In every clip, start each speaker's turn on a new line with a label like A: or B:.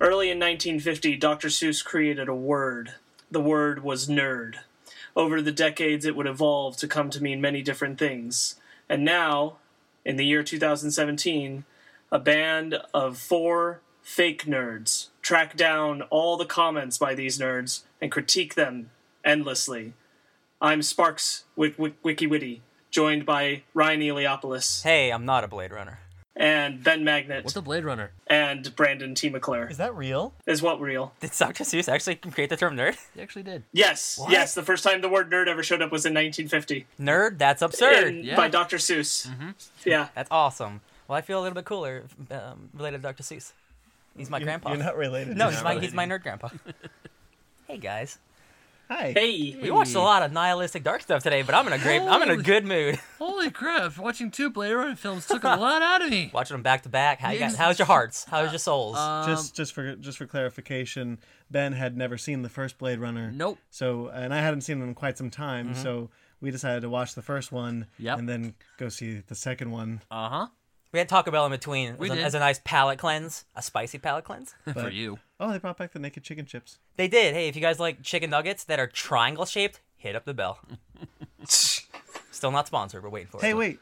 A: Early in 1950, Dr. Seuss created a word. The word was nerd. Over the decades, it would evolve to come to mean many different things. And now, in the year 2017, a band of four fake nerds track down all the comments by these nerds and critique them endlessly. I'm Sparks Wik- Wik- Wiki Witty, joined by Ryan Eliopoulos
B: Hey, I'm not a Blade Runner.
A: and Ben Magnet
C: What's a Blade Runner?
A: and Brandon T. McClure.
D: Is that real?
A: Is what real?
B: Did Dr. Seuss actually create the term nerd?
C: He actually did.
A: Yes, yes. The first time the word nerd ever showed up was in 1950
B: Nerd? That's absurd.
A: in-
C: yeah.
A: by Dr. Seuss. Yeah.
B: That's awesome. Well, I feel a little bit cooler um, related to Dr. Seuss. He's my grandpa.
D: You're not related.
B: no,
D: to
B: he's
D: me.
B: my he's my nerd grandpa. hey guys,
D: Hi.
A: Hey,
B: we watched a lot of nihilistic dark stuff today, but I'm in a great I'm in a
C: Holy-
B: good mood.
C: Holy crap! Watching two Blade Runner films took a lot out of me.
B: Watching them back to back. How you guys?
C: Yeah.
B: How's your hearts? How's your souls? um,
D: Just just for just for clarification, Ben had never seen the first Blade Runner.
C: Nope.
D: So and I hadn't seen them in quite some time.
B: Mm-hmm.
D: So we decided to watch the first one
C: Yep.
D: and then go see the second one.
C: Uh huh.
B: we had Taco Bell in between as, a,
C: did.
B: as a nice palate cleanse, a spicy palate cleanse.
C: For you.
D: Oh, they brought back the naked chicken chips.
B: they did. Hey, if you guys like chicken nuggets that are triangle shaped, hit up the bell. Still not sponsored. We're waiting for it.
D: Hey, wait.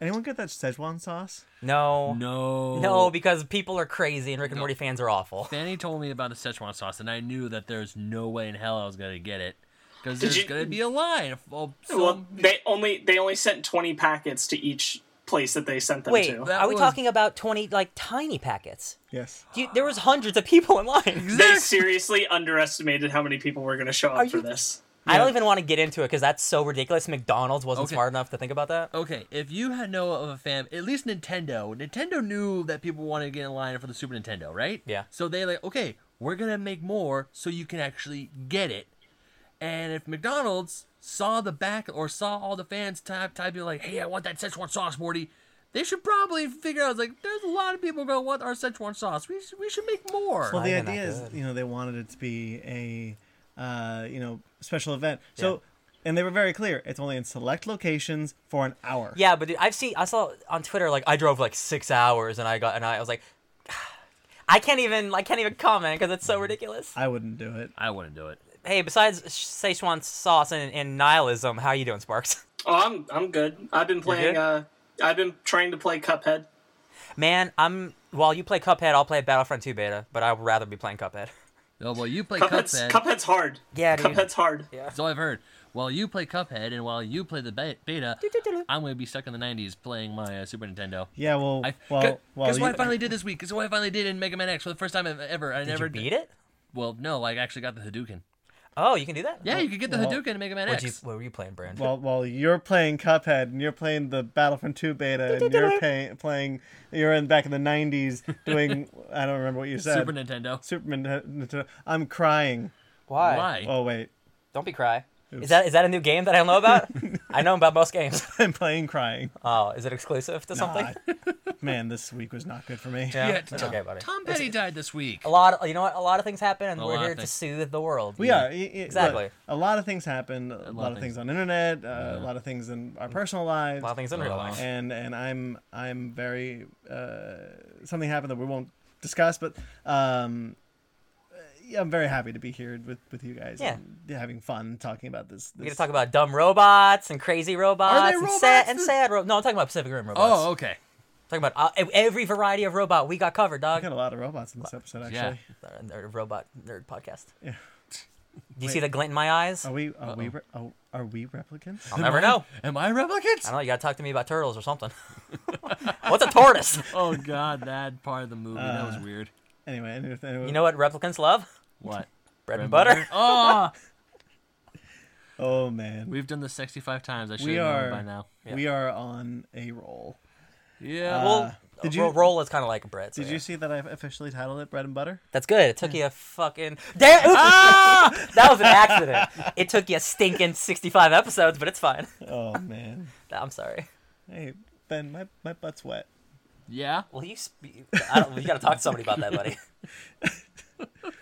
D: Anyone get that Szechuan sauce?
B: No.
C: No.
B: No, because people are crazy and Rick and Morty fans are awful.
C: Fanny told me about the Szechuan sauce, and I knew that there's no way in hell I was gonna get it because there's
A: you-
C: gonna be a line. of- of some-
A: well, they only they only sent 20 packets to each place that they sent them
B: Wait,
A: to.
C: that
B: are we
C: was-
B: talking about 20 like tiny packets?
D: Yes.
B: Do you, there was hundreds of people in line.
A: they seriously underestimated how many people were going to show up
B: Are
A: for
B: you-
A: this.
B: I don't even want to get into it because that's so ridiculous. McDonald's wasn't
C: Okay.
B: smart enough to think about that.
C: Okay, if you had know of a fan, at least Nintendo. Nintendo knew that people wanted to get in line for the Super Nintendo, right?
B: Yeah.
C: So they like, okay, we're gonna make more so you can actually get it. And if McDonald's saw the back or saw all the fans type typing like, hey, I want that Szechuan sauce, Morty. They should probably figure out like, there's a lot of people gonna want our Szechuan sauce. We should, we should make more.
D: Well, the
B: Kinda
D: idea is,
B: not good.
D: you know, they wanted it to be a, uh, you know, special event. So, and they were very clear. It's only in select locations for an hour.
B: Yeah, but dude, I've seen I saw on Twitter like I drove like six hours and I got and I, was like, I can't even I can't even comment because it's so
C: Mm.
B: ridiculous.
D: I wouldn't do it.
C: I wouldn't do it.
B: Hey, besides Szechuan sauce and, and nihilism, how you doing, Sparks?
A: Oh, I'm I'm good. I've been playing.
B: good?
A: Uh, I've been trying to play Cuphead.
B: Man, I'm while you play Cuphead, I'll play Battlefront 2 beta, but I'd rather be playing Cuphead.
C: Oh, well, you play
A: Cuphead's
C: Cuphead.
A: Cuphead's hard.
B: Yeah, dude.
A: Cuphead's hard.
C: That's all I've heard. While you play Cuphead and while you play the be- beta, I'm going to be stuck in the 90s playing my uh, Super Nintendo.
D: Yeah. Well.
C: I,
D: well.
C: well,
D: well.
C: guess what
D: you-
C: I finally did this week? Guess what I finally did in Mega Man X for the first time ev- ever. I
B: Did
C: never
B: you beat it?
C: Well, no, I actually got the Hadouken.
B: Oh, you can do that.
C: Yeah, you could get the
D: well,
C: Hadouken in Mega Man
B: What'd
C: X.
B: you, what were you playing, Brand?
D: while, while you're playing Cuphead and you're playing the Battlefront 2 beta and you're pay, playing, you're in back in the 90s doing, I don't remember what you said.
C: Super Nintendo.
D: Superman Nintendo. I'm crying.
B: Why?
C: Why?
D: Oh, wait.
B: Don't be cry. Is that is that a new game that I don't know about? I know about most games.
D: I'm playing crying.
B: Oh, is it exclusive to something?
D: Ah, man, this week was not good for me.
B: Yeah,
C: Yeah,
B: that's
C: Tom,
B: okay, buddy.
C: Tom Petty died this week.
B: A lot, of, you know what? A lot of things happen, and
C: A
B: we're
C: lot of
B: here to
C: things.
B: soothe the world.
D: We are. I- I-
B: Exactly.
D: look, a lot of things happened. A, lot, of things, on internet, uh, a lot of things in our personal lives.
B: A lot of things in real life.
C: Uh,
D: and and I'm I'm very uh, something happened that we won't discuss, but um, yeah, I'm very happy to be here with with you guys.
B: Yeah.
D: and having fun talking about this.
B: We get
D: this-
B: to talk about dumb robots and crazy robots,
C: Are they
B: and
C: robots
B: sad and
C: that-
B: sad. Ro- no, I'm talking about Pacific Rim robots.
C: Oh, okay.
B: talking about uh, every variety of robot we got covered,
D: We
B: dog.
D: got a lot of robots in this episode, actually.
C: Yeah.
B: Our nerd robot nerd podcast.
D: Yeah. Oh.
B: Do you see the glint in my eyes?
D: Are we are we re- are, are we replicants?
B: I'll never know.
C: Am I
B: I
C: replicant?
B: don't know. You gotta talk to me about turtles or something. What's a tortoise?
C: Oh God, that part of the movie that was weird.
D: Anyway, anyway, anyway.
B: You know what replicants love?
C: What?
B: Bread and
C: and
B: butter.
C: Oh,
D: oh man, we,
C: we've done this 65 times. I should
D: We
C: have known
D: are-
C: by now. Uh,
D: are on a roll.
C: Yeah.
B: well,
D: Uh, did
B: did
D: you-
B: roll is kind of like bread. So
D: Did
B: yeah.
D: you see that I've officially titled it "Bread and Butter"?
B: That's good. It took you a fucking damn. Oops.
D: Ah!
B: that was an accident. It took you a stinking sixty-five episodes, but it's fine.
D: Oh man,
B: I'm sorry.
D: hey Ben, my my butt's wet.
C: yeah.
B: Well, you sp- I don't, you gotta talk to somebody about that, buddy.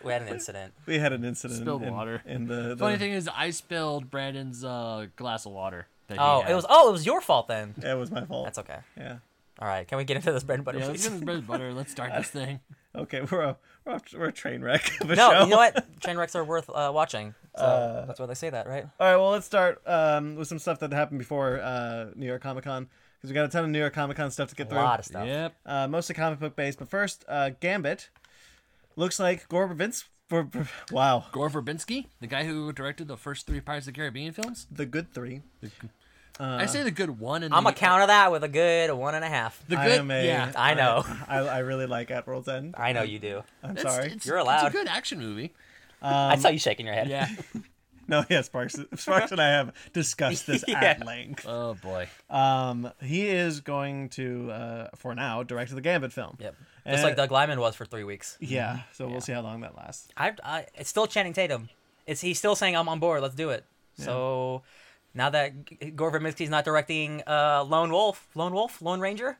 B: we had an incident.
D: We had an incident.
C: Spilled
D: in,
C: water.
D: in the, the
C: Funny thing is, I spilled Brandon's uh, glass of water. that he
B: Oh,
C: had.
B: it was oh, it was your fault then.
D: It was my fault.
B: That's okay.
D: Yeah.
B: All right, can we get into this bread and butter?
C: Yeah, let's
B: please?
C: get this bread and butter. Let's start this thing.
D: Okay, we're a we're, a, we're a train wreck of a
B: No,
D: show.
B: you know what? Train wrecks are worth uh, watching. So that's why they say that, right?
D: All right, well, let's start um, with some stuff that happened before uh, New York Comic Con because we got a ton of New York Comic Con stuff to get
B: A
D: through.
B: lot of stuff.
E: Yep.
D: uh, mostly comic book based, but first, uh, Gambit looks like Gore Verbinski. Wow,
E: Gore Verbinski, the guy who directed the first three Pirates of the Caribbean films.
D: the good three.
E: I say the good one. And
B: Uh-huh. I'm
E: the,
B: gonna counter that with a good one and a half.
E: The
D: I
E: good,
D: am a-
E: yeah.
B: I know.
D: I, I really like At World's End.
B: I know you do.
D: I'm
E: It's-
D: sorry.
E: it's-
B: You're allowed.
E: It's a good action movie.
B: I saw you shaking your head.
E: Yeah.
D: No, yeah, Sparks, Sparks and I have discussed this at
B: Yeah.
D: length.
E: oh boy.
D: Um, he is going to, uh, for now, direct the Gambit film.
B: Yep. Mm-hmm.
D: And
B: Just
D: it-
B: like Doug Lyman was for three weeks.
D: Yeah, so we'll see how long that lasts.
B: I, I it's still Channing Tatum. It's he's still saying I'm on board. Let's do it. So now that G- Gore Verbinski's not directing uh, Lone Wolf, Lone Wolf, Lone Ranger.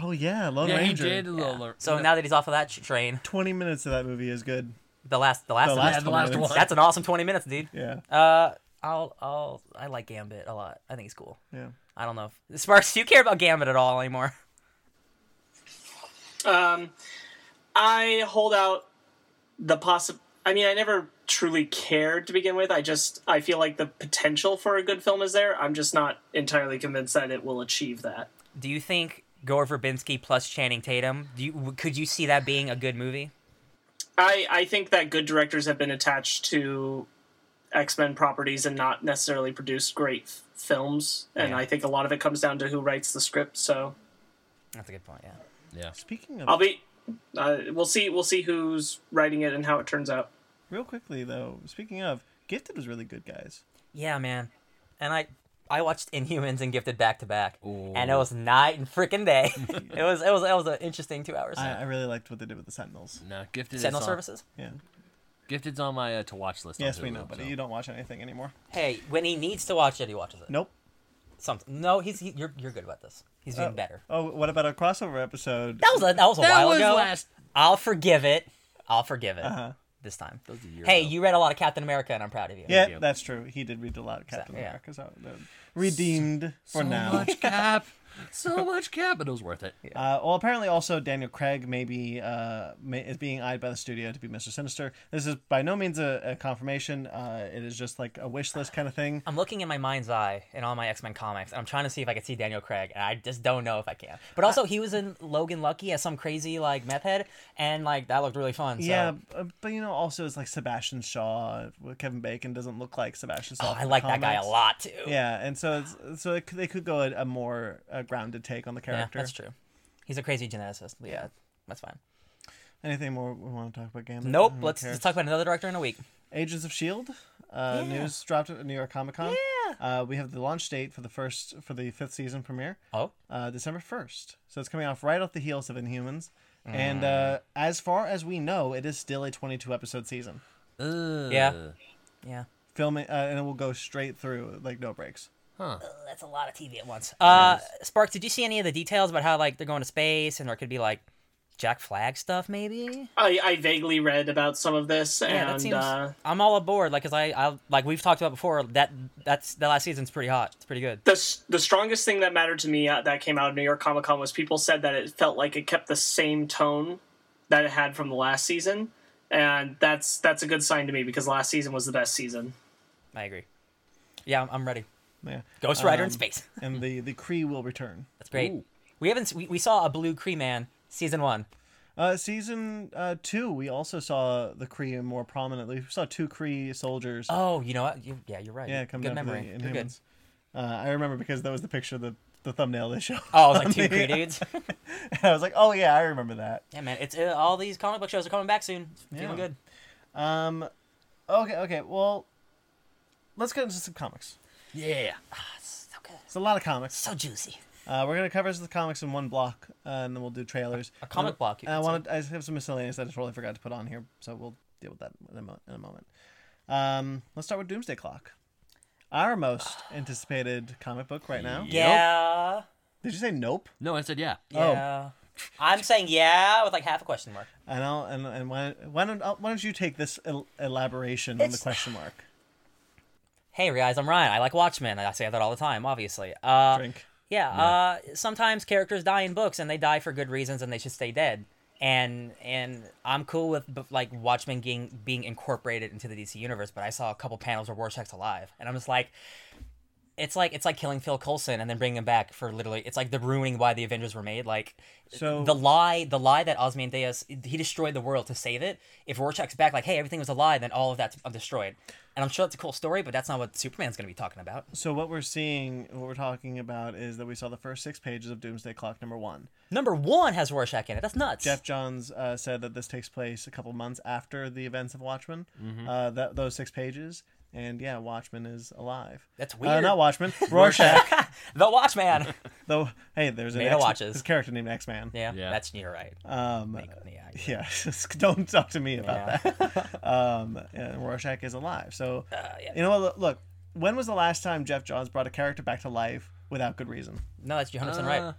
D: Oh yeah, Lone
E: Yeah,
D: Ranger.
E: he did. a little-
B: So
E: yeah.
B: now that he's off of that ch- train,
D: Twenty minutes of that movie is good.
B: the last the last,
D: The
B: of
D: last,
B: that-
E: the last
D: 20 minutes.
E: one.
B: that's an awesome 20 minutes, dude.
D: Yeah,
B: Uh, I'll I'll I like Gambit a lot. I think he's cool.
D: yeah.
B: I don't know. If, Sparks, do you care about Gambit at all anymore?
A: Um, I hold out the possi I mean, I never truly cared to begin with. I just I feel like the potential for a good film is there. I'm just not entirely convinced that it will achieve that.
B: Do you think Gore Verbinski plus Channing Tatum? Do you w- could you see that being a good movie?
A: I I think that good directors have been attached to X Men properties and not necessarily produced great f- films. And
B: Yeah.
A: I think a lot of it comes down to who writes the script. So
B: That's a good point. Yeah.
E: Yeah.
D: Speaking of
A: I'll be. Uh, we'll see. We'll see who's writing it and how it turns out.
D: Real quickly though, speaking of, Gifted was really good, guys.
B: Yeah, man. And I I watched Inhumans and Gifted back to back, and it was night and freaking day. it was it was it was an interesting two hours.
D: I, I really liked what they did with the Sentinels.
E: No, gifted. is
B: Sentinel
E: on-
B: services.
D: Yeah.
E: Gifted's on my uh, to watch list. on
D: Yes, we
E: Hulu,
D: know, but
E: so.
D: you don't watch anything anymore.
B: Hey, when he needs to watch it, he watches it.
D: Nope.
B: Something. No, he's he, you're you're good about this. He's doing better.
D: Oh, what about a crossover episode?
B: That was a, that was a
E: That
B: while
E: was
B: ago.
E: last.
B: I'll forgive it. I'll forgive it
D: Uh-huh.
B: this time.
E: was a year
B: Hey,
E: ago.
B: you read a lot of Captain America, and I'm proud of you.
D: Yeah,
E: you.
D: that's true. He did read a lot of Captain
B: yeah.
D: America, so uh, redeemed
E: so
D: for now.
E: much cap. So much cap, but it was worth it.
D: Uh, well, apparently, also Daniel Craig may be uh, may, is being eyed by the studio to be Mister Sinister. This is by no means a, a confirmation. Uh, it is just like a wish list kind of thing.
B: I'm looking in my mind's eye in all my X Men comics, and I'm trying to see if I can see Daniel Craig, and I just don't know if I can. But also, he was in Logan Lucky as some crazy like meth head, and like that looked really fun. So.
D: Yeah, uh, but you know, also it's like Sebastian Shaw. uh, Kevin Bacon doesn't look like Sebastian Shaw.
B: Oh,
D: from
B: I
D: the
B: like that guy a
D: comics.
B: lot too.
D: Yeah, and so it's so it, could- they could go a, a more uh grounded take on the
B: Yeah,
D: character.
B: that's true. He's a crazy geneticist. but yeah, that's fine.
D: Anything more we want to talk about? Gambit?
B: Nope.
D: I don't
B: Let's,
D: care.
B: let's talk about another director in a week.
D: Agents of Shield. Uh,
B: Yeah.
D: News dropped at New York Comic Con.
B: Yeah.
D: Uh, we have the launch date for the first for the fifth season premiere.
B: Oh,
D: uh, December 1st. So it's coming off right off the heels of Inhumans. And
B: Mm.
D: uh, as far as we know, it is still a 22 episode season.
E: Ugh.
B: Yeah. yeah.
D: Filming, uh, and it will go straight through, like no breaks.
E: Huh.
B: Oh, That's a lot of TV at once. Uh, Spark, did you see any of the details about how like they're going to space and there could be like Jack Flag stuff maybe?
A: I, I vaguely read about some of this,
B: Yeah,
A: and
B: that seems.
A: uh,
B: I'm all aboard. Like, cause I, I, like we've talked about before. That that's that last season's pretty hot. It's pretty good.
A: the s- the strongest thing that mattered to me uh, that came out of New York Comic Con was people said that it felt like it kept the same tone that it had from the last season, and that's that's a good sign to me because last season was the best season.
B: I agree. Yeah, I'm, I'm ready.
D: Yeah.
B: Ghost Rider in
D: Um,
B: space.
D: and the, the Kree will return.
B: That's great.
E: Ooh.
B: We haven't. s- We, we saw a blue Cree man season one.
D: Uh, season uh, two, we also saw the Kree more prominently. We saw two Kree soldiers.
B: Oh, you know what? You, yeah, you're right.
D: yeah, come
B: good
D: down for
B: memory.
D: the
B: You're good.
D: Inhumans. Uh, I remember because that was the picture, the, the thumbnail they showed.
B: Oh, it's like
D: on
B: two
D: the-
B: Cree dudes.
D: I was like, oh yeah, I remember that.
B: yeah, man. It's uh, all these comic book shows are coming back soon. It's
D: Yeah.
B: Feeling good.
D: Um, okay, okay. Well, let's get into some comics.
E: Yeah.
B: So good.
D: It's a lot of comics.
B: So juicy.
D: Uh, we're gonna cover the comics in one block, uh, and then we'll do trailers.
B: A
D: Uh,
B: comic
D: And I-
B: block, you
D: and I
B: could
D: wanted. I have some miscellaneous that I totally forgot to put on here, so we'll deal with that in a, mo- in a moment. Um, let's start with Doomsday Clock, our most anticipated comic book right now.
B: Yeah.
D: Did you say nope?
E: No, I said yeah.
D: Oh.
B: Yeah. I'm saying yeah with like half a question mark.
D: And I'll and, and why why don't uh, why don't you take this el- elaboration on the
B: It's-
D: question mark?
B: Hey guys, I'm Ryan. I like Watchmen. I say that all the time, obviously. Uh,
D: Drink.
B: Yeah. Uh, sometimes characters die in books, and they die for good reasons, and they should stay dead. and and I'm cool with b- like Watchmen being being incorporated into the DC universe, but I saw a couple panels where Rorschach's alive, and I'm just like, it's like it's like killing Phil Coulson and then bringing him back for literally, it's like the ruining why the Avengers were made. Like
D: So-
B: the lie, the lie that Osmandius he destroyed the world to save it. If Rorschach's back, like hey, everything was a lie, then all of that's uh, destroyed. And I'm sure that's a cool story, but that's not what Superman's gonna be talking about.
D: So what we're seeing, what we're talking about, is that we saw the first six pages of Doomsday Clock number one.
B: Number one has Rorschach in it. That's nuts.
D: Jeff Johns uh, said that this takes place a couple months after the events of Watchmen.
B: Mm-hmm.
D: Uh, that those six pages, and yeah, Watchmen is alive.
B: That's
D: Uh,
B: weird.
D: not Watchmen, Rorschach.
B: the Watchman.
D: though, hey, there's an
B: Made of
D: X-
B: watches.
D: His character named X Man.
B: yeah,
E: Yeah.
B: that's you're right.
D: Um,
B: yeah,
D: yeah, don't talk to me about
B: Yeah.
D: that. um, and Rorschach is alive. So,
B: Uh, yeah.
D: you know what? lo- Look, when was the last time Jeff Johns brought a character back to life without good reason?
B: No, that's you're 100%
E: Uh.
B: right.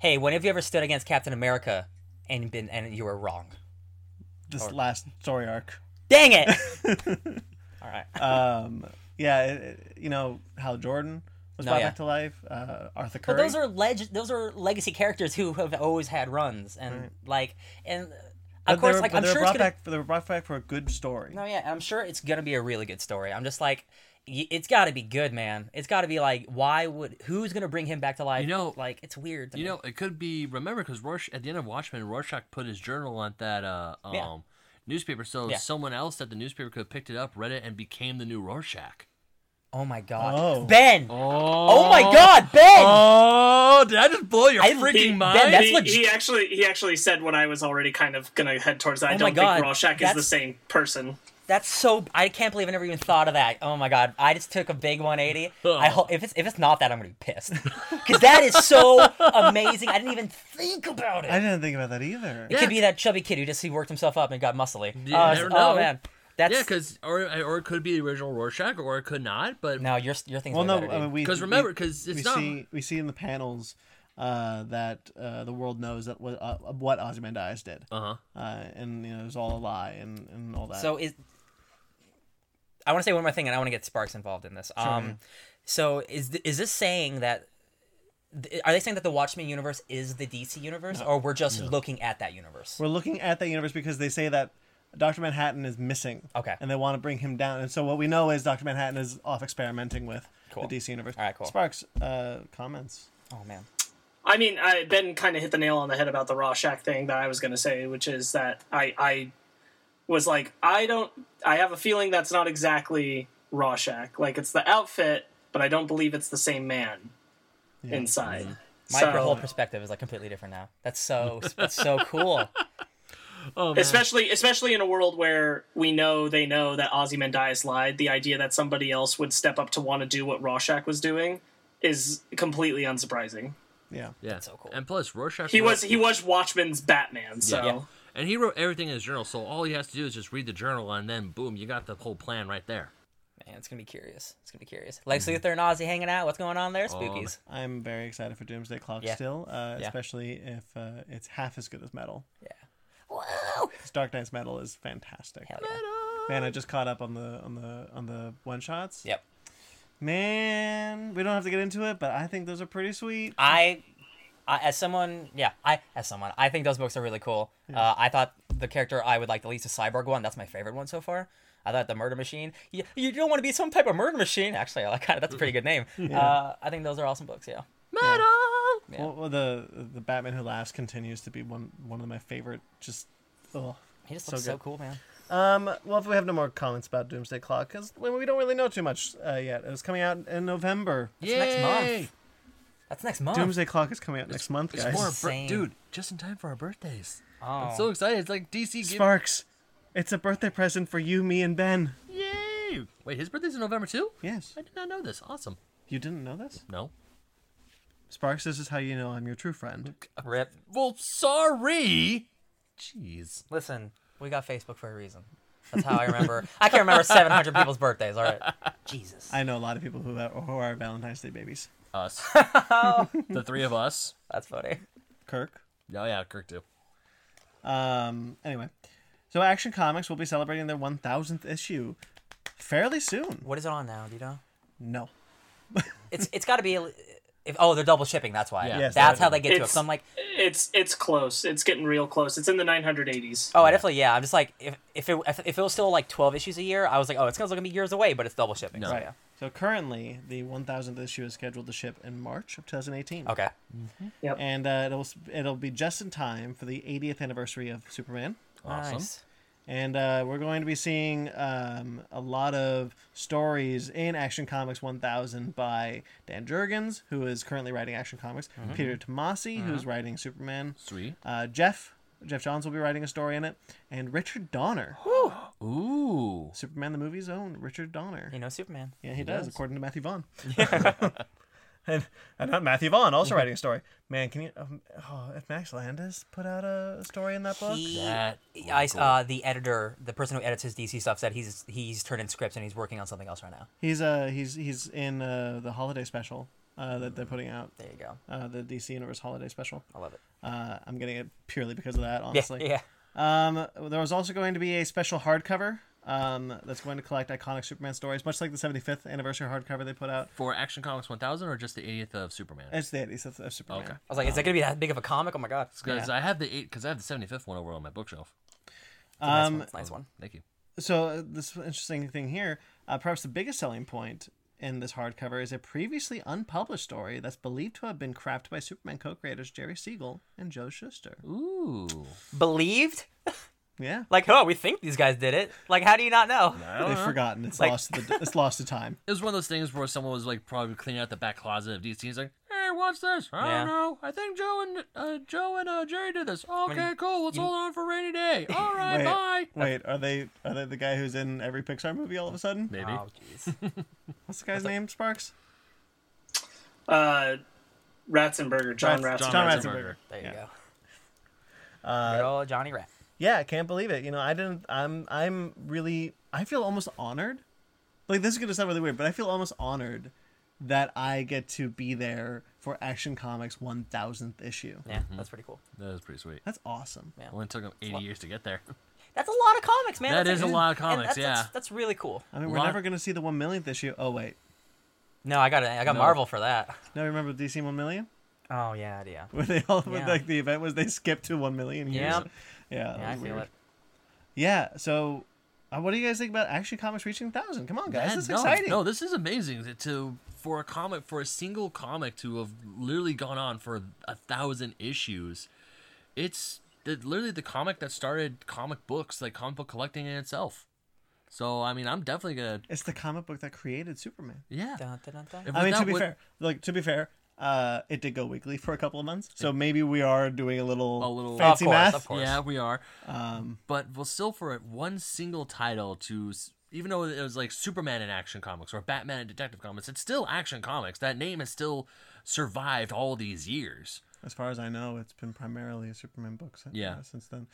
B: Hey, when have you ever stood against Captain America and been and you were wrong?
D: This last story arc.
B: Dang it! All right.
D: Um, yeah, it, it- you know, Hal Jordan was
B: No,
D: brought
B: yeah.
D: back to life. Uh, Arthur Curry.
B: but those are leg- those are legacy characters who have always had runs and like and uh,
D: But
B: of course
D: they were,
B: like
D: but
B: I'm
D: they were
B: sure it's
D: brought
B: gonna
D: back. They were brought back for a good story.
B: No, yeah, and I'm sure it's gonna be a really good story. I'm just like, y- it's got to be good, man. It's got to be like, why would who's gonna bring him back to life?
E: You know-
B: like it's weird. to
E: You
B: me.
E: know, it could be remember because Rorsch at the end of Watchmen, Rorschach put his journal on that uh, um,
B: Yeah.
E: newspaper, so
B: Yeah.
E: someone else at the newspaper could have picked it up, read it, and became the new Rorschach.
B: oh my god,
D: Oh.
B: Ben! Oh,
E: Oh,
B: my god, Ben!
E: Oh, did I just blow your
B: I-
E: freaking
B: Ben,
E: mind?
B: that's
A: he,
B: what-
A: he actually he actually said what I was already kind of gonna head towards. I
B: Oh my
A: don't
B: God,
A: think Rorschach is the
B: that's-
A: same person.
B: That's so. I can't believe I never even thought of that. Oh my god, I just took a big 180. I hope if it's if it's not that, I'm gonna be pissed because that is so amazing. I didn't even think about it.
D: I didn't think about that either.
B: It could be that chubby kid who just he worked himself up and got muscly.
E: You
B: Uh,
E: never
B: oh
E: know.
B: man, that's
E: yeah, because or or it could be the original Rorschach, or it could not. But
B: no, your your thing's
D: Well,
B: way
D: no,
B: better,
D: I
B: dude.
D: mean, we
E: because
D: we-
E: remember, because
D: we
E: it's not.
D: see we see in the panels uh, that uh, the world knows that what uh, what Ozymandias did,
E: uh
B: Uh-huh.
E: huh.
D: uh, and you know it was all a lie and, and all that.
B: So is I want to say one more thing, and I want to get Sparks involved in this. Um, so is th- is this saying that? th- Are they saying that the Watchmen universe is the DC universe, or we're just looking at that universe?
D: we're looking at that universe because they say that Doctor Manhattan is missing.
B: Okay.
D: and they want to bring him down. And so what we know is Doctor Manhattan is off experimenting with
B: Cool.
D: the DC universe.
B: All right, cool.
D: Sparks uh, comments.
B: Oh man,
A: I mean, I, Ben kind of hit the nail on the head about the Rorschach thing that I was going to say, which is that I, I was like, I don't, I have a feeling that's not exactly Rorschach. Like, it's the outfit, but I don't believe it's the same man inside.
B: my
A: So-
B: whole perspective is like completely different now. That's so that's so cool.
A: especially especially in a world where we know they know that Ozymandias lied, the idea that somebody else would step up to want to do what Rorschach was doing is completely unsurprising.
D: Yeah,
E: Yeah.
B: so cool.
E: And plus, Rorschach.
A: He
E: wrote-
A: was he was Watchman's Batman, so
B: Yeah.
E: and he wrote everything in his journal. So all he has to do is just read the journal, and then boom, you got the whole plan right there.
B: Man, it's gonna be curious. It's gonna be curious. Lex Luthor and Ozzy hanging out. What's going on there? Spookies.
D: I'm very excited for Doomsday Clock
B: Yeah.
D: still, uh,
B: Yeah.
D: especially if uh, it's half as good as Metal.
B: Whoa!
D: This Dark Knight's Metal is fantastic.
B: Hell yeah.
D: Man, I just caught up on the on the on the one shots.
B: Yep.
D: Man, we don't have to get into it, but I think those are pretty sweet.
B: I, I as someone, yeah, I as someone, I think those books are really cool. Uh, I thought the character I would like the least is Cyborg one. That's my favorite one so far. I thought the Murder Machine. You, you don't want to be some type of murder machine. Actually, I like that's a pretty good name. Uh, I think those are awesome books. Yeah.
E: Metal.
B: Yeah.
D: Well, well, the the Batman Who Laughs continues to be one one of my favorite. Just, ugh.
B: He just
D: So
B: looks so,
D: good.
B: cool, man.
D: um. Well, if we have no more comments about Doomsday Clock, because we don't really know too much uh, yet. It was coming out in November.
E: Yeah.
B: next month. That's next month.
D: Doomsday Clock is coming out next month,
E: It's
D: guys.
E: for our bir-
B: Insane.
E: dude, just in time for our birthdays.
B: Oh.
E: I'm so excited. It's like DC gave-
D: Sparks, it's a birthday present for you, me, and Ben.
E: Yay! Wait, his birthday's in November too?
D: Yes.
E: I did not know this. Awesome.
D: You didn't know this,
E: No.
D: Sparks. This is how you know I'm your true friend.
B: Rip.
E: Well, sorry. Jeez.
B: Listen, we got Facebook for a reason. That's how I remember. I can't remember 700 people's birthdays. All right. Jesus.
D: I know a lot of people who are, who are Valentine's Day babies.
E: Us. the three of us.
B: That's funny.
D: Kirk.
E: Oh yeah, Kirk too.
D: Um. Anyway, so Action Comics will be celebrating their 1,000th issue fairly soon.
B: What is it on now? Do you know?
D: No.
B: It's it's got to be. If, oh, they're double shipping. That's why.
C: Yeah.
D: Yes,
B: that's
D: that
B: how
D: would
B: they get to it.
A: It's-
B: So I'm like,
A: It's it's close. It's getting real close. It's in the 980s.
B: oh, I definitely yeah. I'm just like, if if it if, if it was still like 12 issues a year, I was like, oh, it's gonna look gonna be years away, but it's double shipping.
C: No.
B: So,
C: Right.
B: yeah.
D: So currently, the 1,000th issue is scheduled to ship in March of 2018.
B: Okay.
A: Yep.
D: And uh, it'll s- it'll be just in time for the 80th anniversary of Superman.
C: Awesome.
B: Nice.
D: And uh, we're going to be seeing um, a lot of stories in Action Comics 1000 by Dan Jurgens, who is currently writing Action Comics, Peter Tomasi, who's writing Superman,
C: Sweet.
D: uh, Jeff. Jeff Johns will be writing a story in it, and Richard Donner,
C: Ooh.
D: Superman the movie's own Richard Donner.
B: You know Superman.
D: Yeah, he, does,
C: does.
D: according to Matthew Vaughn. and, and not Matthew Vaughn also writing a story. Man, can you? Um, oh, if Max Landis put out a story in that book,
B: He-
C: That
B: I
C: would
B: uh, the editor, the person who edits his DC stuff, said he's he's turning scripts and he's working on something else right now.
D: he's uh he's he's in uh, the holiday special uh, that they're putting out,
B: There you go.
D: uh, the DC Universe holiday special.
B: I love it.
D: Uh, I'm getting it purely because of that,
B: Yeah,
D: honestly.
B: yeah.
D: Um, there was also going to be a special hardcover um, that's going to collect iconic Superman stories, much like the 75th anniversary hardcover they put out.
C: For Action Comics 1000 or just the 80th of Superman?
D: It's the 80th of Superman.
C: Okay.
B: I was like, is that gonna be that big of a comic? Oh my god, it's
C: Because I have the eight. Because I have the 75th one over on my bookshelf.
B: a nice one.
D: Um,
B: It's a nice one.
C: Thank you.
D: so uh, this interesting thing here uh, perhaps the biggest selling point in this hardcover is a previously unpublished story that's believed to have been crafted by superman co-creators jerry siegel and joe shuster
C: Ooh.
B: Believed?
D: yeah
B: Like, oh, we think these guys did it. Like, how do you not know?
D: they've forgotten it's
B: Like-
D: lost to the, it's lost to time
C: It was one of those things where someone was like probably cleaning out the back closet of DC. He's like, "Hey, what's this? I
B: Yeah.
C: don't know. I think Joe and uh, Joe and uh, Jerry did this. Okay, cool. Let's hold on for a rainy day. All right,
D: wait
C: bye."
D: wait are they are they the guy who's in every pixar movie all of a sudden
C: Maybe.
B: Oh, jeez.
D: what's the guy's name sparks
A: Uh, Ratzenberger, John
D: Ratz-
A: Ratzenberger.
D: John Ratzenberger.
B: There you
D: Yeah.
B: go.
C: Uh,
B: Good old Johnny Rat.
D: yeah i can't believe it you know i didn't i'm i'm really i feel almost honored like this is gonna sound really weird but i feel almost honored that i get to be there for action comics 1000th issue
B: Yeah,
C: mm-hmm.
B: that's pretty cool.
C: That was pretty sweet.
D: that's awesome
B: Yeah.
C: Only took him 80 years to get there.
B: That's a lot of comics, man.
C: That
B: That's
C: is a lot of
B: and
C: comics,
B: that's-
C: yeah.
B: that's, that's really cool.
D: i mean we're
C: Lot-
D: never gonna see the 1 millionth issue oh wait
B: No, I got I got
C: No.
B: Marvel for that.
D: no remember dc 1 million
B: Oh yeah, yeah.
D: where they all when,
B: Yeah.
D: like the event was they skipped to 1 million years.
B: Yeah.
D: yeah, that
B: Yeah, I
D: was
B: feel
D: weird.
B: it.
D: yeah so uh, what do you guys think about action comics reaching 1000 come on guys
C: Man,
D: this is
C: no,
D: exciting
C: No, this is amazing to- to for a comic for a single comic to have literally gone on for a thousand issues. It's the, literally the comic that started comic books, like comic book collecting in itself. So I mean, I'm definitely gonna
D: it's the comic book that created superman
C: yeah.
B: Dun, dun, dun, dun.
C: If
D: I mean,
C: that
D: to be
C: would-
D: fair, like to be fair, uh, it did go weekly for a couple of months, so maybe we are doing a little,
C: A little-
D: fancy
B: Of course,
D: math.
B: of course.
C: Yeah, we are.
D: Um,
C: But well, still for one single title to, s- even though it was like Superman in Action Comics or Batman in Detective Comics, it's still Action Comics. That name has still survived all these years.
D: as far as I know, it's been primarily a Superman book since,
C: Yeah.
D: uh, since then.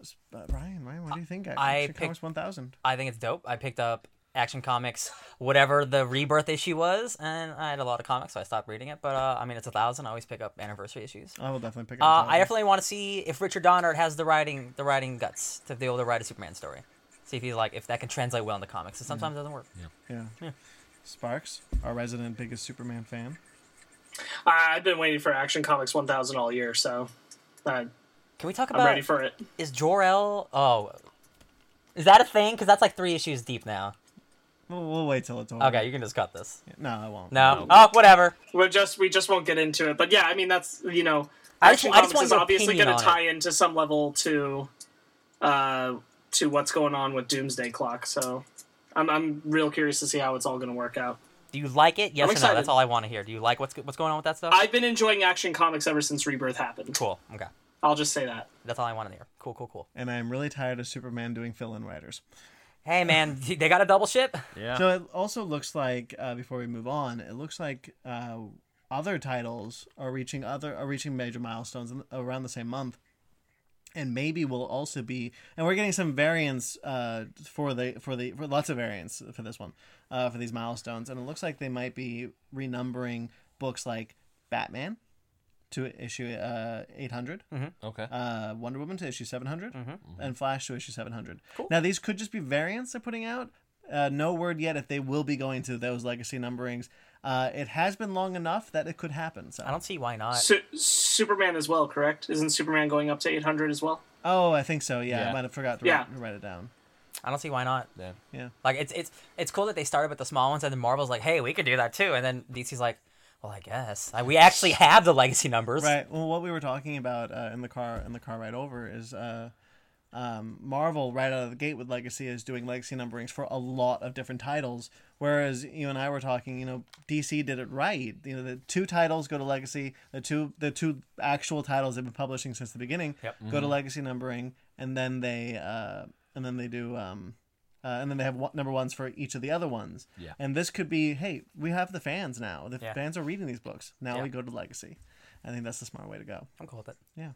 D: S- Uh, Ryan, Ryan, what do you think? Action
B: I
D: Comics
B: picked-
D: 1000.
B: I think it's dope. I picked up Action Comics, whatever the rebirth issue was, and I had a lot of comics, so I stopped reading it. But uh, I mean, it's a thousand. I always pick up anniversary issues.
D: I will definitely pick
B: Uh,
D: up.
B: I definitely want to see if Richard Donner has the writing, the writing guts to be able to write a Superman story. See if he's like, if that can translate well into comics. 'cause sometimes it doesn't work.
D: yeah. Sparks, our resident biggest Superman fan.
A: I- I've been waiting for Action Comics 1000 all year, so I,
B: Can we talk
A: I'm ready
B: about
A: for it.
B: is Jor El? Oh, is that a thing? Because that's like three issues deep now.
D: We'll, we'll wait till it's over.
B: Okay, you can just cut this.
D: No, I won't.
B: No. Oh, whatever.
A: We're just we just won't get into it, but yeah, I mean that's you know,
B: I just-
A: Action
B: I
A: Comics
B: just want
A: is
B: your
A: obviously
B: opinion
A: going
B: on
A: to
B: it.
A: tie into some level to, uh, to what's going on with Doomsday Clock. So, I'm I'm real curious to see how it's all going to work out.
B: Do you like it? Yes
A: I'm
B: or no?
A: excited.
B: That's all I want to hear. Do you like what's what's going on with that stuff?
A: I've been enjoying Action Comics ever since Rebirth happened.
B: Cool. Okay.
A: I'll just say that.
B: That's all I want to hear. Cool. Cool. Cool.
D: And I am really tired of Superman doing fill-in writers.
B: Hey man, they got a double ship.
C: Yeah.
D: So it also looks like uh, before we move on, it looks like uh, other titles are reaching other are reaching major milestones in, around the same month, and maybe will also be. And we're getting some variants uh, for the for the for lots of variants for this one uh, for these milestones, and it looks like they might be renumbering books like Batman to issue uh, eight
C: okay.
D: uh, Wonder Woman to issue 700 and Flash to issue 700. Now, these could just be variants they're putting out, Uh, no word yet if they will be going to those legacy numberings. Uh, it has been long enough that it could happen. So
B: I don't see why not.
A: Su- Superman as well, correct? Isn't Superman going up to 800 as well?
D: Oh, I think so. Yeah,
E: Yeah.
D: I might have forgot to
A: Yeah.
D: write, write it down.
B: I don't see why not.
E: Yeah.
D: Yeah.
B: Like it's it's it's cool that they started with the small ones, and then Marvel's like, hey, we could do that too, and then DC's like, well, I guess like, we actually have the legacy numbers.
D: Right. Well, what we were talking about uh, in the car in the car ride over is uh, um, Marvel right out of the gate with Legacy is doing Legacy numberings for a lot of different titles, whereas you and I were talking. You know, DC did it right. You know, the two titles go to Legacy. The two the two actual titles they've been publishing since the beginning
B: Yep.
D: go to Legacy numbering, and then they uh, and then they do. Um, uh, and then they have one, number ones for each of the other ones.
E: Yeah.
D: And this could be, hey, we have the fans now. The
B: Yeah.
D: fans are reading these books. Now
B: Yeah.
D: we go to Legacy. I think that's the smart way to go.
B: I'm cool with it.
D: Yeah,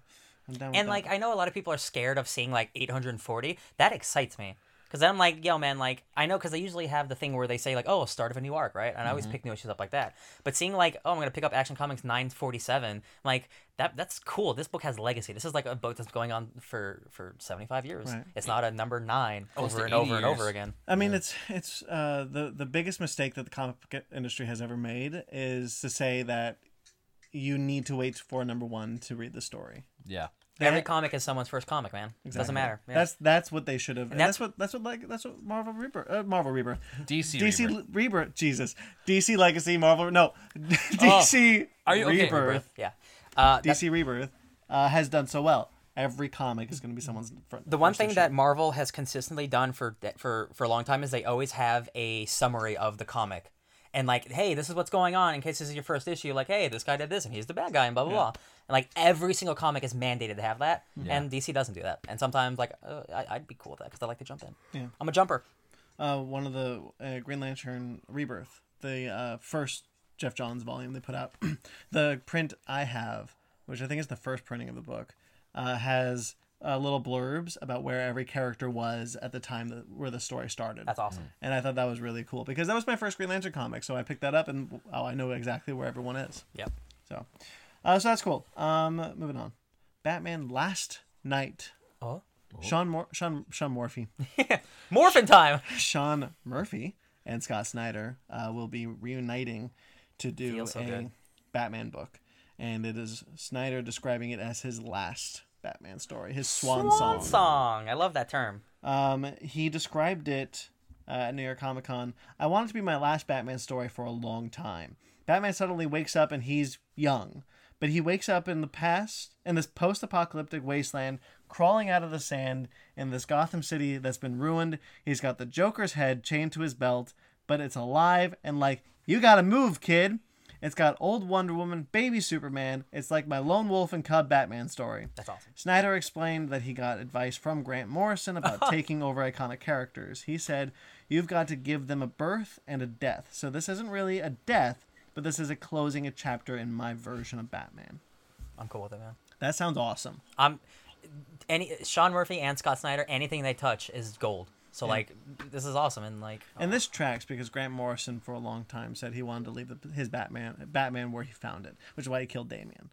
D: I'm down.
B: And
D: with
B: like, I know a lot of people are scared of seeing like 840. That excites me. Cause then I'm like, yo, man, like I know, cause they usually have the thing where they say like, oh, start of a new arc, right? And I
D: Mm-hmm.
B: always pick new issues up like that. But seeing like, oh, I'm gonna pick up Action Comics 947, I'm like that that's cool. This book has legacy. This is like a book that's going on for for 75 years.
D: Right. Oh,
B: It's not a number nine
E: Close to
B: over and
E: 80
B: over and over
E: years.
B: again.
D: that. I mean, it's it's uh, the the biggest mistake that the comic book industry has ever made is to say that you need to wait for number one to read the story.
E: Yeah.
B: Every
D: That-
B: comic is someone's first comic, man. It Doesn't
D: Exactly.
B: matter. Yeah.
D: That's that's what they should have. And that's,
B: that's-
D: what that's what like that's what Marvel Rebirth, uh, Marvel Rebirth,
E: DC.
D: DC
E: Rebirth.
D: Rebirth. Jesus, DC Legacy, Marvel no, DC
E: Are you okay,
D: Rebirth,
B: yeah. Uh, that-
D: DC Rebirth uh, has done so well. Every comic is going to be someone's front.
B: the one
D: first
B: thing
D: issue.
B: that Marvel has consistently done for for for a long time is they always have a summary of the comic. And like, hey, this is what's going on in case this is your first issue. Like, hey, this guy did this and he's the bad guy and blah blah blah. And like every single comic is mandated to have that, and DC doesn't do that. And sometimes like uh, I, I'd be cool with that because I like to jump in.
D: Yeah.
B: I'm a jumper.
D: uh, one of the uh, Green Lantern Rebirth, the uh, first Jeff Johns volume they put out. the print I have, which I think is the first printing of the book, uh, has uh, little blurbs about where every character was at the time that where the story started.
B: That's awesome.
D: And I thought that was really cool because that was my first Green Lantern comic, so I picked that up and oh, I know exactly where everyone is.
B: Yep.
D: So, uh, so that's cool. Um, moving on, Batman Last Night.
B: Oh,
D: Sean Mor- Sean Sean Morphy.
B: morphin time.
D: Sean Murphy and Scott Snyder uh, will be reuniting to do
B: Feels so
D: a
B: good.
D: Batman book, and it is Snyder describing it as his last Batman story, his swan,
B: Swan song. I love that term.
D: Um, he described it uh, at New York Comic Con. I want it to be my last Batman story for a long time. Batman suddenly wakes up and he's young, but he wakes up in the past, in this post apocalyptic wasteland, crawling out of the sand in this Gotham City that's been ruined. He's got the Joker's head chained to his belt, but it's alive and like, you gotta move, kid. It's got old Wonder Woman, baby Superman. It's like my lone wolf and cub Batman story.
B: That's awesome.
D: Snyder explained that he got advice from Grant Morrison about taking over iconic characters. He said, You've got to give them a birth and a death. So this isn't really a death, but this is a closing a chapter in my version of Batman.
B: I'm cool with it, man.
D: That sounds awesome.
B: I'm any Sean Murphy and Scott Snyder. Anything they touch is gold. So like, this is awesome. And like,
D: And this tracks because Grant Morrison, for a long time, said he wanted to leave the, his Batman, Batman where he found it, which is why he killed Damian,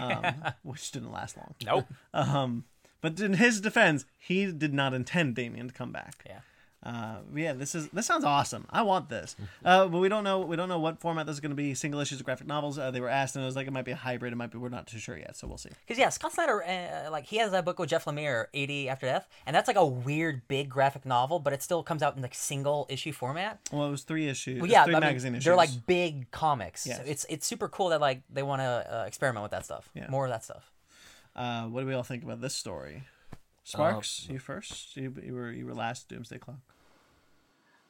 D: um, which didn't last long.
B: nope.
D: Um, but in his defense, he did not intend Damien to come back.
B: Yeah.
D: Uh, yeah, this is this sounds awesome. I want this,
B: Mm-hmm.
D: uh, but we don't know we don't know what format this is going to be. Single issues, or graphic novels. Uh, they were asked, and it was like it might be a hybrid. It might be we're not too sure yet, so we'll see.
B: Because yeah, Scott Snyder, uh, like he has that book with Jeff Lemire, 80 After Death, and that's like a weird big graphic novel, but it still comes out in like single issue format.
D: Well, it was three issues.
B: But yeah,
D: three
B: I mean,
D: magazine issues.
B: they're like big comics.
D: Yes.
B: So it's it's super cool that like they want to uh, experiment with that stuff.
D: Yeah.
B: More of that stuff.
D: uh, what do we all think about this story? Sparks,
B: Uh,
D: you first. You, you were you were last. Doomsday Clock.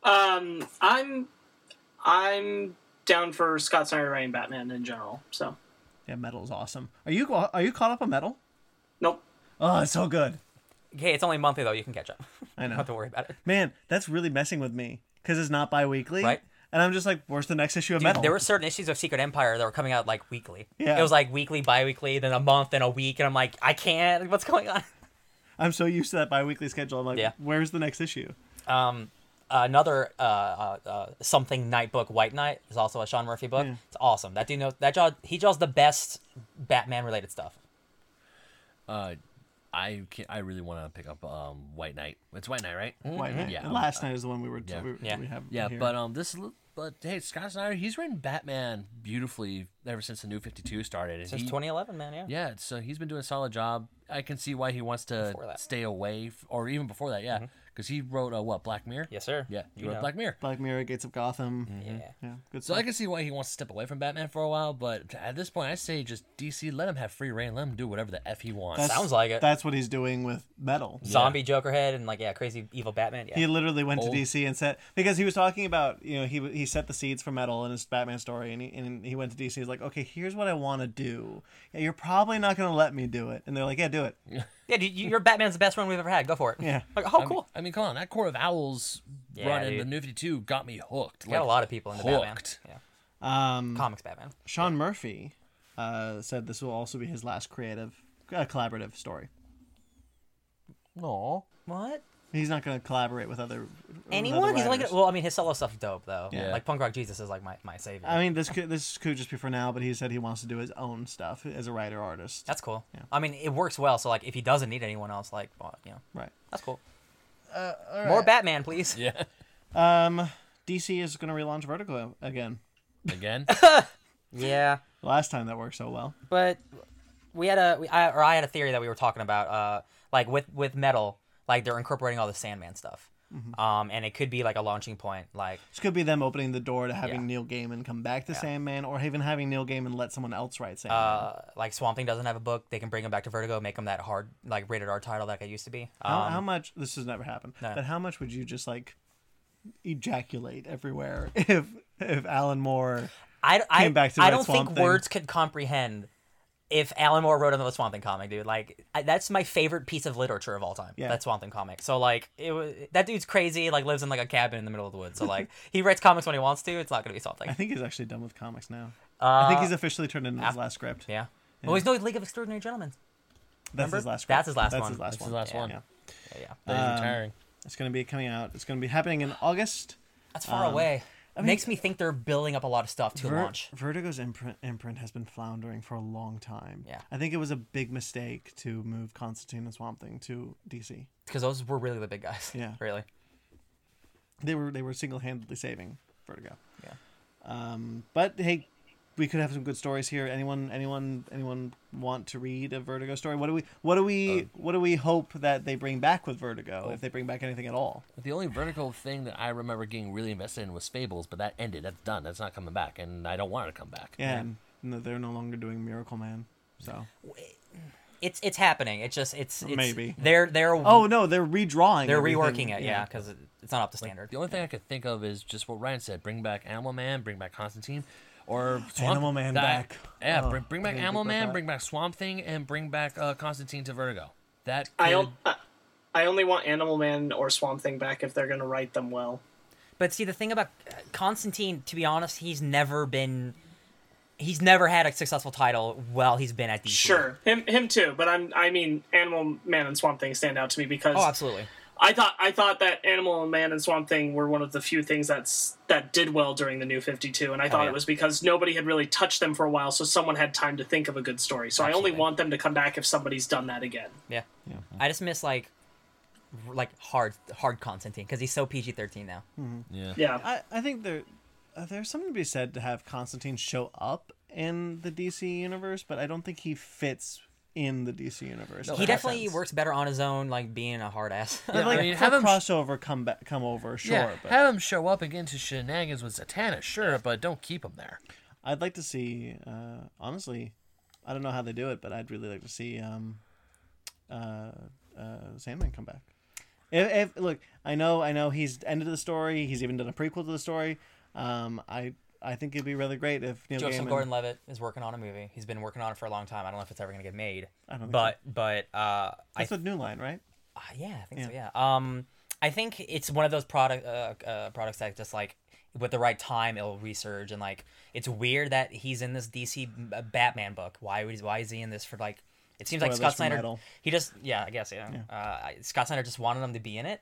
A: Um, I'm I'm down for Scott Snyder writing Batman in general. So
D: Yeah, metal is awesome. Are you are you caught up on metal?
A: nope.
D: Oh, it's so good.
B: Hey, it's only monthly though. You can catch up.
D: I know.
B: Don't have to worry about it.
D: Man, that's really messing with me because it's not bi-weekly.
B: Right.
D: And I'm just like, where's the next issue of metal?
B: There were certain issues of Secret Empire that were coming out like weekly.
D: Yeah.
B: It was like weekly, bi-weekly, then a month, then a week, and I'm like, I can't. What's going on?
D: I'm so used to that bi-weekly schedule. I'm like,
B: Yeah.
D: where's the next issue?
C: Mm-hmm.
B: Um, another uh, uh, uh, something night book, White Knight, is also a Sean Murphy book. It's awesome. That dude knows that draw. He draws the best Batman related stuff.
E: Uh,
C: I can I really want to pick up um White Knight. It's White Knight, right?
D: White Knight.
C: Yeah.
D: Last night is the one we were.
C: Yeah.
D: we,
B: Yeah.
D: we have
C: Yeah,
D: here.
C: but um, this is- but hey, Scott Snyder, he's written Batman beautifully ever since the New Fifty Two started. and
B: Since
C: he-
B: 2011, man. Yeah.
C: Yeah, so he's been doing a solid job. I can see why he wants to
B: Before that.
C: stay away, f- or even before that, yeah, because he wrote uh, what Black Mirror.
B: Yes, sir.
C: Yeah, he
B: You
C: wrote
B: know.
C: Black Mirror.
D: Black Mirror, Gates of Gotham.
B: Yeah.
D: Yeah, good
C: So
D: stuff.
C: I can see why he wants to step away from Batman for a while, but at this point, I say just DC, let him have free reign, let him do whatever the f he wants.
D: That's-
B: Sounds like it.
D: That's what he's doing with metal.
B: Zombie Joker head and like yeah, crazy evil Batman. Yeah.
D: He literally went
C: Old.
D: to DC and set because he was talking about you know he he set the seeds for metal in his Batman story and he and he went to DC. He's like, okay, here's what I want to do. Yeah, you're probably not gonna let me do it, and they're like, yeah, do it.
B: Yeah, dude, you- your Batman's the best one we've ever had. Go for it.
D: Yeah.
B: Like, oh,
C: I mean-
B: cool.
C: I mean, come on, that Court of Owls
B: Yeah,
C: run in
B: dude.
C: the New Fifty Two got me hooked.
B: We got a lot of people in the Batman.
C: hooked.
B: Yeah.
D: Um,
B: Comics Batman.
D: Sean Murphy uh, said this will also be his last creative uh, collaborative story.
C: No,
B: What?
D: He's not gonna collaborate with other with
B: Anyone?
D: other
B: He's like,
D: writers.
B: well, I mean, his solo stuff's dope though.
C: Yeah.
B: Like Punk Rock Jesus is like my, my savior.
D: I mean, this could this could just be for now, but he said he wants to do his own stuff as a writer artist.
B: that's cool. I mean, it works well. So like, if he doesn't need anyone else, like, well, you know,
D: right.
B: that's cool.
D: Uh,
B: More Batman, please.
C: yeah,
D: Um, DC is gonna relaunch Vertigo again.
C: again,
B: yeah.
D: Last time that worked so well.
B: but we had a we, I, or I had a theory that we were talking about uh like with with metal like they're incorporating all the Sandman stuff
C: Mm-hmm.
B: um and it could be like a launching point like
D: This could be them opening the door to
B: Yeah.
D: having Neil Gaiman come back to Sandman, or even having Neil Gaiman let someone else write Sandman.
B: uh like Swamp Thing doesn't have a book they can bring him back to Vertigo make him that hard like rated R title like it used to be um,
D: how, how much? This has never happened. But how much would you just like ejaculate everywhere if if Alan Moore?
B: I I,
D: came back to
B: I
D: that
B: don't think
D: Swamp Thing.
B: words could comprehend if Alan Moore wrote another Swamp Thing comic dude like I, that's my favorite piece of literature of all time
D: Yeah.
B: that Swamp Thing comic so like it was that dude's crazy like lives in like a cabin in the middle of the woods so like he writes comics when he wants to it's not gonna be Swamp Thing
D: I think he's actually done with comics now. I think he's officially turned in his last script.
B: Uh, Yeah. Well, he's no League of Extraordinary Gentlemen.
D: That's
B: remember?
D: his last. Script.
B: That's his last one.
D: His last
C: that's
D: one.
C: the last
B: Yeah.
C: one.
D: Yeah.
B: Yeah, yeah.
C: But he's retiring.
D: It's going to be coming out. It's going to be happening in August.
B: That's far away. Makes me think they're building up a lot of stuff to
D: Um, Ver-
B: launch.
D: Vertigo's imprint, imprint has been floundering for a long time.
B: Yeah.
D: I think it was a big mistake to move Constantine and Swamp Thing to DC.
B: Because those were really the big guys.
D: Yeah.
B: Really.
D: They were they were single handedly saving Vertigo.
B: Yeah.
D: Um, but hey, we could have some good stories here. Anyone anyone anyone want to read a Vertigo story? What do we what do
B: Uh,
D: we what do we hope that they bring back with Vertigo
B: Oh.
D: if they bring back anything at all?
C: But the only vertical thing that I remember getting really invested in was Fables, but that ended. That's done. That's not coming back, and I don't want it to come back.
D: Yeah. And no, they're no longer doing Miracle Man. So
B: Mm. It's it's happening. It's just it's, it's
D: Maybe.
B: they're they're
D: oh no, they're redrawing.
B: they're
D: everything.
B: reworking it. Yeah, because it's not up to standard.
C: The only thing I could think of is just what Ryan said: bring back Animal Man, bring back Constantine, or Swamp-
D: Animal Man
C: that-
D: back.
C: Yeah,
D: Oh,
C: bring, bring back
D: I didn't
C: Animal
D: think about
C: Man,
D: that.
C: bring back Swamp Thing, and bring back uh, Constantine to Vertigo. That could,
B: Hmm.
A: I don't. I- I only want Animal Man or Swamp Thing back if they're going to write them well.
B: But see, the thing about uh, Constantine, to be honest, he's never been. He's never had a successful title while he's been at DC.
A: Sure, him him too. But I'm I mean, Animal Man and Swamp Thing stand out to me because
B: Oh, absolutely.
A: I thought I thought that Animal Man and Swamp Thing were one of the few things that's that did well during the New Fifty Two, and I thought
B: Oh, yeah.
A: it was because nobody had really touched them for a while, so someone had time to think of a good story. So I
B: Absolutely.
A: only want them to come back if somebody's done that again.
B: Yeah. I just miss like, r- like hard hard Constantine because he's so PG thirteen now.
D: Hmm.
C: Yeah.
A: Yeah,
D: I, I think there uh, there's something to be said to have Constantine show up in the DC universe, but I don't think he fits in the DC universe.
B: he definitely works better on his own, like being a hard ass.
D: But like
C: I mean,
D: for
C: have him-
D: crossover come back, come over, sure.
C: Yeah,
D: But
C: have him show up and get into shenanigans with Zatanna, sure, but don't keep him there.
D: I'd like to see. Uh, honestly, I don't know how they do it, but I'd really like to see um, uh, uh, Sandman come back. If, if look, I know, I know he's ended the story. He's even done a prequel to the story. Um, I I think it'd be really great if Neil
B: Joseph
D: Gaiman.
B: Gordon-Levitt is working on a movie. He's been working on it for a long time. I don't know if it's ever gonna get made.
D: I don't think
B: But but uh, I
D: that's a new line, right?
B: uh, yeah, I think so. Yeah. Um, I think it's one of those product uh, uh products that just like with the right time it'll resurge and like it's weird that he's in this DC b- Batman book. Why would why is he in this for like? It seems like
D: Spoilers
B: Scott
D: for
B: Snyder.
D: metal.
B: He just yeah, I guess yeah. Uh, I- Scott Snyder just wanted him to be in it.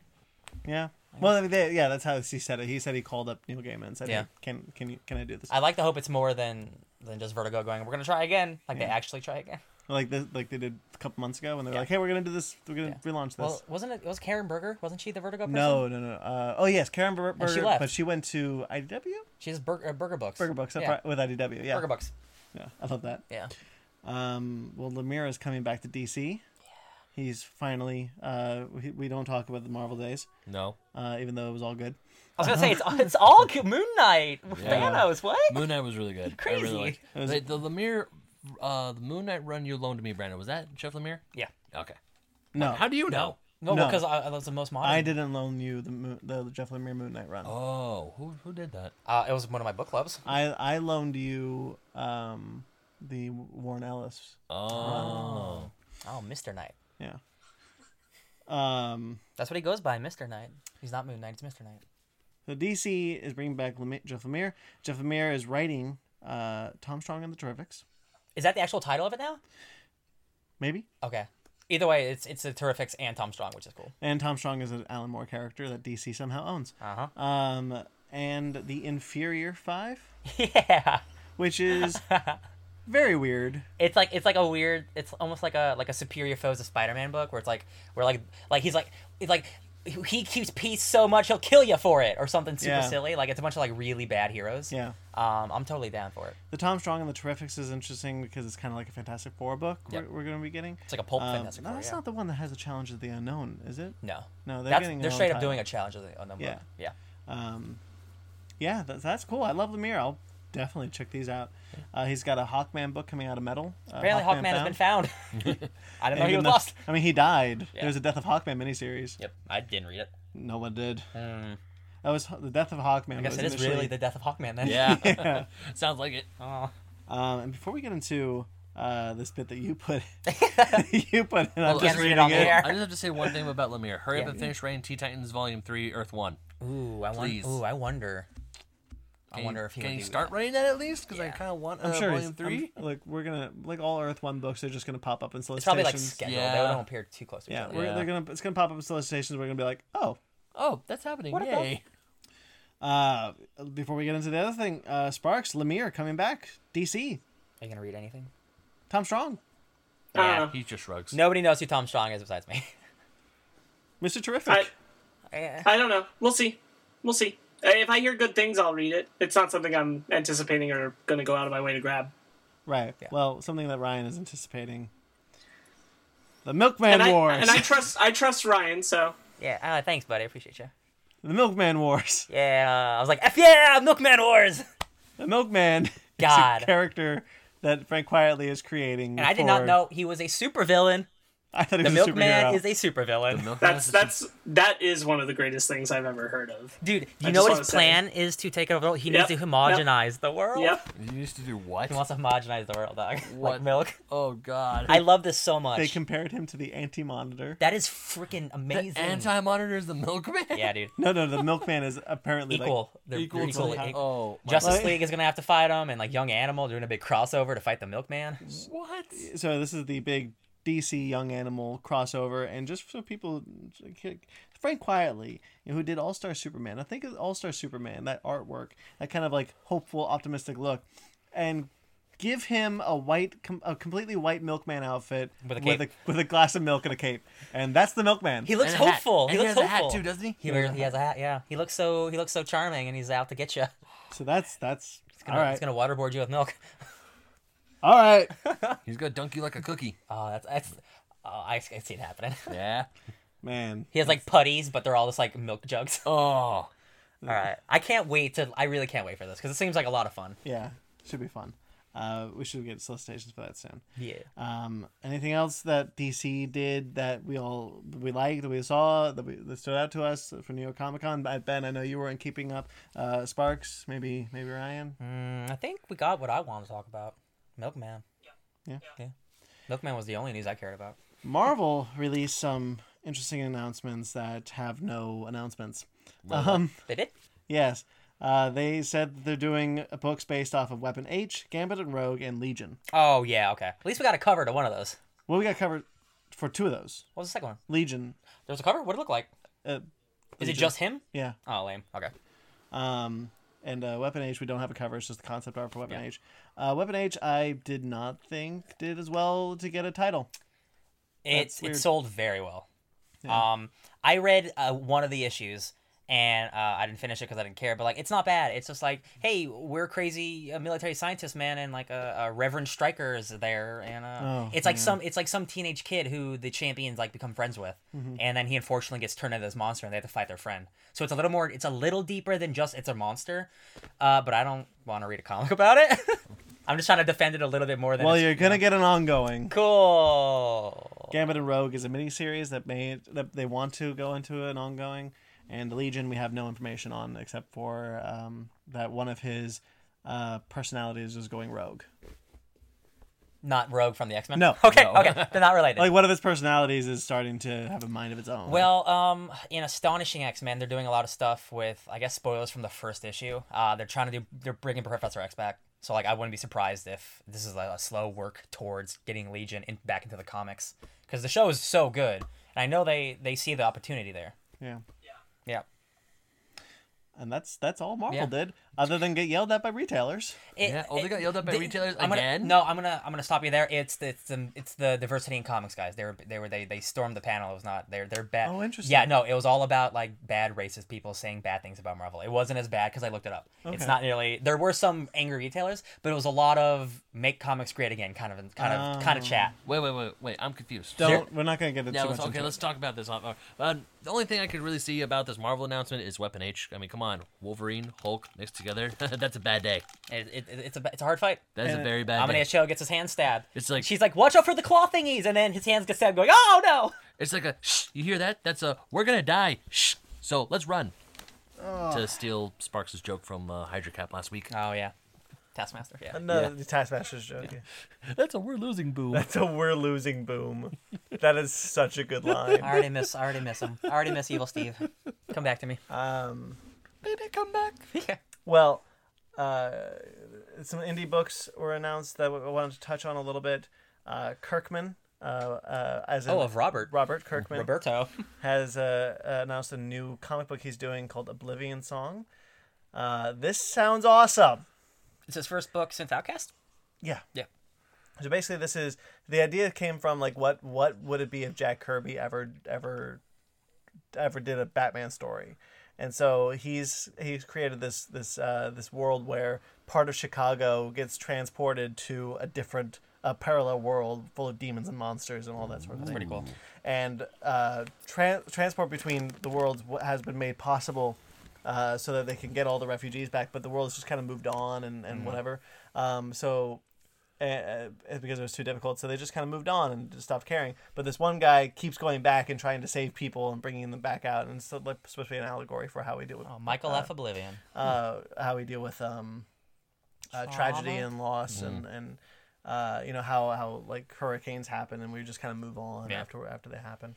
D: Yeah. Well, I mean, they, yeah, that's how he said it. He said he called up Neil Gaiman and said,
B: Yeah.
D: hey, "Can can you can I do this?"
B: I like to hope it's more than than just Vertigo going. We're gonna try again. Like they actually try again.
D: like the, like they did a couple months ago when they were like, "Hey, we're gonna do this. We're gonna relaunch this."
B: Well, wasn't it? Was Karen Berger? Wasn't she the Vertigo person?
D: no, no, no. Uh, oh yes, Karen Ber- Berger,
B: she left.
D: but she went to IDW
B: she's Bur- uh, Burger Books.
D: Burger Books
B: Yeah.
D: yeah. with IDW. Yeah,
B: Burger Books.
D: yeah, I love that.
B: Yeah.
D: Um, well, Lemira's coming back to DC. He's finally. Uh, we, we don't talk about the Marvel days,
E: No.
D: uh, even though it was all good.
B: I was gonna say it's it's all good- Moon Knight. Thanos. What?
E: Moon Knight was really good. I
B: Crazy.
E: really liked
D: It was-
E: the, the Lemire, uh, the Moon Knight run you loaned to me, Brandon. Was that Jeff Lemire?
B: Yeah.
E: Okay.
D: No,
E: How do you know?
B: No,
D: No.
B: because I, I was the most modern.
D: I didn't loan you the moon, the Jeff Lemire Moon Knight run.
E: Oh, who who did that?
B: Uh, it was one of my book clubs.
D: I I loaned you um the Warren Ellis.
E: Oh.
B: Oh, Mr. Knight.
D: Yeah. Um.
B: That's what he goes by, Mr. Knight. He's not Moon Knight. It's Mr. Knight.
D: So DC is bringing back Lemi- Jeff Lemire. Jeff Lemire is writing uh Tom Strong and the Terrifics.
B: Is that the actual title of it now?
D: Maybe.
B: Okay. Either way, it's it's the Terrifics and Tom Strong, which is cool.
D: And Tom Strong is an Alan Moore character that DC somehow owns.
B: Uh
D: Um. And the Inferior Five,
B: huh. yeah.
D: which is very weird.
B: It's like it's like a weird. It's almost like a like a superior foes of Spider-Man book where it's like where like like he's like he's like he keeps peace so much he'll kill you for it or something super
D: Yeah.
B: silly. Like it's a bunch of like really bad heroes.
D: Yeah.
B: Um, I'm totally down for it.
D: The Tom Strong and the Terrifics is interesting because it's kind of like a Fantastic Four book
B: Yep.
D: we're, we're going to be getting.
B: It's like a pulp
D: Um,
B: Fantastic
D: no,
B: Four,
D: that's
B: yeah.
D: not the one that has the challenge of the unknown, is it?
B: No.
D: No, they're
B: That's,
D: getting.
B: they're straight up doing a challenge of the on the book.
D: Yeah.
B: Yeah.
D: Um, yeah, that's, that's cool. I love Lemire. I'll definitely check these out. Uh, he's got a Hawkman book coming out of metal. Uh,
B: Apparently, Hawkman, has been found. I didn't know
D: And
B: he was
D: even though-
B: lost.
D: I mean, he died.
B: Yeah.
D: There was a Death of Hawkman miniseries.
B: Yep, I didn't read it.
D: No one did.
B: Mm.
D: That was the Death of Hawkman.
B: I guess
D: was
B: it is
D: initially-
B: really the death of Hawkman then.
E: Yeah.
D: Yeah.
E: Sounds like it.
B: Oh.
D: Um, and before we get into uh, this bit that you put, you put in, I'm
B: Well,
D: just
B: answer it
D: reading
B: on the
D: it.
B: air.
E: I just have to say one thing about Lemire. Hurry up
B: Yeah.
E: and finish writing Teen Titans Volume Three, Earth One.
B: Ooh, I wonder.
E: Please.
B: Ooh, I wonder. I
E: Can
B: wonder
E: you,
B: if he
E: can
B: would
E: you
B: do
E: start
B: that.
E: writing that at least because I
B: Yeah.
E: kind of want uh,
D: I'm sure he's-
E: Volume Three.
D: I'm- like we're gonna like all Earth One books are just gonna pop up in solicitations.
B: It's probably like scheduled. They
E: Yeah.
B: don't appear too close to each
D: yeah,
B: other.
D: we're,
E: Yeah.
D: they're gonna it's gonna pop up in solicitations. We're gonna be like, oh.
E: Oh, that's happening!
B: What about-
E: Yay!
D: Uh, before we get into the other thing, uh, Sparks Lemire coming back, DC,
B: Are you gonna read anything?
D: Tom Strong,
A: I don't know.
E: He just shrugs.
B: Nobody knows who Tom Strong is besides me.
D: Mister Terrific.
A: I, I don't know. We'll see. We'll see. Uh, If I hear good things, I'll read it. It's not something I'm anticipating or going to go out of my way to grab.
D: right.
B: Yeah.
D: Well, something that Ryan is anticipating. The Milkman
A: And I,
D: Wars.
A: and I trust I trust Ryan, so
B: yeah. Uh, thanks, buddy. I appreciate you.
D: the Milkman Wars.
B: Yeah. uh, I was like, F yeah, Milkman Wars.
D: The Milkman.
B: God.
D: Is a character that Frank quietly is creating.
B: And I did not
D: for-
B: know he was a supervillain.
D: I thought he
B: The
D: was a
B: Milkman
D: superhero.
B: is a supervillain.
E: Milk
A: that's
E: Glass is-
A: that's that is one of the greatest things I've ever heard of.
B: Dude, you
A: I
B: know
A: just
B: what
A: wanna
B: his
A: say-
B: plan is to take over the world? He
A: Yep,
B: needs to
A: yep.
B: homogenize the world.
A: Yep.
E: You used to do what?
B: He wants to homogenize the world, dog. Like
E: What?
B: milk.
E: Oh God!
B: I love this so much.
D: They compared him to the Anti-Monitor.
B: That is freaking amazing.
E: Anti monitor is the Milkman.
B: yeah, dude.
D: No, no, the Milkman is apparently like-
B: Equal. They're
E: Equal
B: equal.
E: to
B: equal,
E: the- oh my
B: Justice
D: Like-
B: League is gonna have to fight him, and like Young Animal doing a big crossover to fight the Milkman.
E: What?
D: so this is the big DC Young Animal crossover, and just so people, Frank Quietly, you know, who did All Star Superman, I think of All Star Superman, that artwork, that kind of like hopeful, optimistic look, and give him a white, com- a completely white milkman outfit
B: With a
D: with
B: cape.
D: a, with a glass of milk and a cape, and that's the milkman.
B: He looks
E: And a hat.
B: hopeful.
E: And
B: He
E: he
B: looks
E: has a hat
B: hopeful
E: too, doesn't he?
B: He,
E: He
B: wears,
E: has a
B: he has a hat. Yeah, he looks so he looks so charming, and he's out to get you.
D: so that's that's all
B: Gonna,
D: right,
B: He's gonna waterboard you with milk.
D: all right.
E: He's gonna dunk you like a cookie.
B: Oh, that's that's. Oh, I, I see it happening.
E: Yeah.
D: Man,
B: He has like putties, but they're all just like milk jugs. All
E: Oh.
B: right, I can't wait to. I really can't wait for this because it seems like a lot of fun.
D: yeah, should be fun. Uh, we should get solicitations for that soon.
B: Yeah.
D: Um, anything else that DC did that we all that we liked, that we saw, that, we, that stood out to us for New York Comic Con? I- Ben, I know you weren't keeping up. Uh, Sparks, maybe, maybe Ryan.
B: Mm, I think we got what I wanted to talk about. Milkman.
D: Yeah.
B: Yeah. Milkman was the only news I cared about.
D: Marvel released some interesting announcements that have no announcements. Um,
B: They did.
D: yes, uh, they said that they're doing books based off of Weapon H, Gambit and Rogue, and Legion.
B: Oh yeah. Okay. At least we got a cover to one of those.
D: Well, we got covered for two of those.
B: What was the second one?
D: Legion.
B: There was a cover. What did it look like?
D: Uh,
B: Is it
D: Legion.
B: just him?
D: Yeah.
B: Oh, lame. Okay.
D: Um,
F: and uh, Weapon Age, we don't have a cover. It's just the concept art for Weapon
B: Yeah.
F: Age. Uh, Weapon Age, I did not think did as well to get a title.
B: It's
F: weird.
B: it sold very well. Um, I read uh, one of the issues and uh, I didn't finish it because I didn't care. But like, it's not bad. It's just like, hey, we're crazy uh, military scientists, man, and like a, a Reverend Stryker is there, and uh,
F: Oh,
B: it's like some it's like some teenage kid who the champions like become friends with,
F: Mm-hmm.
B: and then he unfortunately gets turned into this monster, and they have to fight their friend. So it's a little more, it's a little deeper than just it's a monster. Uh, but I don't want to read a comic about it. I'm just trying to defend it a little bit more than.
F: Well,
B: it's-
F: you're gonna get an ongoing.
B: cool.
F: Gambit and Rogue is a miniseries that made that they want to go into an ongoing, and Legion we have no information on except for um, that one of his uh, personalities is going rogue.
B: Not Rogue from the X Men.
F: No.
B: Okay.
F: No.
B: Okay. They're not related.
F: Like one of his personalities is starting to have a mind of its own.
B: Well, um, in Astonishing X Men, they're doing a lot of stuff with, I guess, spoilers from the first issue. Uh, they're trying to do, they're bringing Professor X back. So like, I wouldn't be surprised if this is like a slow work towards getting Legion in, back into the comics because the show is so good, and I know they they see the opportunity there.
F: yeah,
B: Yeah.
F: and that's that's all Marvel
B: Yeah.
F: did, other than get yelled at by retailers.
B: It-
C: Yeah. Oh, they got yelled at by
B: the-
C: retailers
B: I'm gonna-
C: again?
B: No, I'm gonna I'm gonna stop you there. It's the, it's the it's the diversity in comics guys. They were they were they they stormed the panel. It was not they're they're bad.
F: Oh, interesting.
B: Yeah, no, it was all about like bad racist people saying bad things about Marvel. It wasn't as bad because I looked it up.
F: Okay.
B: It's not nearly. There were some angry retailers, but it was a lot of make comics great again kind of kind of kind of
F: Oh.
B: chat.
C: Wait, wait, wait, wait. I'm confused.
F: Don't we're not gonna get into
C: Yeah,
F: too
C: let's,
F: much.
C: okay,
F: into
C: let's talk about this. Uh, uh, the only thing I could really see about this Marvel announcement is Weapon H. I mean, come on, Wolverine, Hulk mixed together. That's a bad day.
B: It, it, it's a it's a hard fight.
C: That is a
F: And-
C: very bad day.
B: Amadeus gets his hand stabbed.
C: It's like-
B: she's like, "Watch out for the claw thingies," and then his hands get stabbed. Going, "Oh no!"
C: It's like a shh. You hear that? That's a we're gonna die. Shh. So let's run. To steal Sparks' joke from uh, Hydra Cap last week.
B: Oh yeah, Taskmaster. Yeah.
F: it. No, the Taskmaster's joke.
C: That's a we're losing boom.
F: That's a we're losing boom. that is such a good line.
B: I already miss. I already miss him. I already miss Evil Steve. Come back to me.
F: Um,
C: Baby, come back.
F: well, uh, some indie books were announced that I wanted to touch on a little bit. Uh, Kirkman, uh, uh, as in
B: Oh, of Robert.
F: Robert Kirkman,
B: Roberto.
F: has uh, announced a new comic book he's doing called Oblivion Song. Uh, this sounds awesome.
B: It's his first book since Outcast.
F: Yeah.
B: Yeah.
F: So basically, this is the idea came from like what what would it be if Jack Kirby ever ever ever did a Batman story, and so he's he's created this this uh, this world where part of Chicago gets transported to a different a parallel world full of demons and monsters and all that sort of thing
B: Pretty cool.
F: and uh, tran transport between the worlds w- has been made possible uh, so that they can get all the refugees back. But the world has just kind of moved on and, and
C: Mm-hmm.
F: whatever. Um, so uh, uh, because it was too difficult, so they just kind of moved on and just stopped caring. But this one guy keeps going back and trying to save people and bringing them back out, and it's so, like, supposed to be an allegory for how we deal with
B: Oh, Michael F. Oblivion.
F: uh, how we deal with um, uh, tragedy
B: Trauma?
F: and loss
C: Mm-hmm.
F: and and uh, you know how how like hurricanes happen and we just kind of move on
B: Yeah.
F: after after they happen.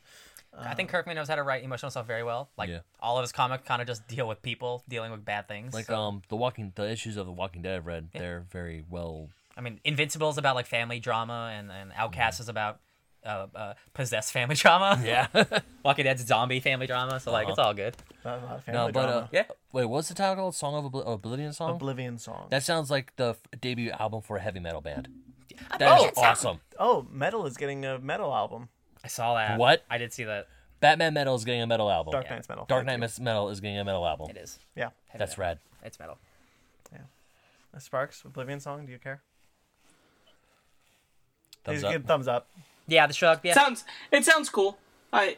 B: I think Kirkman knows how to write emotional stuff very well. Like
C: Yeah.
B: all of his comic kind of just deal with people dealing with bad things.
C: Like
B: so-
C: um, the Walking, the issues of the Walking Dead I've read, they're very well.
B: I mean, Invincible is about like family drama, and and Outcast is about uh, uh, possessed family drama.
C: Mm-hmm. Yeah. Uh-huh.
B: Walking Dead's zombie family drama. So like, it's all good.
F: Not, not a family
C: no, but uh,
F: drama.
B: Yeah.
C: Wait, what's the title? called? Song of Obli- Oblivion song.
F: Oblivion song.
C: that sounds like the f- debut album for a heavy metal band. That is
B: Oh,
C: awesome.
F: oh, metal is getting a metal album.
B: I saw that.
C: What?
B: I did see that.
C: Batman Metal is getting a metal album.
F: Dark Knight's metal.
C: Dark
F: Thank
C: Knight Mes- Metal is getting a metal album.
B: It is.
F: you. Yeah.
C: That's rad.
B: It's metal.
F: Uh, Sparks Oblivion song. Do you care?
C: Thumbs
F: Please
C: up.
F: give thumbs up.
B: Yeah, the shrug. Yeah.
A: Sounds it sounds cool. I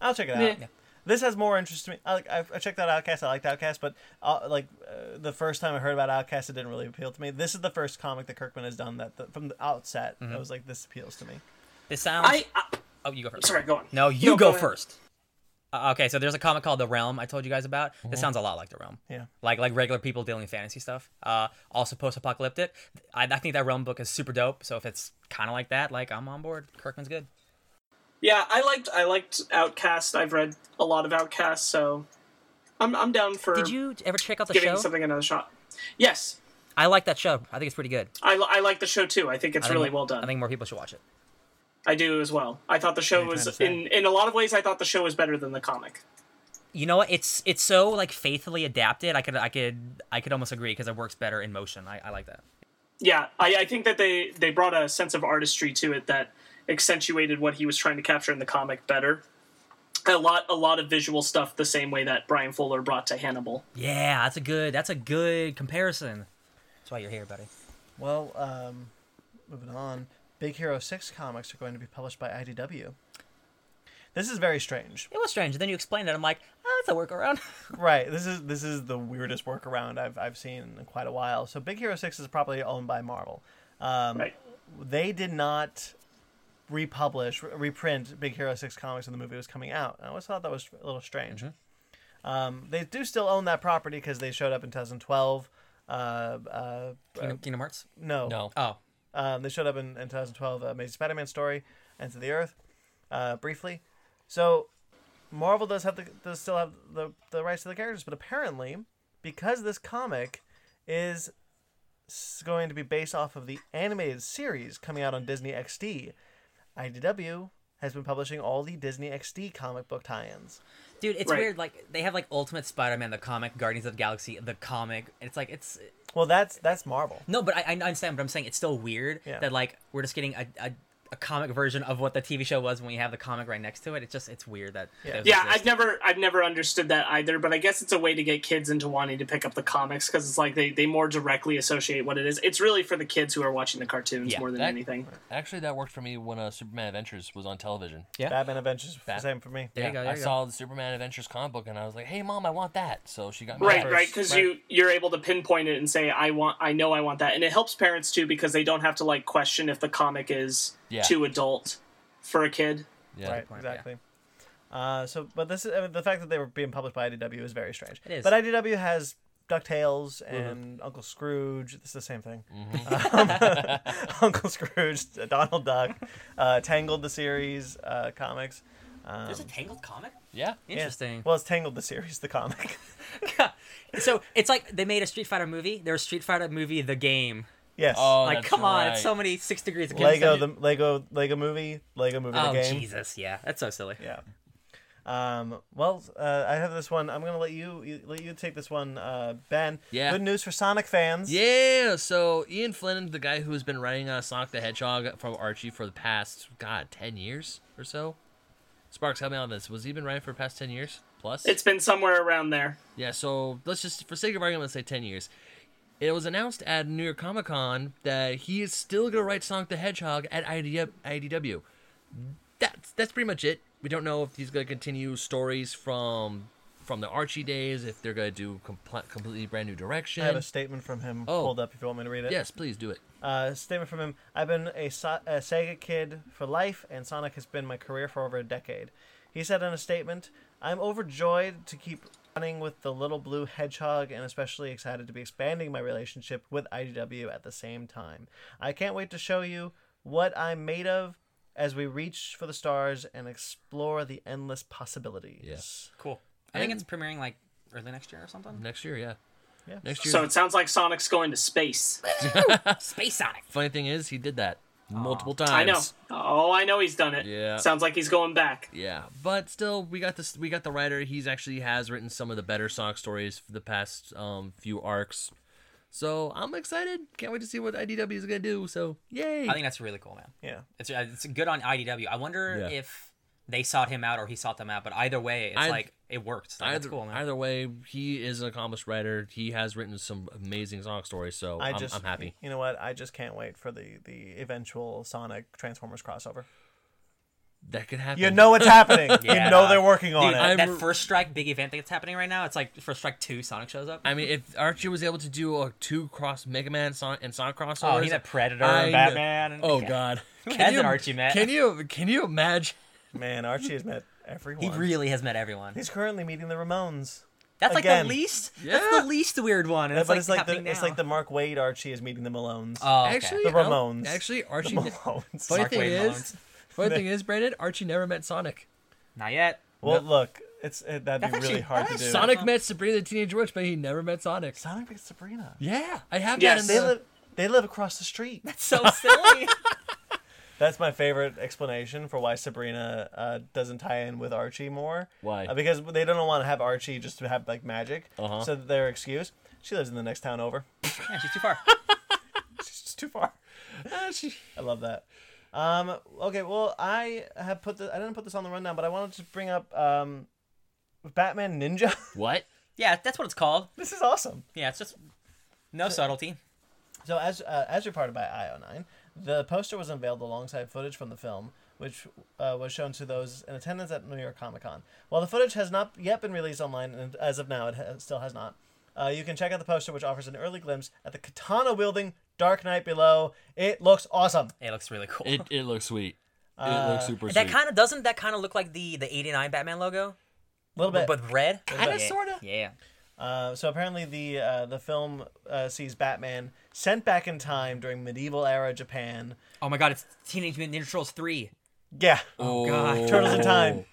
F: I'll check it out.
A: Yeah. Yeah.
F: This has more interest to me. I, like, I, I checked out Outcast. I liked Outcast, but uh, like uh, the first time I heard about Outcast, it didn't really appeal to me. This is the first comic that Kirkman has done that the, from the outset. I was like, this appeals to me.
B: This sounds.
A: I, I
B: Oh, you go first.
A: sorry. Go on.
B: No, you go,
A: ahead.
B: first. Uh, okay, so there's a comic called The Realm I told you guys about. This sounds a lot like The Realm.
F: Yeah.
B: Like like regular people dealing with fantasy stuff. Uh, also post-apocalyptic. I, I think that Realm book is super dope. So if it's kind of like that, like I'm on board. Kirkman's good.
A: Yeah, I liked I liked Outcast. I've read a lot of Outcast, so I'm I'm down for
B: Did you ever check out the
A: giving
B: show?
A: something another shot. Yes,
B: I like that show. I think it's pretty good.
A: I, li- I like the show too. I think it's
B: I think
A: really
B: more-
A: well done.
B: I think more people should watch it.
A: I do as well. I thought the show
F: What are you
A: was
F: trying to
A: in in a lot of ways. I thought the show was better than the comic.
B: you know what? It's it's so like faithfully adapted. I could I could I could almost agree because it works better in motion. I, I like that.
A: yeah I, I think that they they brought a sense of artistry to it that accentuated what he was trying to capture in the comic better a lot a lot of visual stuff the same way that brian fuller brought to hannibal
B: Yeah, that's a good that's a good comparison. That's why you're here, buddy.
F: Well, um, moving on. Big Hero 6 comics are going to be published by IDW. This is very strange.
B: It was strange. And then you explained it. I'm like, oh, that's a workaround.
F: Right. This is this is the weirdest workaround I've I've seen in quite a while. So Big Hero 6 is probably owned by Marvel. Um,
A: right
F: they did not republish re- reprint big hero 6 comics when the movie was coming out i always thought that was a little strange um, they do still own that property because they showed up in 2012 uh, uh,
B: Kingdom, Kingdom Hearts.
F: no
B: Oh,
F: um, they showed up in, in 2012 uh, amazing spider-man story ends of the earth uh, briefly so marvel does have the does still have the, the rights to the characters but apparently because this comic is s- going to be based off of the animated series coming out on Disney XD. IDW has been publishing all the Disney XD comic book tie-ins.
B: dude, it's
A: Right.
B: weird. Like they have like Ultimate Spider-Man, the comic, Guardians of the Galaxy, the comic. It's like it's
F: Well, that's that's Marvel.
B: no, but I, I understand. But I'm saying it's still weird
F: Yeah.
B: that like we're just getting a, a a comic version of what the TV show was when you have the comic right next to it. It's just it's weird that those
A: yeah
B: exist.
A: i've never i've never understood that either but i guess it's a way to get kids into wanting to pick up the comics because it's like they, they more directly associate what it is it's really for the kids who are watching the cartoons
B: Yeah,
A: more than
C: that-
A: anything
C: Actually, that worked for me when uh, Superman Adventures was on television.
B: Yeah.
F: Batman Adventures, the
C: Bat-
F: same for me.
B: There you go, there
C: I
B: you go.
C: saw the Superman Adventures comic book, and I was like, "Hey, mom, I want that." So she got me.
A: right
C: that.
A: right because you you're able to pinpoint it and say i want i know i want that and it helps parents too because they don't have to like question if the comic is
C: Yeah.
A: too adult for a kid
C: Yeah.
F: right,
B: point, yeah.
F: exactly. Uh, so, but this is I mean, the fact that they were being published by IDW is very strange.
B: It is. Mm-hmm.
F: But IDW has Ducktales and Uncle Scrooge. It's the same thing. Um, Uncle Scrooge, Donald Duck, uh, Tangled the series uh, comics. Um,
B: There's a Tangled comic.
C: Yeah.
F: yeah.
B: Interesting.
F: Well, it's Tangled the series, the comic.
B: so it's like they made a Street Fighter movie. There was Street Fighter movie, the game.
F: yes.
C: Oh,
B: Like,
C: that's
B: come on,
C: right.
B: it's so many six degrees of
F: Lego
B: Kingdom.
F: the Lego Lego movie, Lego movie
B: Oh
F: the game.
B: Jesus, yeah, that's so silly.
F: Yeah. Um, well, uh, I have this one. I'm gonna let you, you let you take this one, uh, Ben.
C: Yeah.
F: Good news for Sonic fans.
C: Yeah, so Ian Flynn, the guy who's been writing uh, Sonic the Hedgehog from Archie for the past, God, 10 years or so? Sparks, help me out on this. Was he been writing for the past 10 years plus?
A: it's been somewhere around there
C: Yeah, so let's just, for sake of argument, let's say 10 years. It was announced at New York Comic Con that he is still going to write Sonic the Hedgehog at IDW. IDW. That's, that's pretty much it. We don't know if he's going to continue stories from from the Archie days, if they're going to do compl- completely brand new direction.
F: I have a statement from him
C: Oh.
F: pulled up if you want me to read it.
C: yes, please do it.
F: Uh, statement from him I've been a, so- a Sega kid for life, and Sonic has been my career for over a decade. He said in a statement I'm overjoyed to keep running with the little blue hedgehog and especially excited to be expanding my relationship with IDW at the same time. I can't wait to show you what I'm made of as we reach for the stars and explore the endless possibilities.
C: Yes.
B: Cool. I think
C: And-
B: it's premiering like early next year or something.
C: Next year, yeah.
F: Yeah.
C: Next year.
A: so it sounds like sonic's going to space
B: Space Sonic.
C: funny thing is, he did that multiple times.
A: i know oh i know he's done it
C: Yeah.
A: sounds like he's going back
C: Yeah, but still, we got this. We got the writer. He's actually has written some of the better Sonic stories for the past um, few arcs. So I'm excited. Can't wait to see what IDW is gonna do. So yay!
B: I think that's really cool, man.
F: Yeah.
B: It's uh, it's good on IDW. I wonder
C: Yeah.
B: if they sought him out or he sought them out, but either way, it's
C: I'd-
B: like it worked. Like,
C: either,
B: that's cool, man.
C: either way, he is an accomplished writer. He has written some amazing Sonic stories. So
F: I
C: I'm,
F: just
C: I'm happy.
F: You know what? I just can't wait for the the eventual Sonic Transformers crossover.
C: That could happen.
F: You know it's happening. You know they're working on
B: Dude,
F: it.
C: I'm-
B: that first strike big event that's happening right now. It's like first strike two. Sonic shows up.
C: I mean, if Archie was able to do a two cross Mega Man Son- and Sonic crossovers,
B: oh, he's a predator,
C: I
B: and
C: know-
B: Batman. and-
C: Oh
B: Yeah.
C: God!
B: has an Archie Matt?
C: Can you can you imagine?
F: Man, Archie has met everyone.
B: He really has met everyone.
F: He's currently meeting the Ramones.
B: That's like
F: Again.
B: the least.
C: Yeah.
B: That's the least weird one. And
F: Yeah,
B: it's,
F: but
B: like
F: it's like the
B: happening now.
F: it's like the Mark Wade Archie is meeting the Malones.
B: Oh, okay.
C: Actually,
F: The
C: I don't-
F: Ramones.
C: Actually, Archie.
F: the Malones.
C: Funny
B: Mark
C: thing
B: Wayne
C: is,
B: Mullins.
C: funny thing is, Brandon, Archie never met Sonic.
B: not yet.
F: well, look, it's it, that'd be
B: That's actually-
F: really hard to
B: that
F: do.
B: is so-
C: Sonic met Sabrina the Teenage Witch, but he never met Sonic.
F: Sonic and Sabrina.
C: Yeah, I have
A: Yes.
C: that
F: They
C: in the.
F: live they live across the street.
B: So silly.
F: That's my favorite explanation for why Sabrina uh, doesn't tie in with Archie more.
C: Why?
F: Uh, because they don't want to have Archie just to have like magic.
C: Uh-huh.
F: So their excuse: she lives in the next town over.
B: Yeah, she's too far.
F: She's just too far. Ah, she- I love that. Um, okay, well, I have put the I didn't put this on the rundown, but I wanted to bring up um, Batman Ninja.
C: What?
B: yeah, that's what it's called.
F: this is awesome.
B: Yeah, it's just no subtlety.
F: So as uh, as reported by IO9, the poster was unveiled alongside footage from the film, which uh, was shown to those in attendance at New York Comic Con. While the footage has not yet been released online, and as of now, it ha- still has not. Uh, you can check out the poster, which offers an early glimpse at the katana wielding Dark Knight below. It looks awesome.
B: It looks really cool.
C: It it looks sweet. It
F: Uh,
C: looks super
B: that
C: sweet.
B: kind of doesn't that kind of look like the the '89 Batman logo,
F: A little
B: but,
F: bit.
B: but red.
F: Kinda, sorta.
B: Yeah.
F: Uh, so apparently, the uh, the film uh, sees Batman sent back in time during medieval era Japan.
B: Oh my God! It's Teenage Mutant Ninja Turtles three.
F: Yeah,
C: oh
B: God.
F: Turtles in Time.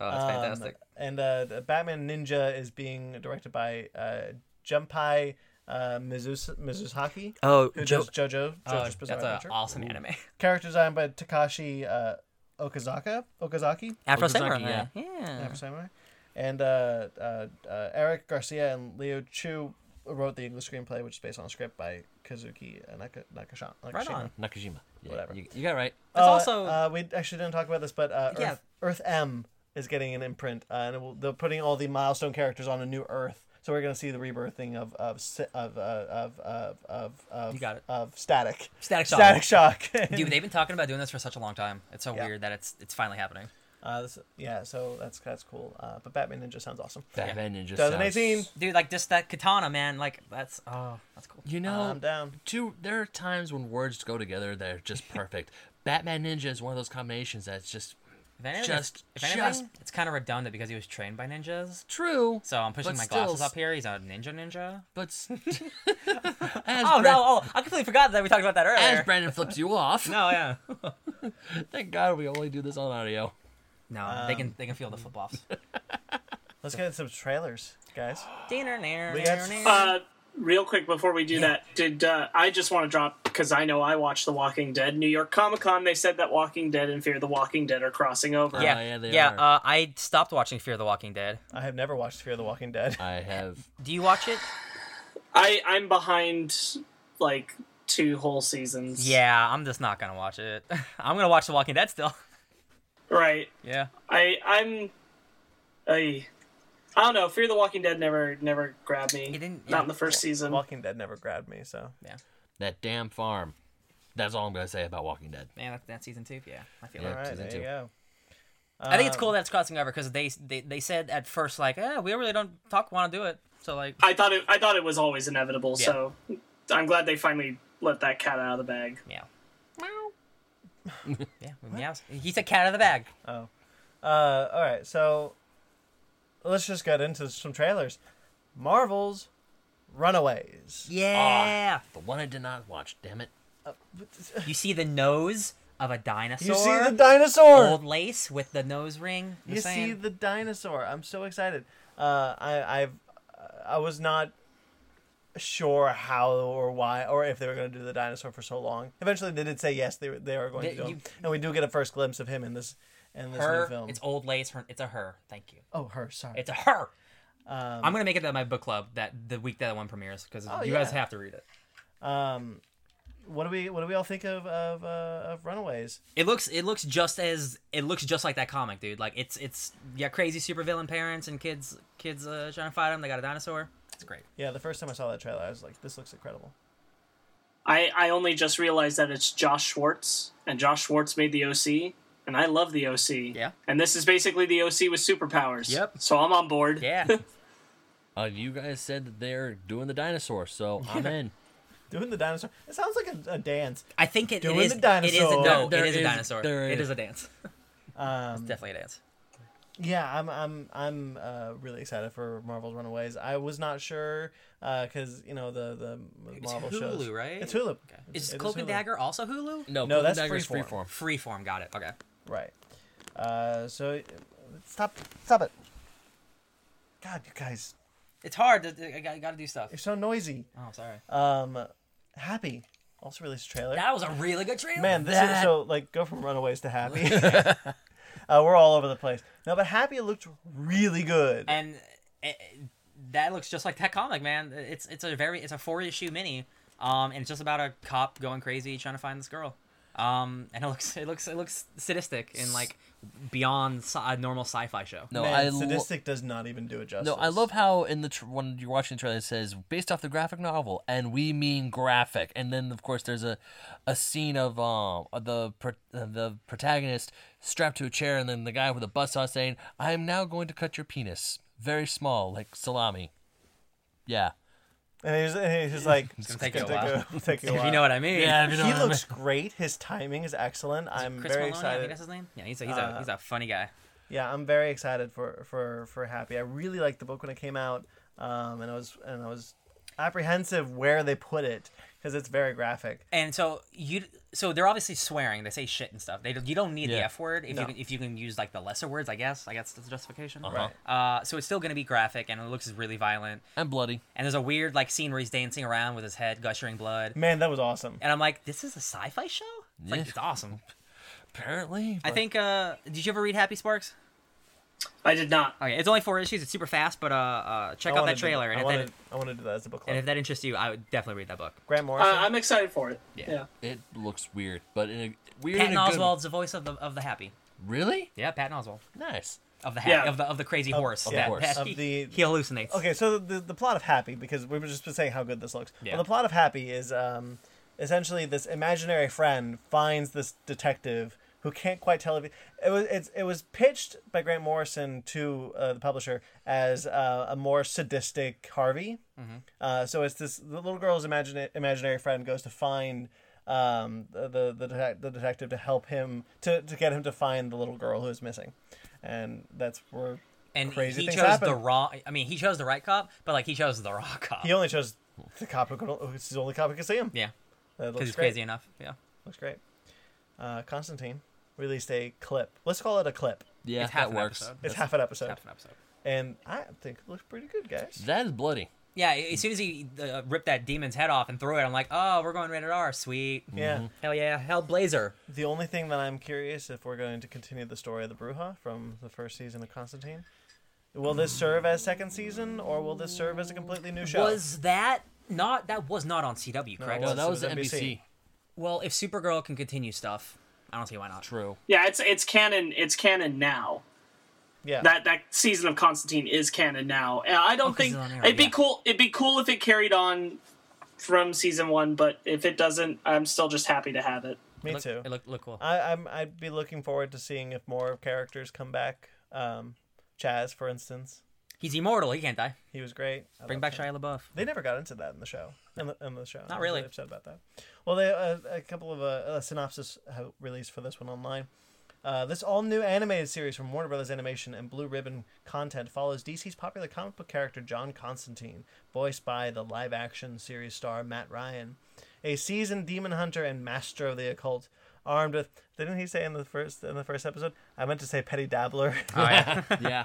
B: Oh, that's
F: Um,
B: fantastic.
F: and uh, the Batman Ninja is being directed by uh, Junpei uh, Mizus- Mizusaki,
B: Oh,
F: who
B: Jo-
F: does JoJo.
B: oh,
F: JoJo's Bizarre
B: that's an
F: Adventure.
B: awesome anime.
F: Character designed by Takashi uh, Okazaka, Okazaki,
B: Afro
C: Okazaki,
B: Samurai.
C: yeah.
B: Yeah. yeah.
F: for Samurai, and uh, uh, uh, Eric Garcia and Leo Chu wrote the English screenplay, which is based on a script by Kazuki Naka- Nakashan.
B: Right on.
C: Nakajima. Yeah,
F: Whatever.
C: You, you got it right.
B: That's
F: Uh,
B: also
F: uh, we actually didn't talk about this, but uh, Earth,
B: Yeah.
F: Earth M is getting an imprint, uh, and it will, they're putting all the milestone characters on a new Earth. So we're gonna see the rebirthing of of Si- of uh, of of of of,
B: You got it.
F: of Static.
B: Static Shock.
F: Static Shock.
B: Dude, they've been talking about doing this for such a long time. It's so
F: Yeah.
B: weird that it's it's finally happening.
F: uh, this, yeah, so that's that's cool. Uh, but Batman Ninja sounds awesome.
C: Batman Ninja.
F: 2018.
C: sounds-
B: Dude, like just that katana, man. Like that's oh, that's cool.
C: You know,
F: I'm down.
C: two there are times when words go together that are just perfect. Batman Ninja is one of those combinations that's just
B: If anything,
C: Just-
B: if anything,
C: just-
B: it's kind of redundant because he was trained by ninjas.
C: true.
B: So I'm pushing
C: But
B: my
C: still
B: glasses
C: s-
B: up here. He's a ninja ninja.
C: But s- as,
B: Oh
C: Bran-
B: no! Oh, I completely forgot that we talked about that earlier.
C: as Brandon flips you off,
F: Oh,
B: no, yeah.
C: thank God we only do this on audio.
B: No, they can they can feel the flip offs.
F: Let's get some trailers, guys. We got-
B: That's
A: Uh, real quick before we do that, did uh, I just want to drop because I know I watched The Walking Dead. New York Comic Con, they said that Walking Dead and Fear the Walking Dead are crossing over.
B: yeah,
C: Oh, yeah,
B: yeah.
C: they
B: yeah
C: are.
B: uh, I stopped watching Fear the Walking Dead.
F: I have never watched Fear the Walking Dead.
C: I have
B: Do you watch it?
A: I I'm behind like two whole seasons.
B: Yeah, I'm just not gonna watch it. I'm gonna watch The Walking Dead still.
A: right.
B: Yeah.
A: I I'm I I don't know. Fear the Walking Dead never never grabbed me.
B: It didn't-
A: Not
B: yeah.
A: in the first season.
F: Walking Dead never grabbed me, so
C: that damn farm. That's all I'm gonna say about Walking Dead.
B: Man, that, that's season two. Yeah, I feel it.
C: Yeah.
B: Um,
F: all right,
C: season
F: there
C: two.
F: you go.
B: I think it's cool that it's crossing over because they, they they said at first like, eh, we really don't talk want to do it. So like,
A: I thought it I thought it was always inevitable.
B: Yeah.
A: So I'm glad they finally let that cat out of the bag.
B: meow. yeah, we meows. He said cat out of the bag.
F: Uh, all right, so let's just get into some trailers. Marvel's Runaways.
B: Yeah.
C: The one I did not watch. Damn it.
B: You see the nose of a dinosaur.
F: You see the dinosaur.
B: old lace with the nose ring.
F: you see the dinosaur. I'm so excited. Uh, I I've uh, I was not sure how or why or if they were going to do the dinosaur for so long. Eventually, they did say yes. They were- they are going
B: They-
F: to do,
B: you-
F: him. and we do get a first glimpse of him in this in this new
B: her.
F: film.
B: It's old lace. Her. It's a her. Thank you.
F: oh, her. Sorry.
B: It's a her. I'm gonna make it at my book club that the week that one premieres because you guys
F: yeah.
B: have to read it.
F: Um, what do we what do we all think of of uh, of Runaways?
B: It looks it looks just as it looks just like that comic, dude. Like it's it's yeah, crazy supervillain parents and kids kids uh, trying to fight them. They got a dinosaur. It's great.
F: Yeah, the first time I saw that trailer, I was like, this looks incredible.
A: I, I only just realized that it's Josh Schwartz, and Josh Schwartz made the OC, and I love the OC.
B: Yeah.
A: And this is basically the OC with superpowers.
B: Yep.
A: So I'm on board.
B: Yeah,
C: Uh, you guys said that they're doing the dinosaur, so I'm in.
F: Doing the dinosaur. It sounds like a, a dance.
B: I think it, it
F: Doing
B: is.
F: the dinosaur.
B: It is a, no,
C: There
B: it is, a
C: is-
B: dinosaur.
C: there
B: It
C: is.
B: is a dance.
F: Um,
B: Definitely a dance.
F: yeah, I'm I'm I'm uh, really excited for Marvel's Runaways. I was not sure because you know the the Marvel
B: Hulu,
F: shows.
B: right?
F: It's Hulu.
B: Is
F: It
B: Cloak and
F: Hulu.
B: Dagger also Hulu?
C: No,
F: No,
C: Cloak and
F: that's
C: Dagger's
F: Freeform.
C: freeform.
B: Freeform got it. Okay.
F: Right. Uh, so uh, stop stop it. God, you guys,
B: It's hard. to- I got to do stuff.
F: you're so noisy.
B: Oh, sorry.
F: Um, happy also released a trailer.
B: That was a really good trailer.
F: Man, this is so like go from Runaways to Happy. uh, we're all over the place. No, but Happy looked really good.
B: and uh, that looks just like that comic, man. It's it's a very it's a four issue mini, um, and it's just about a cop going crazy trying to find this girl, um, and it looks it looks it looks sadistic and like beyond sci- a normal sci-fi show.
C: No,
F: Man,
C: I lo-
F: sadistic does not even do it justice.
C: no, I love how in the tr- when you're watching the trailer it says based off the graphic novel, and we mean graphic, and then of course there's a a scene of um of the pr- uh, the protagonist strapped to a chair, and then the guy with a buzzsaw saying, "I am now going to cut your penis very small, like salami." Yeah,
F: And he's, and he's like, it's
B: gonna take you a while.
F: Go, take you a
B: If
F: while.
B: you know what I mean.
C: yeah.
F: he looks great. His timing is excellent. I'm
B: Chris
F: very
B: Maloney, I think
F: excited. Uh,
B: that's his name. Yeah, he's a he's a, he's a funny guy.
F: Yeah, I'm very excited for for for Happy. I really liked the book when it came out, um, and I was and I was apprehensive where they put it because it's very graphic.
B: And so you, so they're obviously swearing. They say shit and stuff. They don't- you don't need the
C: Yeah.
B: F word if
F: No.
B: you can, if you can use like the lesser words. I guess I guess that's the justification.
F: Right.
C: Uh-huh.
B: Uh, so it's still gonna be graphic and it looks really violent.
C: I'm bloody.
B: And there's a weird like scene where he's dancing around with his head gushing blood.
F: Man, that was awesome.
B: And I'm like, this is a sci-fi show. It's like
C: Yeah.
B: it's awesome.
C: Apparently,
B: I think. uh Did you ever read Happy Sparks?
A: I did not.
B: Okay, it's only four issues. It's super fast, but uh, uh check
F: I
B: out
F: wanna
B: that
F: do
B: trailer.
F: I
B: And if,
F: wanna,
B: that,
F: I want to do that as a book
B: and Uh,
F: club.
B: if that interests you, I would definitely read that book.
F: Grant Morrison.
A: I Uh, I'm excited for it. Yeah.
C: it looks weird, but in a weird.
B: Patton
C: in a good-
B: Oswald's the voice of the of the Happy.
C: Really
B: Yeah, Patton Oswald
C: nice.
B: of the happy,
A: Yeah.
B: of the of the crazy horse.
C: of the
B: that,
C: horse.
B: that
F: Of
B: he,
F: the-
B: he hallucinates.
F: Okay, so the, the plot of Happy, because we were just saying how good this looks.
B: Yeah.
F: Well, the plot of Happy is um, essentially this imaginary friend finds this detective who can't quite tell if he, it was it's, it was pitched by Grant Morrison to uh, the publisher as uh, a more sadistic Harvey. Uh, so it's this the little girl's imagina- imaginary friend goes to find um, the the the, detec- the detective to help him to, to get him to find the little girl who is missing, and that's where
B: and
F: crazy
B: he
F: things
B: chose the
F: happen.
B: wrong. I mean, he chose the right cop, but like he chose the wrong cop.
F: He only chose the cop who could, who's the only cop who could see him.
B: yeah,
F: That
B: because
F: looks
B: he's
F: great.
B: crazy enough. Yeah.
F: Looks great. Uh, Constantine released a clip. Let's call it a clip.
C: Yeah,
B: It's half
C: that
B: an
C: works.
B: episode.
F: It's half an episode,
B: Half an episode.
F: and I think it looks pretty good, guys.
C: That is bloody.
B: Yeah, as soon as he uh, ripped that demon's head off and threw it, I'm like, oh, we're going rated R. Sweet.
F: Yeah.
B: Hell yeah. Hell Blazer.
F: The only thing that I'm curious if we're going to continue the story of the Bruja from the first season of Constantine. Will this serve as second season, or will this serve as a completely new show?
B: Was that not? That was not on CW, correct?
F: it
C: No, that
F: it
C: was
F: was
C: NBC.
F: NBC.
B: Well, if Supergirl can continue stuff, I don't see why not.
C: True.
A: Yeah, it's it's canon. It's canon now.
F: yeah.
A: That that season of Constantine is canon now. And I don't
B: 'cause
A: think
B: it's on air,
A: it'd be
B: yeah.
A: cool. It'd be cool if it carried on from season one, but if it doesn't, I'm still just happy to have it.
F: me
B: Look-
F: too. Uh,
B: It looked look cool.
F: I, I'm I'd be looking forward to seeing if more characters come back. Um, Chaz, for instance,
B: He's immortal. He can't die.
F: he was great. I
B: Bring
F: loved
B: back
F: him.
B: Shia LaBeouf.
F: They never got into that in the show. In the, in the show, I was
B: really.
F: upset about that. Well, they uh, a couple of uh, a synopsis have released for this one online. Uh, this all new animated series from Warner Brothers Animation and Blue Ribbon Content follows DC's popular comic book character John Constantine, voiced by the live action series star Matt Ryan, a seasoned demon hunter and master of the occult. Armed with, didn't he say in the first in the first episode? I meant to say petty dabbler.
C: Yeah.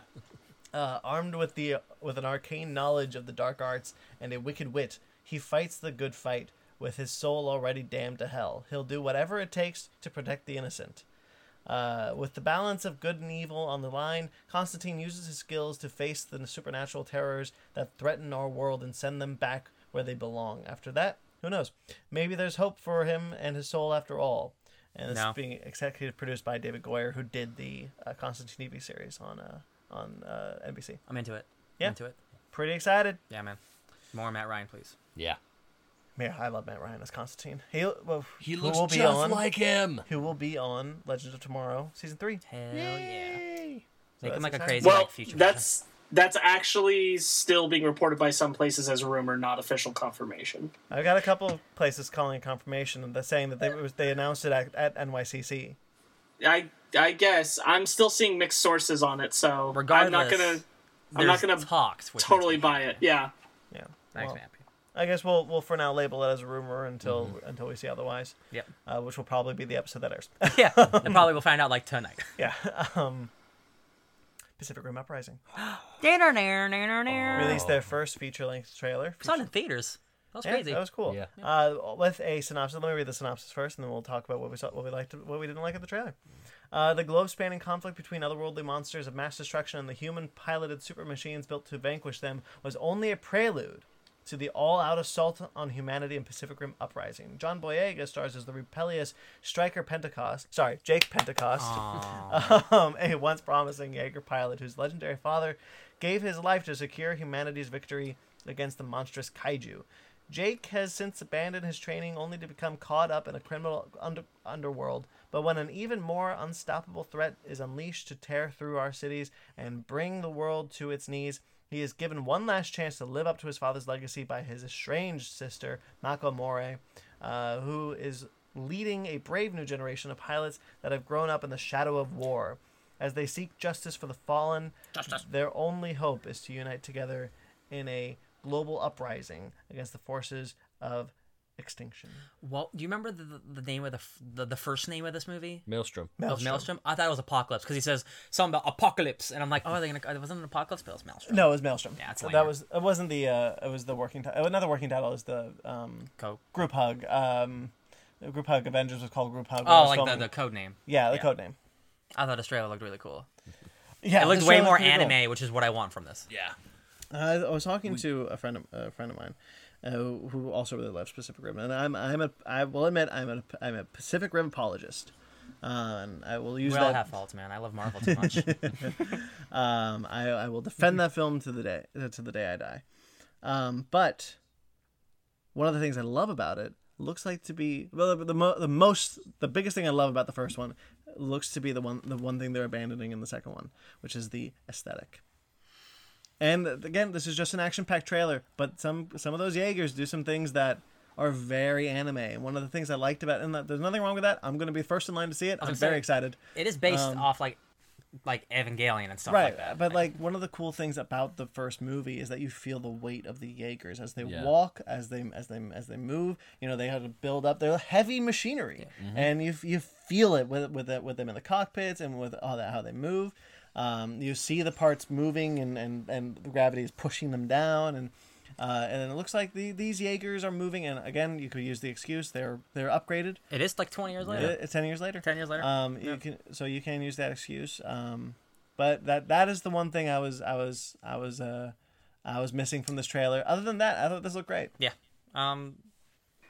F: Uh, armed with the with an arcane knowledge of the dark arts and a wicked wit, he fights the good fight with his soul already damned to hell. He'll do whatever it takes to protect the innocent. Uh, with the balance of good and evil on the line, Constantine uses his skills to face the supernatural terrors that threaten our world and send them back where they belong. After that, who knows? Maybe there's hope for him and his soul after all. And this
B: No.
F: is being executive produced by David Goyer, who did the uh, Constantine TV series on uh, on uh, NBC.
B: I'm into it.
F: Yeah.
B: I'm into it.
F: Pretty excited.
B: Yeah, man. More Matt Ryan, please.
C: Yeah.
F: Man, I love Matt Ryan as Constantine. He, well,
C: He
F: who
C: looks
F: will be
C: just
F: on,
C: like him.
F: who will be on Legends of Tomorrow season three.
B: Hell yeah.
F: Yay! So
B: Make him
F: that's
B: like a
F: exciting.
B: crazy
A: Well,
B: like future.
A: that's that's actually still being reported by some places as a rumor, not official confirmation.
F: I got a couple of places calling confirmation and they're saying that they it was, they announced it at, at NYCC.
A: I I guess I'm still seeing mixed sources on it, so I'm not
B: Regardless,
A: gonna I'm not
B: there's
A: gonna
B: talks. which
A: totally
B: makes me
A: buy it.
B: happy.
A: Yeah.
F: Yeah.
B: Makes
F: Well,
B: me happy.
F: I guess we'll we'll for now label it as a rumor until
C: Mm-hmm.
F: until we see otherwise.
B: Yep.
F: Uh, which will probably be the episode that airs.
B: Yeah, and probably we'll find out like tonight.
F: yeah. Um, Pacific Rim
C: Oh.
F: Uprising
B: Released
F: Oh. released their first feature length trailer.
B: It's on in theaters. That's
F: Yeah,
B: crazy.
F: that was cool.
C: Yeah.
F: Uh, with a synopsis. Let me read the synopsis first, and then we'll talk about what we saw, what we liked, what we didn't like in the trailer. Uh, the globe-spanning conflict between otherworldly monsters of mass destruction and the human-piloted super machines built to vanquish them was only a prelude to the all-out assault on humanity in Pacific Rim Uprising. John Boyega stars as the rebellious Striker Pentecost, sorry, Jake Pentecost, um, a once promising Jaeger pilot whose legendary father gave his life to secure humanity's victory against the monstrous kaiju. Jake has since abandoned his training only to become caught up in a criminal under- underworld, but when an even more unstoppable threat is unleashed to tear through our cities and bring the world to its knees, he is given one last chance to live up to his father's legacy by his estranged sister, Mako More, uh, who is leading a brave new generation of pilots that have grown up in the shadow of war. As they seek justice for the fallen, their only hope is to unite together in a global uprising against the forces of extinction.
B: Well, do you remember the, the, the name of the, f- the the first name of this movie?
C: Maelstrom.
B: Maelstrom. Maelstrom. I thought it was Apocalypse because he says something about apocalypse, and I'm like, oh, are they gonna? It wasn't an Apocalypse, but it was Maelstrom.
F: No, it was Maelstrom.
B: Yeah, it's
F: that
B: lame.
F: was it. Wasn't the uh, it was the working title? Another working title is the um,
B: Co-
F: group hug. Um, group hug Avengers was called group hug. when it
B: oh,
F: was
B: like the,
F: filming.
B: the code name.
F: yeah the code name.
B: I thought Australia looked really cool.
F: Yeah,
B: It looked
F: this
B: way
F: trailer
B: more
F: looked pretty cool.
B: anime, which is what I want from this.
C: Yeah.
D: I, I was talking to a friend of, a friend of mine uh, who also really loves Pacific Rim, and I'm I'm a I will admit I'm a I'm a Pacific Rim apologist, uh, and I will use
B: We all
D: that.
B: have faults, man. I love Marvel too much.
D: Um, I I will defend that film to the day uh, to the day I die. Um, but one of the things I love about it looks like to be well the, the, mo- the most the biggest thing I love about the first one looks to be the one the one thing they're abandoning in the second one, which is the aesthetic. And again, this is just an action-packed trailer, but some some of those Jaegers do some things that are very anime. And one of the things I liked about and that, there's nothing wrong with that. I'm going to be first in line to see it. I'm
B: gonna say-
D: very excited
B: it is based off like like Evangelion and stuff
D: right
B: like that.
D: but like one of the cool things about the first movie is that you feel the weight of the jaegers as they
C: Yeah.
D: walk as they as they as they move you know they had to build up their heavy machinery
B: mm-hmm.
D: and you you feel it with with it with them in the cockpits and with all that how they move um, you see the parts moving and and and the gravity is pushing them down and uh, and it looks like the, these Jaegers are moving, and again, you could use the excuse they're they're upgraded.
B: it is like 20 years later.
D: Uh, ten years later.
B: 10 years later.
D: Um, you can so you can use that excuse. Um, but that that is the one thing I was I was I was uh I was missing from this trailer. Other than that, I thought this looked great.
B: Yeah. Um,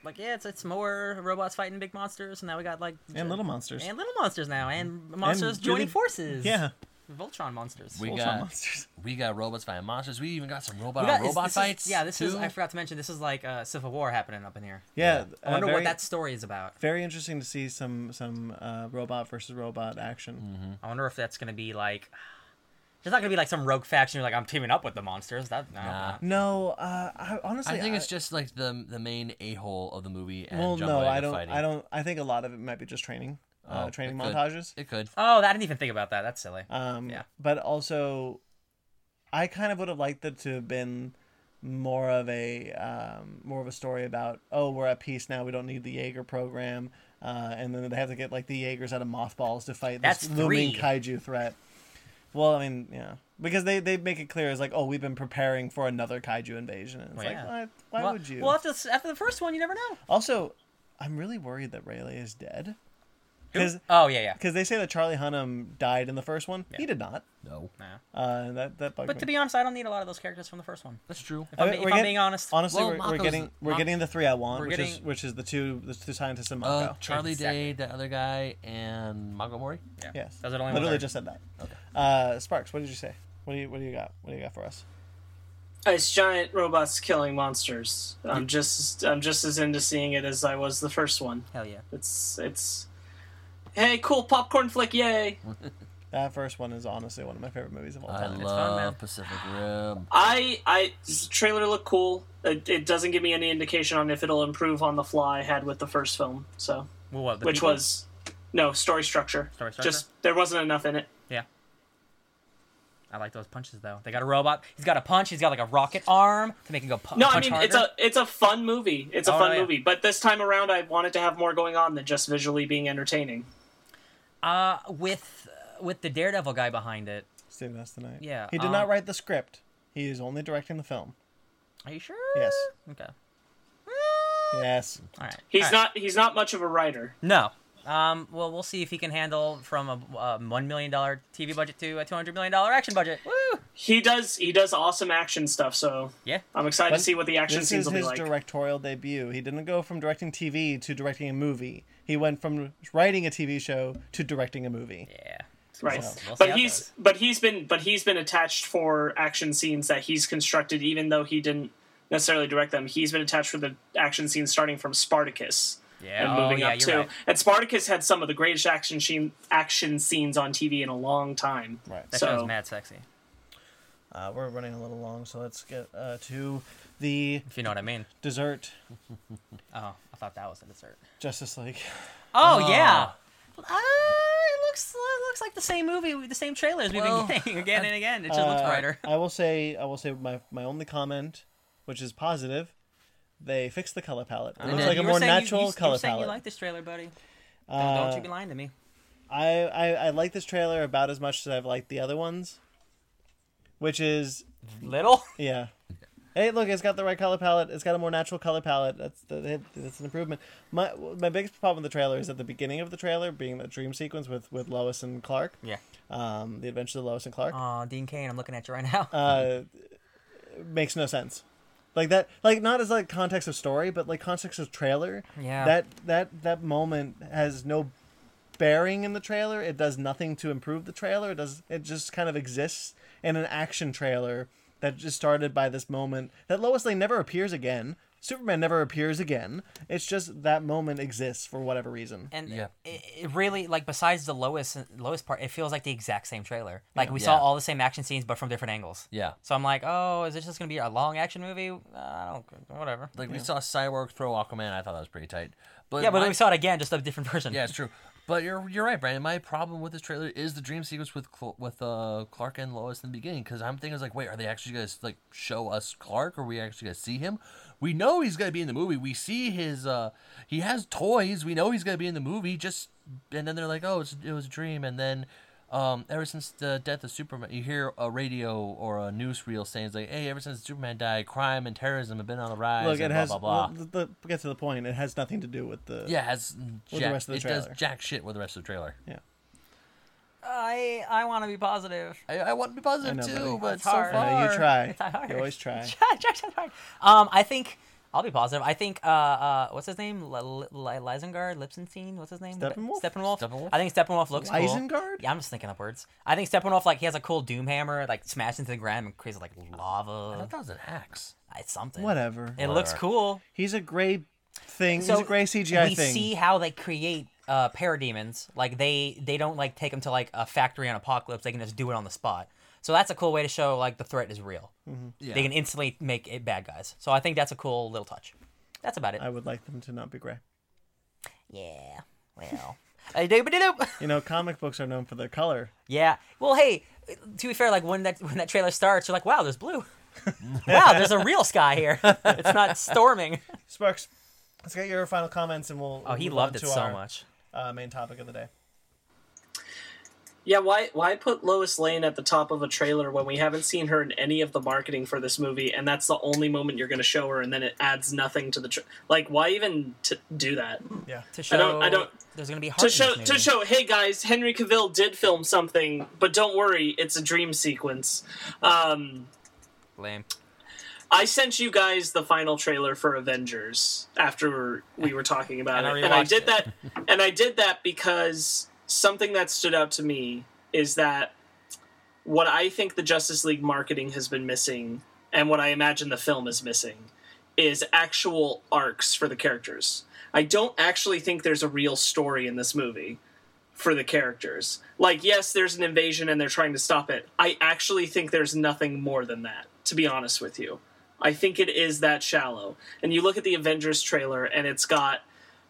B: like yeah, it's it's more robots fighting big monsters, and now we got like
D: And little monsters.
B: and little monsters now, and monsters
D: really-
B: joining forces.
D: yeah.
B: Voltron monsters.
C: We
D: Voltron
C: got
D: monsters.
C: we got robots fighting monsters. We even got some robot
B: We got-
C: on
B: is-
C: robot
B: this is-
C: fights.
B: yeah, this is.
C: too.
B: I forgot to mention. This is like uh, Civil War happening up in here.
D: Yeah.
B: I wonder
D: uh, very,
B: what that story is about.
D: very interesting to see some some uh, robot versus robot
C: Mm-hmm.
D: action.
B: I wonder if that's gonna be like. There's not gonna be like some rogue faction. You're like, I'm teaming up with the monsters. That no,
C: Nah.
B: no.
D: No, uh, I honestly
C: I think it's just like the the main a hole of the movie. And
D: well,
C: John
D: no,
C: Boyega
D: I don't.
C: Fighting.
D: I don't. I think a lot of it might be just training, uh,
C: Oh,
D: training
C: it could.
D: montages.
C: It could.
B: Oh, I didn't even think about that. That's silly.
D: Um,
B: Yeah.
D: But also, I kind of would have liked it to have been more of a um, more of a story about oh we're at peace now we don't need the Jaeger program uh, and then they have to get like the Jaegers out of mothballs to fight this
B: That's
D: looming
B: three.
D: kaiju threat. Well, I mean, yeah, because they, they make it clear as like oh we've been preparing for another kaiju invasion and it's
B: Well,
D: like
B: yeah.
D: why, why
B: well,
D: would you?
B: Well, after, this- after the first one, you never know.
F: Oh.
D: also, I'm really worried that Rayleigh is dead because
B: Oh yeah, yeah.
D: they say that Charlie Hunnam died in the first one. He did not.
C: No,
B: Nah.
D: Uh, and that that bugged
B: But
D: me.
B: to be honest, I don't need a lot of those characters from the first one.
C: that's true.
B: If I'm, be-
D: I mean,
B: if
D: we're
B: I'm
D: getting-
B: being honest,
D: Honestly,
C: Well,
D: we're, we're
C: Mako's-
D: getting we're
C: Ma-
D: getting the three I want,
B: We're
D: which is
B: getting-
D: which is the two the two scientists and Mako.
C: Uh, Charlie
B: Exactly.
C: Day, that other guy, and Mago Mori.
B: yeah.
D: yes,
B: Those are the only
D: literally
B: ones.
D: just said that. Okay. Uh, Sparks, what did you say? What do you what do you got? What do you got for us?
A: It's giant robots killing monsters. I'm just I'm just as into seeing it as I was the first one.
B: I- Hell yeah.
A: It's it's hey cool popcorn flick yay.
D: That first one is honestly one of my favorite movies of all
C: I
D: time.
C: love
B: man.
C: Pacific Rim.
A: I I the trailer looked cool. It, it doesn't give me any indication on if it'll improve on the flaw I had with the first film. So
B: Well, what, the
A: which
B: people?
A: was no story structure.
B: Story
A: Just there wasn't enough in it.
B: Yeah. I like those punches though. They got a robot. He's got a punch. He's got like a rocket arm to make him go pu-
A: No, I
B: punch
A: mean
B: harder.
A: it's a it's a fun movie. It's a
B: Oh,
A: fun
B: yeah. Uh, um,
D: Yes.
B: All right.
A: He's
B: All right.
A: not he's not much of a writer.
B: No. Um, well, we'll see if he can handle from a, a one million dollar TV budget to a two hundred million dollar action budget. Woo!
A: He does he does awesome action stuff, so
B: Yeah.
A: I'm excited to see what the action
D: This
A: scenes
D: is
A: will be
D: his
A: like.
D: directorial debut. He didn't go from directing TV to directing a movie. He went from writing a TV show to directing a movie.
B: Yeah.
A: right.
B: We'll- we'll see
A: but
B: how it
A: he's
B: goes.
A: but he's been but he's been attached for action scenes that he's constructed even though he didn't necessarily direct them. He's been attached for the action scenes starting from Spartacus.
B: Yeah.
A: and
B: oh,
A: moving
B: yeah,
A: up
B: you're
A: too.
B: right.
A: And Spartacus had some of the greatest action sheen, action scenes on TV in a long time.
D: Right.
B: That
A: so
B: show's mad sexy.
F: Uh, we're running a little long, so let's get uh, to
D: The
B: If you know what I mean.
D: dessert
B: Oh, I thought that was a dessert.
D: Justice League.
B: Oh, yeah. Uh, it looks it looks like the same movie with the same trailers we've
C: Well,
B: been getting again and again. It just looks
D: Uh,
B: brighter.
D: I will say I will say my my only comment, which is positive, they fixed the color palette. It looks
B: Uh,
D: like
B: you
D: a
B: were
D: more
B: saying you-
D: natural
B: you, you,
D: color
B: were saying
D: palette.
B: You like this trailer, buddy? Don't,
D: Uh,
B: don't you be lying to me.
D: I, I I like this trailer about as much as I've liked the other ones, which is
B: Little.
D: Yeah. Hey, look, it's got the right color palette. It's got a more natural color palette. That's the, that's an improvement. My my biggest problem with the trailer is at the beginning of the trailer, being the dream sequence with, with Lois and Clark,
B: Yeah.
D: um, the adventures of Lois and Clark,
B: Oh, Dean Kane, I'm looking at you right now.
D: uh, makes no sense. Like that, like not as like context of story, but like context of trailer.
B: Yeah.
D: That that that moment has no bearing in the trailer. It does nothing to improve the trailer. It does. It just kind of exists in an action trailer that just started by this moment that Lois Lane never appears again. Superman never appears again. It's just that moment exists for whatever reason.
B: and
C: Yeah.
B: it, it really like besides the lowest lowest part, it feels like the exact same trailer. Like we saw
C: Yeah.
B: all the same action scenes, but from different angles.
C: Yeah.
B: So I'm like, oh, is this just gonna be a long action movie? Uh, I don't, whatever.
C: Like we saw Cyborg throw Aquaman. I thought that was pretty tight. But
B: yeah, but
C: my-
B: then we saw it again, just a different version.
C: Yeah, it's true. But you're you're right, Brandon. My problem with this trailer is the dream sequence with Cl- with uh, Clark and Lois in the beginning. Because I'm thinking, like, wait, are they actually gonna like show us Clark? Or are we actually gonna see him? We know he's gonna be in the movie. We see his uh, he has toys. We know he's gonna be in the movie. Just and then they're like, oh, it's, it was a dream. And then um, ever since the death of Superman, you hear a radio or a newsreel saying, it's like, hey, ever since Superman died, crime and terrorism have been on the rise.
D: Look,
C: and
D: it has.
C: blah blah blah.
D: well, the, the, get to the point. It has nothing to do with the.
C: yeah, it has jack,
D: rest of the
C: it
D: trailer.
C: does jack shit with the rest of the trailer.
B: I I want to be positive.
C: I, I want to be positive
D: I know, buddy.
C: too, but
B: It's
C: so
B: hard.
C: far
D: I know, you try.
B: It's hard.
D: You always try.
B: Jack's hard. Um, I think I'll be positive. I think uh, uh what's his name? L- L- L- Leisengard, Lipsenstein. What's his name? The-
D: Steppenwolf?
B: Steppenwolf.
C: Steppenwolf?
B: I think Steppenwolf looks cool.
D: Isengard?
B: Yeah, I'm just thinking up words. I think Steppenwolf like he has a cool doom hammer, like smashed into the ground and creates like
C: I
B: lava.
C: thought that was an axe.
B: It's something.
D: Whatever.
B: It looks cool.
D: He's a gray thing.
B: So
D: He's a gray CGI
B: we
D: thing.
B: see how they create uh, parademons. Like they they don't like take them to like a factory on apocalypse. They can just do it on the spot. So that's a cool way to show like the threat is real.
F: Mm-hmm.
C: Yeah.
B: They can instantly make it bad guys. So I think that's a cool little touch. That's about it.
D: I would like them to not be gray.
B: yeah. Well. I do, but do.
D: You know, comic books are known for their color.
B: Yeah. Well, hey. To be fair, like when that when that trailer starts, you're like, wow, there's blue. wow, there's a real sky here. It's not storming.
F: Sparks. Let's get your final comments, and we'll.
B: Oh, he
F: move
B: loved
F: on
B: it
F: to
B: so
F: our,
B: much.
F: Uh, main topic of the day.
A: Yeah, why why put Lois Lane at the top of a trailer when we haven't seen her in any of the marketing for this movie, and that's the only moment you're going to show her, and then it adds nothing to the tra- like. Why even t- do that
F: Yeah.
B: To show,
A: I don't- I don't-
B: There's gonna be heart
A: to
B: in
A: show
B: this
A: to
B: movie.
A: show? Hey guys, Henry Cavill did film something, but don't worry, it's a dream sequence. Um,
B: Lame.
A: I sent you guys the final trailer for Avengers after we were talking about
B: And I
A: it, and I
B: rewatched
A: did
B: it.
A: that, and I did that because something that stood out to me is that what I think the Justice League marketing has been missing, and what I imagine the film is missing, is actual arcs for the characters. I don't actually think there's a real story in this movie for the characters. Like, yes, there's an invasion and they're trying to stop it. I actually think there's nothing more than that, to be honest with you. I think it is that shallow. And you look at the Avengers trailer and it's got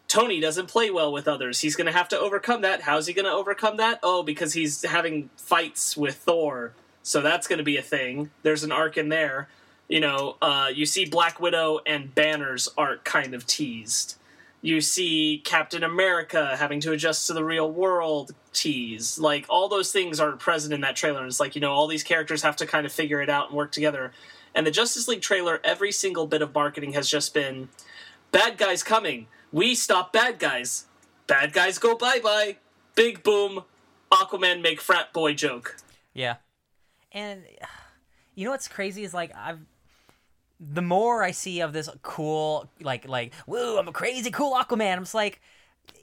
A: Tony doesn't play well with others. He's going to have to overcome that. How's he going to overcome that? Oh, because he's having fights with Thor. So that's going to be a thing. There's an arc in there. You know, uh, you see Black Widow and Banner's arc kind of teased. You see Captain America having to adjust to the real world tease. Like, all those things are present in that trailer. And it's like, you know, all these characters have to kind of figure it out and work together. And the Justice League trailer, every single bit of marketing has just been Bad guys coming. We stop bad guys. Bad guys go bye bye. Big boom. Aquaman make frat boy joke.
B: Yeah. And you know what's crazy is like I've the more I see of this cool like like woo I'm a crazy cool Aquaman I'm just like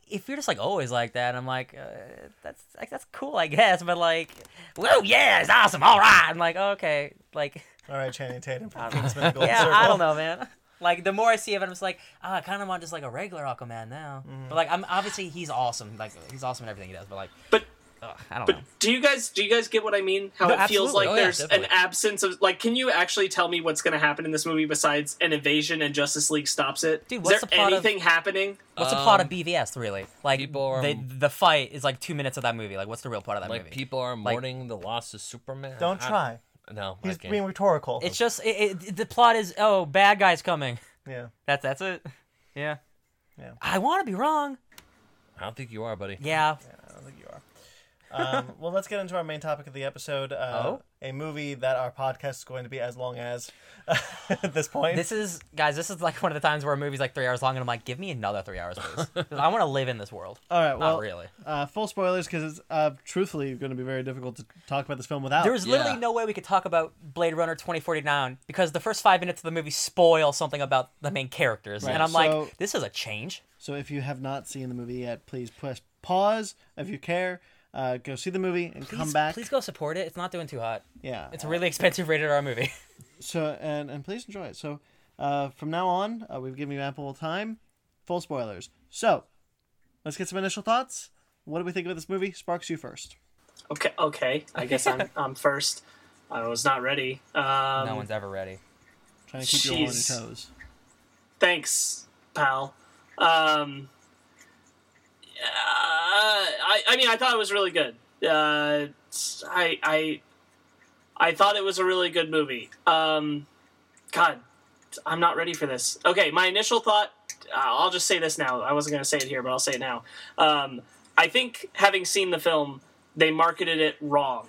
B: if you're just like always like that I'm like uh, that's like that's cool I guess but like woo yeah it's awesome all right I'm like okay like
F: All right, Channing Tatum from Kingsman Gold
B: yeah
F: Circle.
B: I don't know man like the more I see of it I'm just like ah, I kind of want just like a regular Aquaman now but like I'm obviously he's awesome like he's awesome in everything he does but like
A: But
B: ugh, I don't know
A: do you guys do you guys get what I mean? How
B: No,
A: it feels
B: absolutely.
A: like
B: Oh, yeah,
A: there's an
B: definitely.
A: absence of like. Can you actually tell me what's going to happen in this movie besides an invasion and Justice League stops it?
B: Dude,
A: Is
B: what's
A: there
B: the plot of-
A: anything happening?
B: What's the plot of BVS really? Like
C: Um, people are-
B: they, the fight is like two minutes of that movie. Like what's the real plot of that
C: Like
B: movie?
C: people are mourning the loss of Superman.
F: Don't
C: I-
F: try.
C: No, I
F: He's
C: can't.
F: being rhetorical.
B: it's just it, it, the plot is oh bad guys coming.
F: yeah.
B: That's that's it. Yeah.
F: Yeah.
B: I want to be wrong.
C: I don't think you are, buddy.
B: Yeah.
F: I don't think you are. Um, well, let's get into our main topic of the episode. Uh,
B: Oh?
F: A movie that our podcast is going to be as long as at this point.
B: This is guys. This is like one of the times where a movie's like three hours long, and I'm like, give me another three hours, please. 'Cause I want to live in this world.
D: All right, well,
B: Not really.
D: uh, full spoilers because it's uh, truthfully going to be very difficult to talk about this film without.
B: There was literally
C: yeah.
B: no way we could talk about Blade Runner 2049 because the first five minutes of the movie spoil something about the main characters,
D: Right,
B: and I'm
D: so-
B: like, this is a change.
D: So if you have not seen the movie yet, please push pause if you care. Uh, go see the movie and come
B: Please-
D: back.
B: Please go support it. It's not doing too hot.
D: Yeah.
B: It's a really expensive rated R movie.
D: so and and please enjoy it. So uh, from now on, uh, we've given you ample time. Full spoilers. So let's get some initial thoughts. What do we think about this movie? Sparks you first.
A: Okay, okay. I guess I'm I'm first. I was not ready. Um,
B: no one's ever ready.
D: Trying to keep you all on your
A: Jeez.
D: toes.
A: thanks, pal. Um, uh, I, I mean, I thought it was really good. Uh, it's- I, I, I thought it was a really good movie. Um, God, I'm not ready for this. Okay, my initial thought. uh, I'll just say this now. I wasn't going to say it here, but I'll say it now. Um, I think having seen the film, they marketed it wrong.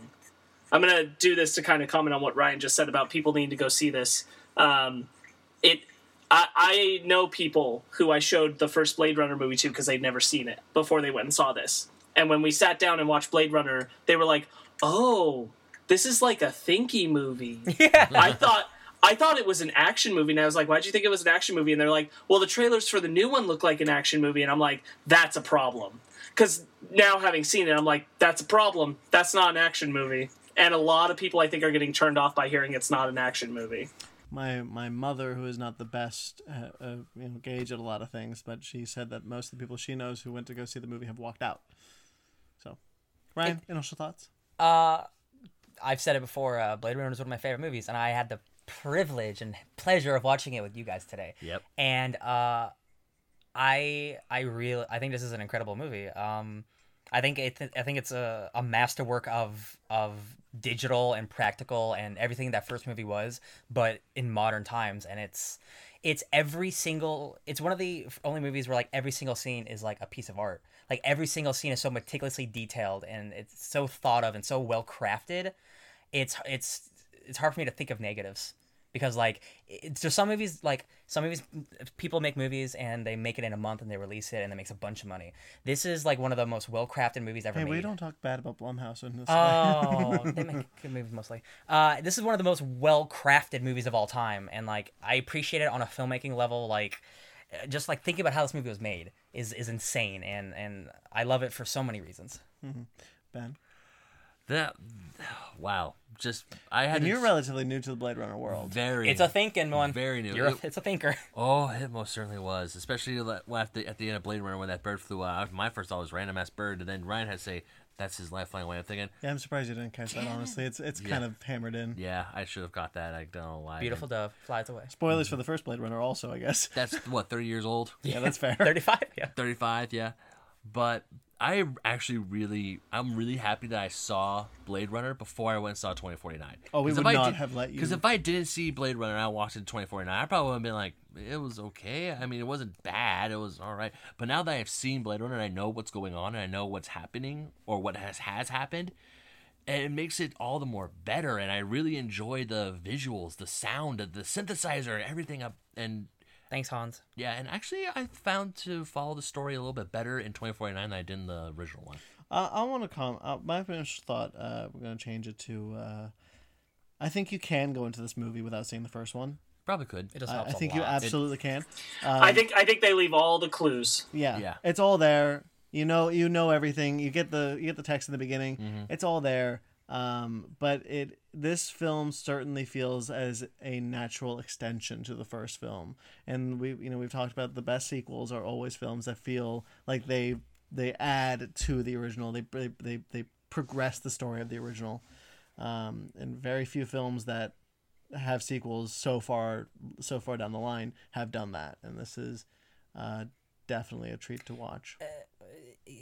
A: I'm going to do this to kind of comment on what Ryan just said about people needing to go see this. Um, it I, I know people who I showed the first Blade Runner movie to because they'd never seen it before they went and saw this. And when we sat down and watched Blade Runner, they were like, "Oh, this is like a thinky movie."
B: Yeah.
A: I thought I thought it was an action movie, and I was like, "Why'd you think it was an action movie?" And they're like, "Well, the trailers for the new one look like an action movie," and I'm like, "That's a problem." Because now having seen it, I'm like, "That's a problem. That's not an action movie." And a lot of people, I think, are getting turned off by hearing it's not an action movie.
D: my my mother, who is not the best uh, uh, you know, gauge at a lot of things, but she said that most of the people she knows who went to go see the movie have walked out. So, Ryan, initial thoughts?
B: Uh, I've said it before. Uh, Blade Runner is one of my favorite movies, and I had the privilege and pleasure of watching it with you guys today.
C: Yep.
B: And uh, I I really I think this is an incredible movie. Um, I think it I think it's a, a masterwork of of digital and practical and everything that first movie was, but in modern times. And it's it's every single it's one of the only movies where like every single scene is like a piece of art. Like every single scene is so meticulously detailed and it's so thought of and so well crafted it's it's it's hard for me to think of negatives because like it's, there's some movies like some movies people make movies and they make it in a month and they release it and it makes a bunch of money. This is like one of the most well crafted movies ever
D: Hey,
B: made.
D: we don't talk bad about Blumhouse in this.
B: Um, Oh, they make good movies mostly. Uh, this is one of the most well crafted movies of all time, and like I appreciate it on a filmmaking level. Like, uh, just like thinking about how this movie was made is is insane, and and I love it for so many reasons.
D: ben,
C: That wow. Just I had
D: and
C: to-
D: you're relatively new to the Blade Runner world.
C: very.
B: It's a thinking one.
C: Very new.
B: You're a,
C: It-
B: it's a thinker.
C: Oh, it most certainly was, especially le- well, at the, at the end of Blade Runner when that bird flew out. My first thought was random ass bird, and then Ryan had to say, "That's his lifeline." Way I'm thinking,
D: Yeah, I'm surprised you didn't catch that. Honestly, it's it's kind of hammered in.
C: yeah, I should have got that. I don't know why. I
B: Beautiful
C: didn't."
B: dove flies away.
D: Spoilers for the first Blade Runner, also, I guess.
C: That's what thirty years old.
D: Yeah, that's fair.
B: Thirty-five. Yeah.
C: 35 yeah but i actually really i'm really happy that i saw blade runner before i went and saw 2049
D: Oh, we
C: 'Cause
D: would
C: if I
D: not
C: did-
D: have let you-
C: if i didn't see blade runner and i watched it in 2049 i probably would have been like it was okay i mean it wasn't bad it was all right but now that i've seen blade runner and i know what's going on and i know what's happening or what has has happened and it makes it all the more better and i really enjoy the visuals the sound the synthesizer everything up and
B: Thanks, Hans.
C: Yeah, and actually, I found to follow the story a little bit better in 2049 than I did in the original one.
F: Uh, I want to comment. Uh, my initial thought, uh, we're going to change it to. Uh, I think you can go into this movie without seeing the first one.
C: Probably could.
B: It just
F: I,
B: helps
F: I think
B: a
F: you
B: lot.
F: absolutely can.
B: Um,
A: I think I think they leave all the clues.
F: Yeah.
C: Yeah.
F: It's all there. You know you know everything. You get the you get the text in the beginning. It's all there. Um, but it this film certainly feels as a natural extension to the first film. And we you know we've talked about the best sequels are always films that feel like they they add to the original. They they they, they progress the story of the original. Um, and very few films that have sequels so far so far down the line have done that. And this is uh, definitely a treat to watch.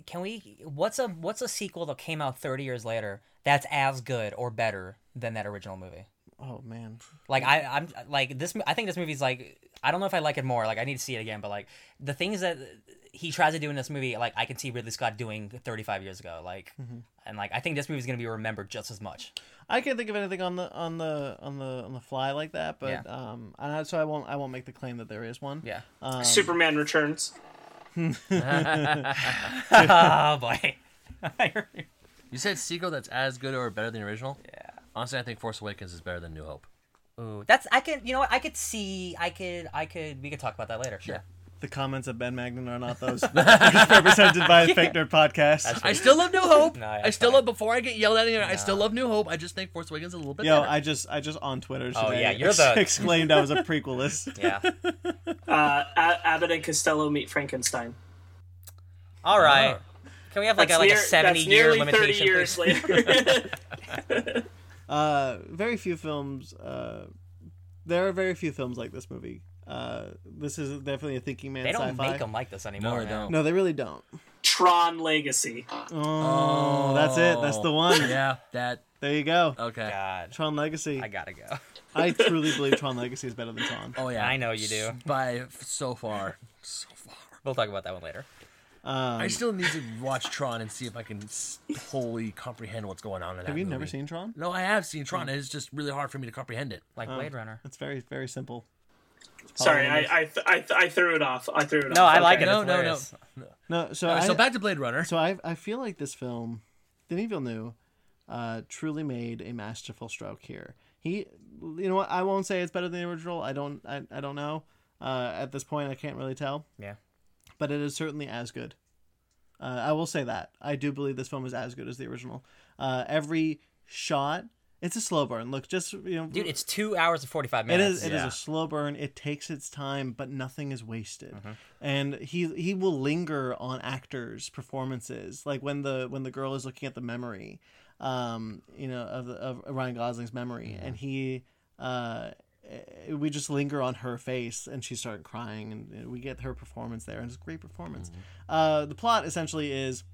B: Can we? What's a what's a sequel that came out 30 years later that's as good or better than that original movie?
F: Oh man,
B: Like I, I'm like this. mo- I think this movie's like I don't know if I like it more. Like I need to see it again. But like the things that he tries to do in this movie, like I can see Ridley Scott doing 35 years ago. Like and like I think this movie's gonna be remembered just as much.
F: I can't think of anything on the on the on the on the fly like that. But
B: Yeah.
F: um, and I, so I won't I won't make the claim that there is one.
B: Yeah.
F: Um,
A: Superman Returns.
B: oh boy.
C: You said sequel that's as good or better than the original? Yeah. Honestly, I think Force Awakens is better than New Hope.
B: Ooh, that's I could. You know what? I could see. I could. I could. We could talk about that later. Sure.
F: the comments of Ben Magnan are not those represented by the Fake Nerd Podcast.
C: I still love New Hope.
B: No, yeah,
C: I still
B: fine.
C: love, before I get yelled at again, I still love New Hope. I just think Force Awakens is a little bit
F: Yo,
C: better.
F: I just I just on Twitter today
B: Oh, yeah, you're the-
F: exclaimed I was a prequelist.
B: Yeah.
A: Uh, A- Abbott and Costello meet Frankenstein.
B: All right. Can we have like
A: That's
B: a, like
A: near-
B: a 70
A: that's
B: year
A: nearly
B: limitation?
A: 30 years
B: please?
A: later.
F: Uh, very few films. Uh, there are very few films like this movie. Uh, this is definitely a thinking man.
B: They don't 'em
F: sci-fi.
B: make them like this anymore.
C: they
B: man.
C: don't.
F: No, they really don't.
A: Tron Legacy.
F: Oh, that's it. That's the one.
C: yeah, that.
F: There you go.
C: Okay.
B: God,
F: Tron Legacy.
B: Oh. I gotta go.
F: I truly believe Tron Legacy is better than Tron.
C: Oh, yeah.
B: I know you do.
C: By so far. So far.
B: We'll talk about that one later.
F: Um,
C: I still need to watch Tron and see if I can s- wholly comprehend what's going on in that
F: have you
C: movie.
F: never seen Tron?
C: No, I have seen Tron. It's just really hard for me to comprehend it.
B: Like Blade Runner.
F: It's very very simple.
A: Sorry, I I, th- I th- I threw it off. I threw it off.
B: Oh, No, I like
A: Okay.
B: it.
C: No,
B: it's
C: no, no.
B: hilarious.
F: No, so
C: Uh,
F: I,
C: so back to Blade Runner.
F: so I I feel like this film, Denis Villeneuve, uh, truly made a masterful stroke here. He, you know what? I won't say it's better than the original. I don't I, I don't know. Uh, at this point, I can't really tell.
B: Yeah.
F: but it is certainly as good. Uh, I will say that I do believe this film is as good as the original. Uh, every shot, it's a slow burn. Look, just you know,
B: Dude, it's two hours and 45
F: It
B: minutes.
F: is. It is a slow burn. It takes its time, but nothing is wasted. And he he will linger on actors' performances, like when the when the girl is looking at the memory, um, you know, of the, of Ryan Gosling's memory, and he, uh, eh, we just linger on her face, and she started crying, and eh, we get her performance there, and it's a great performance. Uh, the plot essentially is,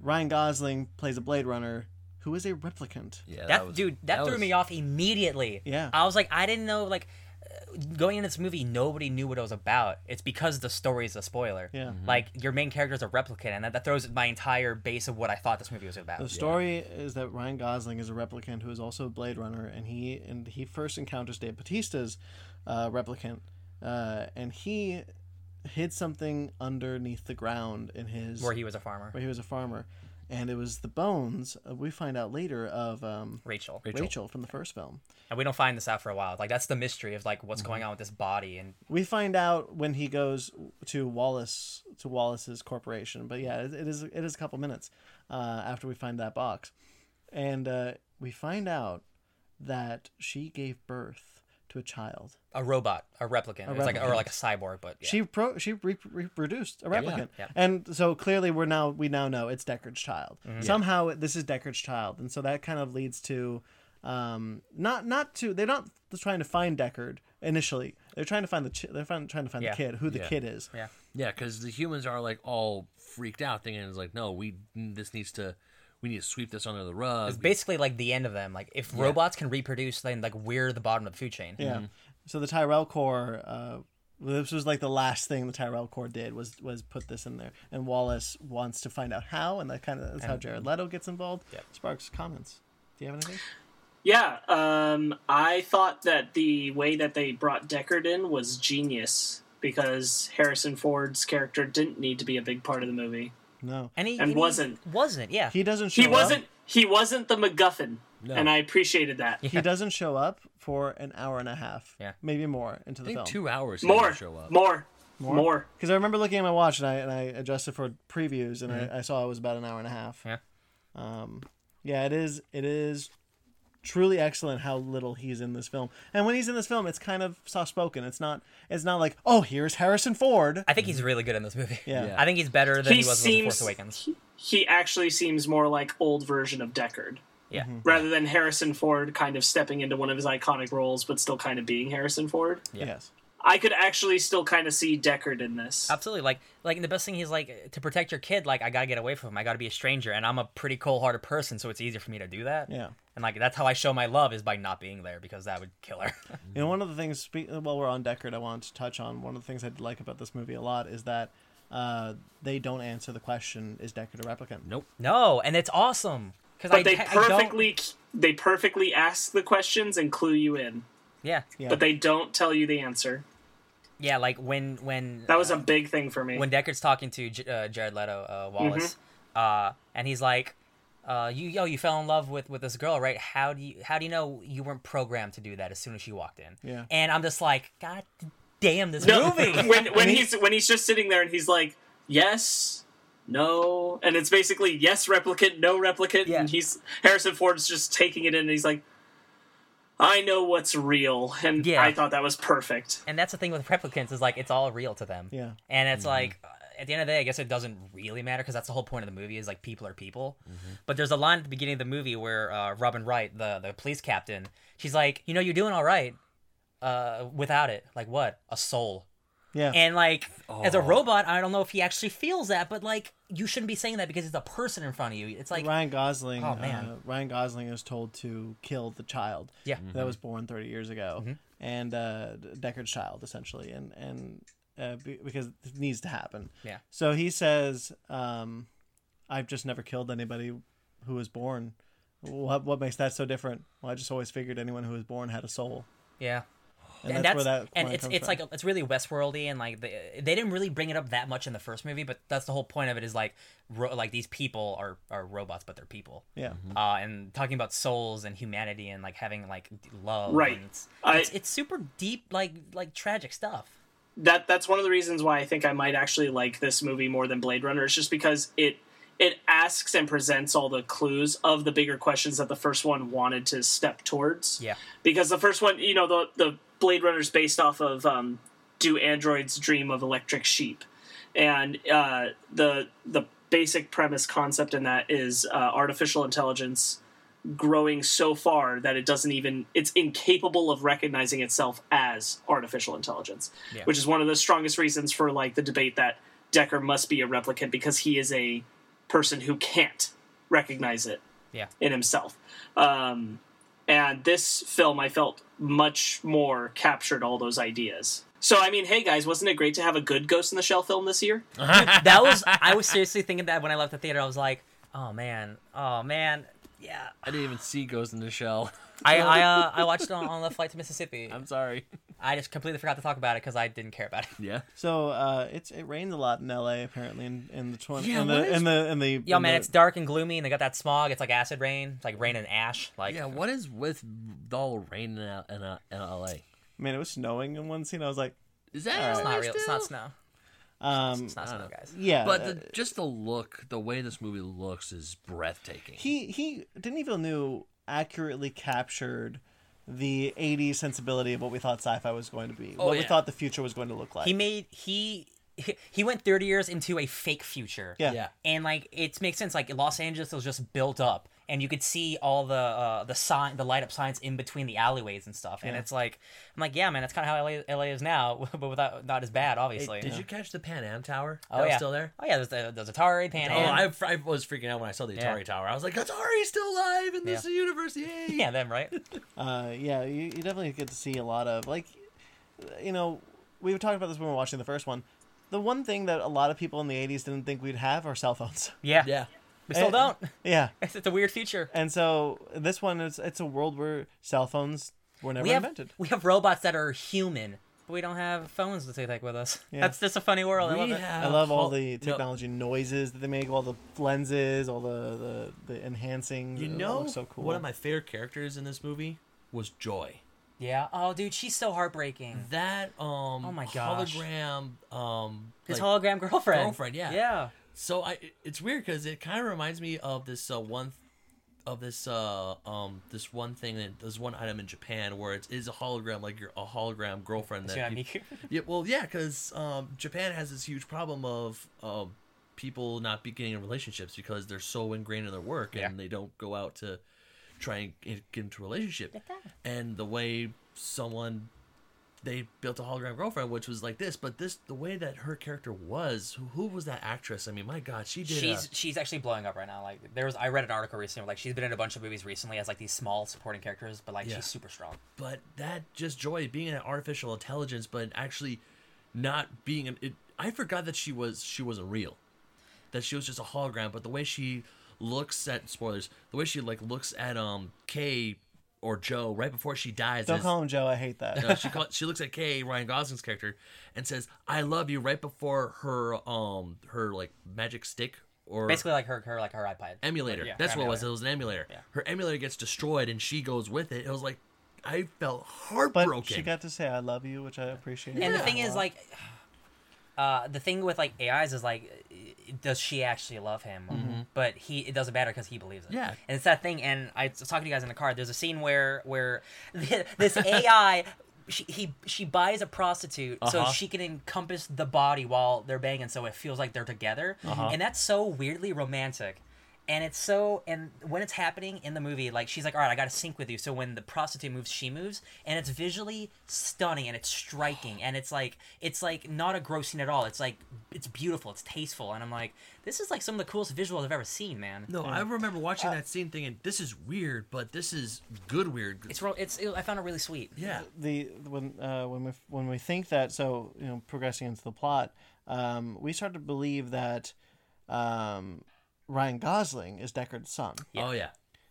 F: Ryan Gosling plays a Blade Runner who is a replicant.
C: Yeah,
B: That, dude, that, threw
C: was-
B: me off immediately.
F: Yeah.
B: I was like, I didn't know. Like, uh, going into this movie, nobody knew what it was about. It's because the story is a spoiler.
F: Yeah.
B: Like your main character is a replicant, and that, that throws my entire base of what I thought this movie was about.
F: The story is that Ryan Gosling is a replicant who is also a Blade Runner, and he and he first encounters Dave Bautista's uh, replicant, uh, and he hid something underneath the ground in his
B: Where he was a farmer,
F: where he was a farmer, and it was the bones. uh, we find out later of um,
B: Rachel.
F: Rachel. from the first film.
B: and we don't find this out for a while. Like that's the mystery of like
F: Mm-hmm.
B: what's going on with this body and
F: We find out when he goes to Wallace to Wallace's corporation, but yeah, it, it is it is a couple minutes uh, after we find that box, and uh, we find out that she gave birth to a child.
B: a robot, a replicant. It's like or like a cyborg, but yeah.
F: She pro- she re- reproduced a replicant,
B: yeah.
F: and so clearly we're now we now know it's Deckard's child.
B: Mm-hmm.
F: Somehow this is Deckard's child, and so that kind of leads to, um, not not to they're not trying to find Deckard initially. They're trying to find the ch- they're find, trying to find
B: Yeah.
F: the kid who the
C: Yeah.
F: kid is.
B: Yeah.
C: Yeah, because the humans are like all freaked out, thinking it's like, no, we this needs to, we need to sweep this under the rug.
B: It's basically like the end of them. Like if robots can reproduce, then like we're the bottom of the food chain. Mm-hmm.
F: Yeah. So the Tyrell Corps, uh, this was like the last thing the Tyrell Corps did was was put this in there, and Wallace wants to find out how, and that kind of that's how Jared Leto gets involved. Sparks comments. Do you have anything?
A: Yeah, um, I thought that the way that they brought Deckard in was genius. because Harrison Ford's character didn't need to be a big part of the movie.
F: No,
B: And he
A: And
B: he
A: wasn't.
B: Wasn't yeah.
F: he doesn't. Show
A: He wasn't.
F: Up.
A: He wasn't the MacGuffin, and I appreciated that.
F: He doesn't show up for an hour and a half.
B: Yeah.
F: maybe more into the
C: I think
F: film.
C: two hours. he
A: More,
C: didn't Show up.
A: more, more,
F: Because I remember looking at my watch and I and I adjusted for previews and I, I saw it was about an hour and a half.
B: Yeah.
F: Um, yeah, it is. It is truly excellent how little he's in this film. And when he's in this film, it's kind of soft spoken. It's not. It's not like oh here's Harrison Ford.
B: I think he's really good in this movie.
F: Yeah. Yeah.
B: I think he's better than he,
A: He
B: was in The Force
A: seems-
B: Awakens.
A: He actually seems more like old version of Deckard,
B: Yeah.
F: Mm-hmm.
A: rather than Harrison Ford kind of stepping into one of his iconic roles, but still kind of being Harrison Ford.
B: Yeah.
F: Yes.
A: I could actually still kind of see Deckard in this.
B: Absolutely. Like like the best thing he's like to protect your kid, like I gotta get away from him. I gotta be a stranger and I'm a pretty cold hearted person, so it's easier for me to do that.
F: Yeah.
B: And like that's how I show my love is by not being there because that would kill her.
F: You know, one of the things, spe- while we're on Deckard, I wanted to touch on one of the things I like about this movie a lot is that uh, they don't answer the question is Deckard a replicant?
C: Nope.
B: no, and it's awesome. Because
A: but
B: I,
A: they
B: I don't-
A: perfectly they perfectly ask the questions and clue you in,
B: yeah.
F: Yeah.
A: but they don't tell you the answer.
B: Yeah, like when when
A: That was a big thing for me.
B: Uh, when Deckard's talking to J- uh, Jared Leto uh, Wallace,
A: Mm-hmm.
B: uh, and he's like, uh, "You yo, you fell in love with with this girl, right? How do you how do you know you weren't programmed to do that as soon as she walked in?"
F: Yeah.
B: and I'm just like, "God damn, this
A: No,
B: movie!"
A: when when he's when he's just sitting there and he's like, yes, no, and it's basically yes replicant, no replicant,
B: Yeah.
A: and he's Harrison Ford's just taking it in, and he's like, I know what's real, and
B: Yeah.
A: I thought that was perfect.
B: and that's the thing with replicants is like it's all real to them.
F: Yeah.
B: and it's like uh, at the end of the day, I guess it doesn't really matter because that's the whole point of the movie is like people are people. But there's a line at the beginning of the movie where uh, Robin Wright, the the police captain, she's like, "You know, you're doing all right." Uh, without it, like what? A soul.
F: Yeah.
B: And like as a robot, I don't know if he actually feels that, but like you shouldn't be saying that because it's a person in front of you. It's like
F: Ryan Gosling.
B: Oh, man.
F: Uh, Ryan Gosling is told to kill the child.
B: Yeah. Mm-hmm.
F: That was born 30 years ago, and uh, Deckard's child essentially, and and uh, be- because it needs to happen.
B: Yeah.
F: So he says, um, "I've just never killed anybody who was born. What what makes that so different? Well, I just always figured anyone who was born had a soul."
B: yeah. and
F: And, line
B: it's
F: comes
B: it's
F: from.
B: like it's really Westworldy and like they, they didn't really bring it up that much in the first movie, but that's the whole point of it is like ro- like these people are are robots, but they're people.
F: yeah.
B: Uh, and talking about souls and humanity and like having like d- love.
A: Right.
B: and It's,
A: I-
B: it's it's super deep, like like tragic stuff.
A: that that's one of the reasons why I think I might actually like this movie more than Blade Runner. Is just because it it asks and presents all the clues of the bigger questions that the first one wanted to step towards.
B: Yeah.
A: Because the first one, you know, the the Blade Runner's based off of um, "Do Androids Dream of Electric Sheep," and uh, the the basic premise concept in that is uh, artificial intelligence growing so far that it doesn't even it's incapable of recognizing itself as artificial intelligence
B: Yeah.
A: which is one of the strongest reasons for like the debate that decker must be a replicant because he is a person who can't recognize it
B: Yeah.
A: in himself um, and this film i felt much more captured all those ideas so i mean hey guys wasn't it great to have a good ghost in the shell film this year
B: that was I was seriously thinking that when I left the theater, I was like, oh man, oh man, yeah.
C: I didn't even see Ghost in the Shell.
B: I I, uh, I watched it on, on the flight to Mississippi.
C: I'm sorry.
B: I just completely forgot to talk about it because I didn't care about it.
C: Yeah.
F: So uh, it's it rains a lot in L.A. apparently in, in the twenty
C: Yeah,
F: in,
C: what
F: the,
C: is-
F: in the in the
B: Yo,
F: in
B: man,
F: the-
B: it's dark and gloomy, and they got that smog. It's like acid rain, it's like rain and ash. Like,
C: Yeah. What is with all rain in, L- in, uh, in LA?
F: man it was snowing in one scene. I was like,
C: Is that
B: it's
C: LA
B: not real. It's not
C: still?
B: snow.
F: um,
B: It's not snow, guys.
F: yeah,
C: But
F: uh,
C: the, just the look, the way this movie looks is breathtaking.
F: he he Denis Villeneuve accurately captured the 80s sensibility of what we thought sci-fi was going to be, what we
C: yeah.
F: thought the future was going to look like.
B: He made he. he- He went 30 years into a fake future.
F: yeah.
C: yeah.
B: And like it makes sense like Los Angeles was just built up and you could see all the uh, the sign the light up signs in between the alleyways and stuff. And it's like I'm like, yeah, man, that's kind of how LA, LA is now, but without not as bad obviously.
C: Did you catch the Pan Am Tower?
B: Oh
C: that was
B: yeah.
C: still there?
B: Oh yeah, there's, uh, there's Atari Pan
C: Oh,
B: Am.
C: I, I was freaking out when I saw the
B: Yeah.
C: Atari Tower. I was like, Atari's still alive in this universe. Yay.
B: Yeah, them, right?
F: Uh, yeah, you, you definitely get to see a lot of like, you know, we were talking about this when we were watching the first one. The one thing that a lot of people in the 80s didn't think we'd have are cell phones.
B: Yeah.
C: Yeah.
B: We still
F: And-
B: don't.
F: yeah,
B: It's, it's a weird future.
F: and so this one is it's a world where cell phones were never
B: We have
F: invented.
B: we have robots that are human but we don't have phones to take with us.
F: Yeah.
B: That's just a funny world. I love it.
F: I love all
C: Well,
F: the
C: no.
F: technology noises that they make, all the lenses, all the the, the enhancing.
C: You
F: It all
C: know,
F: looks so cool.
C: one of my favorite characters in this movie was Joy.
B: Yeah. Oh, dude, she's so heartbreaking.
C: That um,
B: Oh my gosh.
C: hologram um,
B: His
C: like,
B: hologram girlfriend.
C: girlfriend, yeah.
B: Yeah.
C: So I, it- it's weird because it kind of reminds me of this uh, one, of this uh, um, this one thing that this one item in Japan where it is a hologram, like your a hologram girlfriend.
B: Is
C: That
B: she not
C: peop-
B: Miku?
C: yeah, well, yeah, because um, Japan has this huge problem of uh, people not beginning in relationships because they're so ingrained in their work
B: Yeah.
C: and they don't go out to try and get get into a relationship. And the way someone they built a hologram girlfriend, which was like this, but this the way that her character was. Who, who was that actress? I mean, my God, she did.
B: She's
C: a,
B: she's actually blowing up right now. Like there was, I read an article recently. Like she's been in a bunch of movies recently as like these small supporting characters, but like
C: Yeah.
B: she's super strong.
C: but that just joy being an artificial intelligence, but actually not being an. It, I forgot that she was she wasn't real, that she was just a hologram. But the way she looks at spoilers, the way she like looks at um Kay or Joe right before she dies,
F: Don't
C: is-
F: call him Joe. I hate that.
C: uh, she call, she looks at Kay Ryan Gosling's character and says "I love you" right before her um her like magic stick or
B: Basically, like her her like her iPad.
C: emulator.
B: Yeah,
C: That's what it was. It
B: emulator.
C: was an emulator.
B: Yeah.
C: Her emulator gets destroyed, and she goes with it. It was like I felt
F: but
C: heartbroken.
F: she got to say "I love you," which I appreciate.
B: And the
C: Yeah.
B: thing is, like, uh, the thing with like AIs is like, does she actually love him? But he, it doesn't matter because he believes it.
C: Mm-hmm. Yeah.
B: and it's that thing. And I was talking to you guys in the car. There's a scene where where this AI. She, he she buys a prostitute so
C: Uh-huh.
B: she can encompass the body while they're banging so it feels like they're together and that's so weirdly romantic and it's so and when it's happening in the movie like she's like all right i gotta sync with you so when the prostitute moves she moves and it's visually stunning and it's striking and it's like it's like not a gross scene at all it's like it's beautiful it's tasteful and i'm like this is like some of the coolest visuals i've ever seen man
C: no, I remember watching that scene thinking, "This is weird, but this is good weird."
B: it's real it's it, i found it really sweet
C: yeah,
F: the when uh, when we when we think that so you know progressing into the plot, um, we start to believe that um, Ryan Gosling is Deckard's son,
C: oh yeah.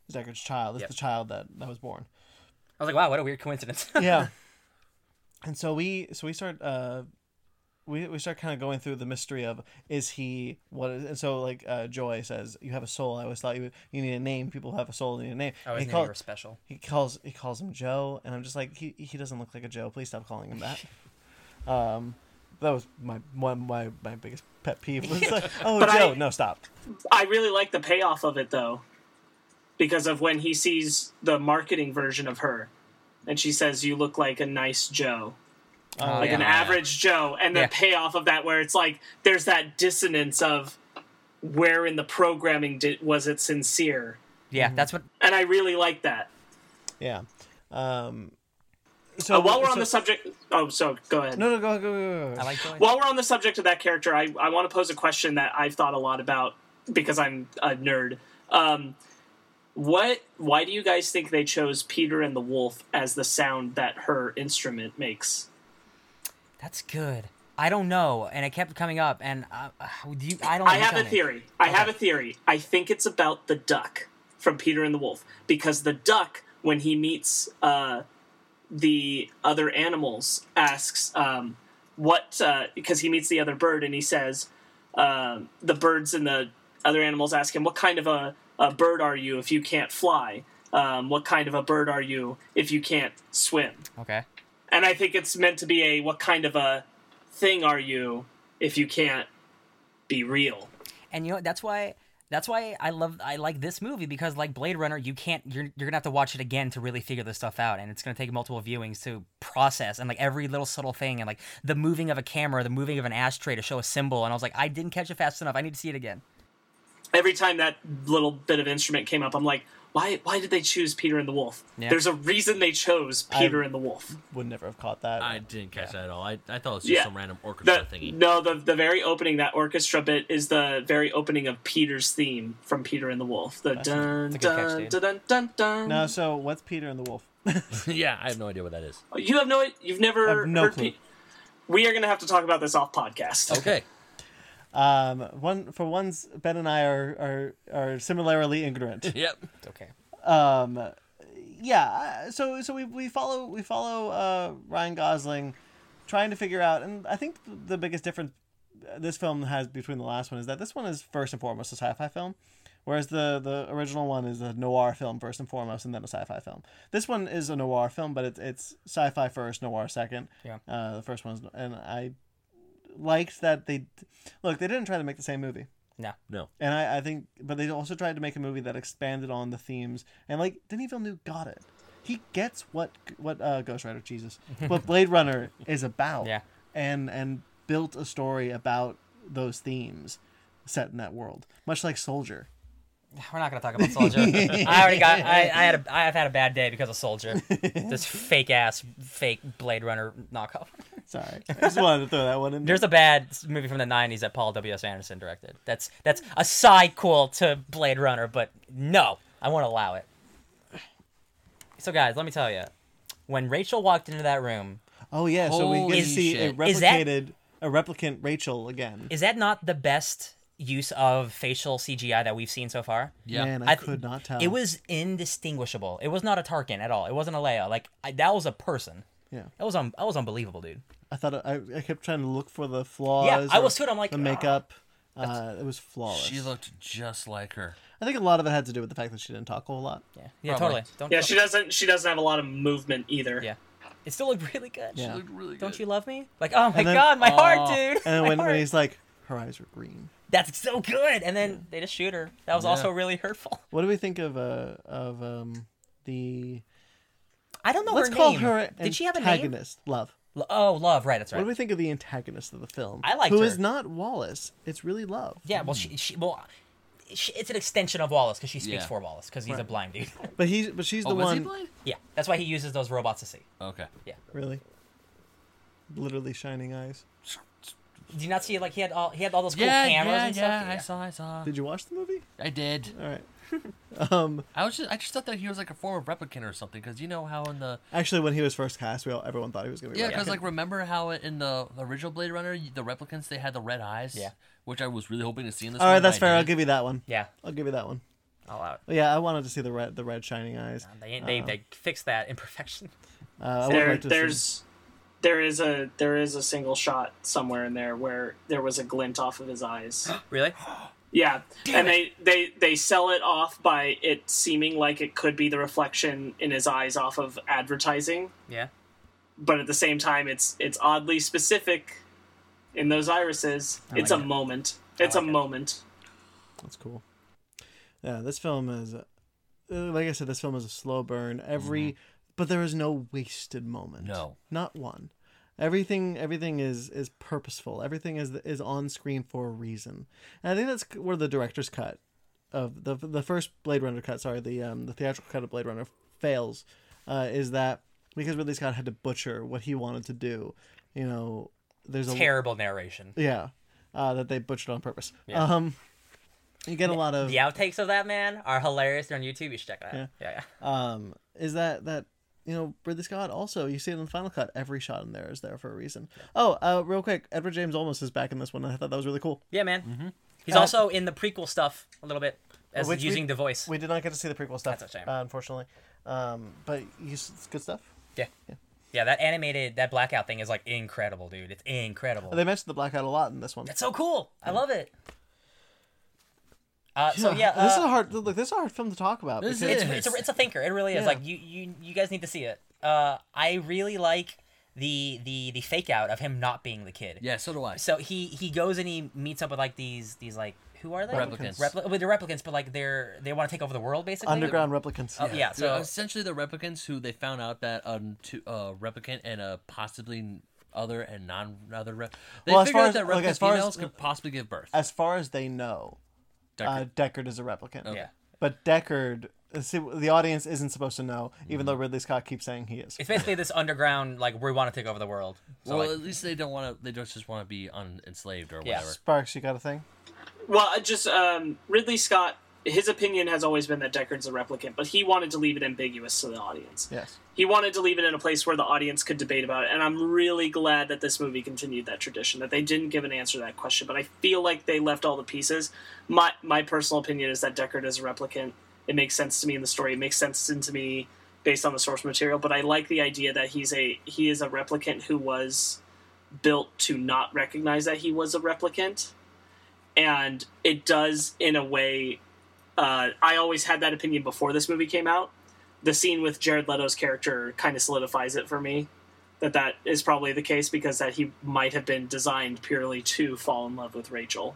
F: is Deckard's child, is
C: Yep.
F: the child that that was born.
B: i was like wow what a weird coincidence
F: yeah and so we so we start uh we, we start kind of going through the mystery of is he what is and so like uh, Joy says you have a soul I always thought you you need a name people who have a soul need a name
B: i was
F: he,
B: knew you
F: call,
B: were special
F: he calls he calls him Joe and I'm just like he, he doesn't look like a Joe please stop calling him that um that was my one my my biggest pet peeve was like oh
A: But I-
F: Joe no stop
A: I really like the payoff of it though, because of when he sees the marketing version of her, and she says, "You look like a nice Joe,
B: Oh,
A: like
B: yeah.
A: an average Joe," and the
B: Yeah.
A: payoff of that where it's like there's that dissonance of where in the programming did, was it sincere,
B: yeah that's what
A: and I really like that.
F: yeah um so
A: Uh, while we're
F: so-
A: on the subject, oh, so go ahead.
F: no no go go go, go, go.
B: i like doing
A: While we're on the subject of that character, I, I want to pose a question that I've thought a lot about because I'm a nerd. Um, what? Why do you guys think they chose Peter and the Wolf as the sound that her instrument makes?
B: that's good i don't know and it kept coming up and uh, uh, do you, i don't know
A: I
B: You
A: have
B: tell
A: a
B: me.
A: theory. I have a theory. I think it's about the duck from Peter and the Wolf because the duck, when he meets uh, the other animals, asks um, what uh, because he meets the other bird and he says um, the birds and the other animals ask him what kind of a, a bird are you if you can't fly. Um, what kind of a bird are you if you can't swim?
B: okay
A: And I think it's meant to be a what kind of a thing are you if you can't be real?
B: And you know that's why that's why I love I like this movie because like Blade Runner, you can't you're you're gonna have to watch it again to really figure this stuff out, and it's gonna take multiple viewings to process and like every little subtle thing and like the moving of a camera, the moving of an ashtray to show a symbol, and I was like, I didn't catch it fast enough. I need to see it again.
A: every time that little bit of instrument came up, I'm like, why? Why did they choose Peter and the Wolf?
B: Yeah.
A: There's a reason they chose Peter and the Wolf.
F: would never have caught that
C: I didn't catch that at all. I, I thought it was just
A: Yeah.
C: some random orchestra
A: That,
C: thingy.
A: no, the the very opening that orchestra bit is the very opening of Peter's theme from Peter and the Wolf. The dun
B: a good catch,
A: dun,
B: dude.
A: dun dun dun dun.
F: Now, so what's Peter and the Wolf?
C: yeah, I have no idea what that is.
A: You have no. You've
F: I
A: never
F: have no
A: heard.
F: clue.
A: Pe- we are going to have to talk about this off podcast.
C: Okay,
F: Um, one for once, Ben and I are are, are similarly ignorant.
C: yep.
B: It's okay.
F: um, yeah. So so we, we follow we follow uh, Ryan uh, Gosling trying to figure out. And I think the biggest difference uh, this film has between the last one is that this one is first and foremost a sci-fi film, whereas the the original one is a noir film first and foremost, and then a sci-fi film. This one is a noir film, but it's it's sci-fi first, noir second.
B: Yeah.
F: Uh, the first one's and I liked that they look they didn't try to make the same movie.
B: No.
C: No.
F: And I, I think, but they also tried to make a movie that expanded on the themes. And like Denis Villeneuve got it. He gets what what uh, Ghost Rider, Jesus, what Blade Runner is about.
B: Yeah.
F: And and built a story about those themes set in that world, much like Soldier.
B: We're not gonna talk about Soldier. I already got. I, I had. A, I have had a bad day because of Soldier. this fake ass, fake Blade Runner knockoff.
F: Sorry, I just wanted to throw that one in. there.
B: There's a bad s- movie from the '90s that Paul W. S. Anderson directed. That's that's a sequel to Blade Runner, but no, I won't allow it. So, guys, let me tell you, when Rachel walked into that room,
F: oh yeah, so we
C: Holy
F: get to see a
C: shit.
B: Is that-
F: replicated a replicant Rachel again.
B: is that not the best use of facial CGI that we've seen so far?
C: Yeah.
F: Man, I,
B: th-
F: could not tell.
B: It was indistinguishable. It was not a Tarkin at all. It wasn't a Leia. Like I, that was a person.
F: Yeah.
B: That was un- that was unbelievable, dude.
F: I thought I, I kept trying to look for the flaws.
B: I
F: or
B: was too, and I'm like,
F: the
B: "Ah."
F: makeup. Uh, it was flawless.
C: She looked just like her.
F: I think a lot of it had to do with the fact that she didn't talk a whole lot.
B: "Oh, Yeah. Yeah.
C: Probably.
B: Totally. Don't.
A: Yeah,
B: don't-
A: she doesn't. She doesn't have a lot of movement either.
B: Yeah. It still looked really good.
F: Yeah.
C: Looked really
B: Don't
C: good.
B: you love me? Like, oh my
F: And then-
B: god, my heart,
C: Aw.
B: dude.
F: And
B: My
F: when, when
B: heart.
F: he's like, her eyes are green.
B: That's so good. And then they just shoot her. That was also really hurtful.
F: What do we think of uh of um the
B: I don't know
F: let's
B: her
F: call
B: name.
F: her
B: Did she have a name?
F: antagonist love?
B: Lo- Oh, love. Right. That's
F: What
B: right.
F: do we think of the antagonist of the film?
B: I liked
F: who
B: her.
F: is not Wallace. It's really love.
B: Yeah. Well, she. she well, she, it's an extension of Wallace because she speaks
C: Yeah.
B: for Wallace because he's a blind dude.
F: But he's but she's
C: Oh,
F: the
C: was
F: one
C: he blind?
B: yeah. That's why he uses those robots to see.
C: Okay.
F: really literally shining eyes.
B: Did you not see like he had all he had all those cool
C: yeah,
B: cameras
C: yeah,
B: and
C: yeah.
B: stuff?
C: I saw, I saw.
F: Did you watch the movie?
C: I did.
F: All right. um
C: I was just, I just thought that he was like a form of replicant or something, because you know how in the
F: actually when he was first cast, we all everyone thought he was going to be
C: yeah,
F: Red
C: because
F: Hood.
C: like remember how in the the original Blade Runner, y- the replicants they had the red eyes,
B: Yeah.
C: which I was really hoping to see in this.
F: All
C: one,
F: right,
C: and
F: that's
C: I
F: fair. I'll
C: didn't.
F: give you that one.
B: Yeah.
F: I'll give you that one.
B: All out.
F: Yeah, I wanted to see the red the red shining eyes.
B: They they, they fixed that imperfection.
F: Uh, I would
A: There,
F: like to see-
A: there's, there is a there is a single shot somewhere in there where there was a glint off of his eyes.
B: Really?
A: Yeah, and they, they they sell it off by it seeming like it could be the reflection in his eyes off of advertising,
B: Yeah.
A: but at the same time, it's it's oddly specific in those irises. it's a
B: like it.
A: moment. It's
B: like
A: a
B: it.
A: moment.
F: That's cool. Yeah, this film is, uh, like I said, this film is a slow burn. Every, but there is no wasted moment.
C: No.
F: not one. Everything, everything is is purposeful. Everything is is on screen for a reason. And I think that's c- where the director's cut of the the first Blade Runner cut, sorry, the um the theatrical cut of Blade Runner fails, uh, is that because Ridley Scott had to butcher what he wanted to do. You know, there's a
B: Terrible narration.
F: yeah, uh, that they butchered on purpose. Um, you get a lot of
B: The outtakes of that man are hilarious. They're on YouTube. You should check that.
F: Yeah.
B: out. Yeah, yeah.
F: um, is that that you know Ridley Scott also you see it in the final cut every shot in there is there for a reason. Oh, uh, real quick, Edward James Olmos is back in this one. I thought that was really cool.
B: Yeah, man. He's also in the prequel stuff a little bit as
F: mm-hmm. Uh, Which we-
B: using the voice.
F: We did not get to see the prequel stuff,
B: That's a shame.
F: Uh, unfortunately. Um, but you, s- it's good stuff.
B: yeah. yeah. that animated that blackout thing is like incredible, dude. It's incredible.
F: They mentioned the blackout a lot in this one.
B: That's so cool. I love it. Uh, so yeah,
F: this is
B: uh,
F: a hard look. This is a hard film to talk about.
C: This is-
F: because-
B: it's, it's, a, it's a thinker. It really is.
F: Yeah.
B: Like you, you, you guys need to see it. Uh, I really like the the the fake out of him not being the kid.
C: Yeah, so do I.
B: So he he goes and he meets up with like these these like who are they
C: Replicants.
B: Repli- well, they're replicants, but like they're they want to take over the world basically.
F: underground replicants.
B: Oh, yeah.
C: So
B: So
C: essentially, the replicants who they found out that a um, two, uh, replicant and a possibly other and non other rep. They
F: Well, as
C: figured
F: far
C: out that
F: as- look,
C: replicant
F: as far as-
C: females could possibly give birth.
F: As far as they know,
C: Deckard.
F: Uh, Deckard is a replicant.
B: Yeah.
F: But Deckard, uh, see, the audience isn't supposed to know, even though Ridley Scott keeps saying he is.
B: Mm-hmm. it's basically this underground like we want to take over the world. So
C: well,
B: like,
C: at least they don't want to. They don't just want to be un- enslaved or
B: Yeah.
C: whatever.
F: Sparks, you got a thing?
A: Well, I just um, Ridley Scott. His opinion has always been that Deckard's a replicant, but he wanted to leave it ambiguous to the audience.
F: Yes.
A: He wanted to leave it in a place where the audience could debate about it, and I'm really glad that this movie continued that tradition. That they didn't give an answer to that question, but I feel like they left all the pieces. My my personal opinion is that Deckard is a replicant. It makes sense to me in the story. It makes sense to me based on the source material. But I like the idea that he's a he is a replicant who was built to not recognize that he was a replicant, and it does in a way. Uh, I always had that opinion before this movie came out. The scene with Jared Leto's character kind of solidifies it for me that that is probably the case because that he might have been designed purely to fall in love with Rachel.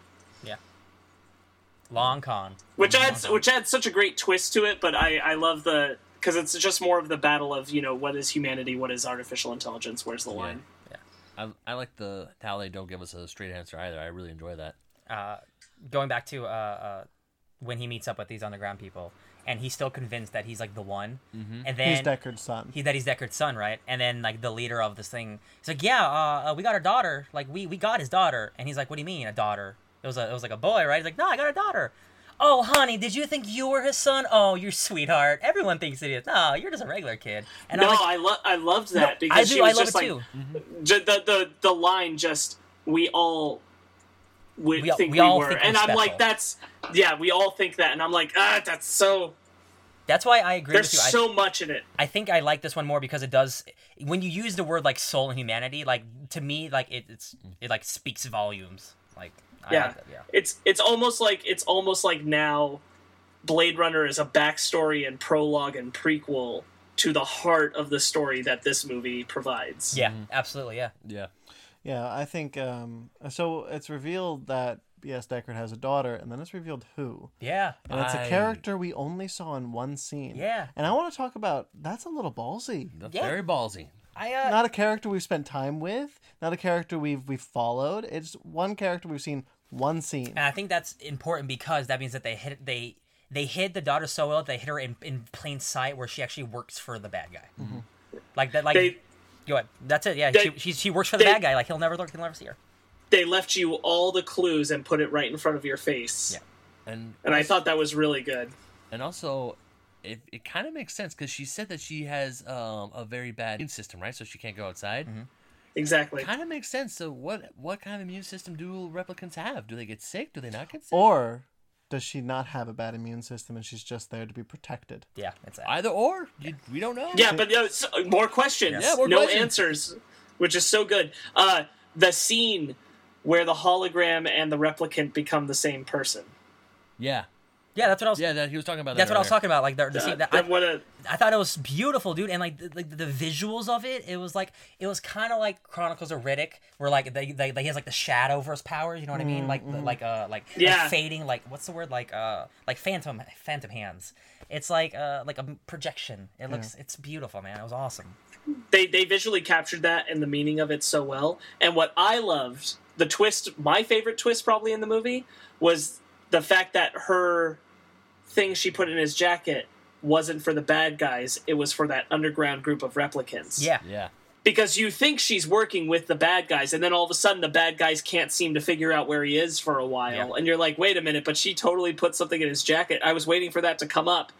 B: Long con.
A: which adds which adds such a great twist to it but i i love the because it's just more of the battle of you know what is humanity what is artificial intelligence where's the line
C: I, I like the how they don't give us a straight answer either. I really enjoy that.
B: Uh, going back to uh, uh, when he meets up with these underground people, and he's still convinced that he's like the one. Mm-hmm. And then
F: He's Deckard's son.
B: he that he's Deckard's son, right? And then like the leader of this thing, he's like, "Yeah, uh, uh, we got our daughter. Like we we got his daughter." And he's like, "What do you mean a daughter? It was a it was like a boy, right?" He's like, "No, I got a daughter." Oh, honey, did you think you were his son? Oh, you sweetheart. Everyone thinks it is. No, you're just a regular kid. And
A: no
B: I'm like,
A: i love i loved that because
B: I
A: she
B: do.
A: was
B: I love
A: just
B: it
A: like
B: too.
A: ju- the, the the line just we all would
B: We all-
A: think
B: we
A: we,
B: all
A: were
B: think we're
A: and i'm like
B: special.
A: that's yeah we all think that and i'm like ah that's so
B: That's why I agree
A: there's
B: with you. I-
A: so much in it
B: I think I like this one more because it does when you use the word like soul and humanity, like to me, like it, it's it like speaks volumes. Like I
A: Yeah.
B: like that, yeah.
A: it's it's almost like it's almost like now Blade Runner is a backstory and prologue and prequel to the heart of the story that this movie provides.
B: Yeah, absolutely, yeah.
C: Yeah.
F: Yeah, I think um, so. It's revealed that yes, Deckard has a daughter, and then it's revealed who,
B: Yeah.
F: and it's
C: I-
F: a character we only saw in one scene.
B: Yeah.
F: and I want to talk about that's a little ballsy.
C: That's
B: Yeah.
C: Very ballsy.
B: I uh
F: Not a character we've spent time with, not a character we've we've followed. It's one character we've seen one scene.
B: and I think that's important because that means that they hit they they hid the daughter so well that they hid her in, in plain sight where she actually works for the bad guy.
C: Mm-hmm.
B: Like that like
A: They
B: go ahead. That's it, yeah.
A: they-
B: she, she she works for the
A: they-
B: bad guy, like he'll never look he'll never see her.
A: they left you all the clues and put it right in front of your face.
B: Yeah.
C: And
A: And I thought that was really good.
C: and also it, it kind of makes sense because she said that she has um, a very bad immune system, right? So she can't go outside.
A: Exactly.
C: Kind of makes sense. So what what kind of immune system do replicants have? Do they get sick? Do they not get sick?
F: Or does she not have a bad immune system and she's just there to be protected?
B: Yeah, that's it.
C: Either or, you, we don't know.
A: Yeah, but uh, s- more questions.
C: Yeah, more
A: no
C: questions.
A: answers, which is so good. Uh, the scene where the hologram and the replicant become the same person.
C: yeah,
B: yeah, that's what I was
C: yeah. That he was talking about.
B: that's
C: that
B: what I was
C: earlier.
B: talking about. Like the, the scene
A: Uh,
B: that I,
A: that- what a
B: I thought it was beautiful, dude, and like the, like the visuals of it, it was like it was kind of like Chronicles of Riddick, where like they, they, they he has like the shadow for his powers, you know what I mean? Like the- like uh like, like
A: Yeah.
B: fading, like what's the word? Like uh like phantom phantom hands. It's like uh like a projection. It looks it's beautiful, man. It was awesome.
A: they they visually captured that and the meaning of it so well. And what I loved, the twist, my favorite twist probably in the movie was the fact that her thing she put in his jacket wasn't for the bad guys, it was for that underground group of replicants.
B: Yeah,
C: Yeah,
A: Because you think she's working with the bad guys and then all of a sudden the bad guys can't seem to figure out where he is for a while
B: Yeah.
A: and you're like, "Wait a minute, but she totally put something in his jacket. I was waiting for that to come up."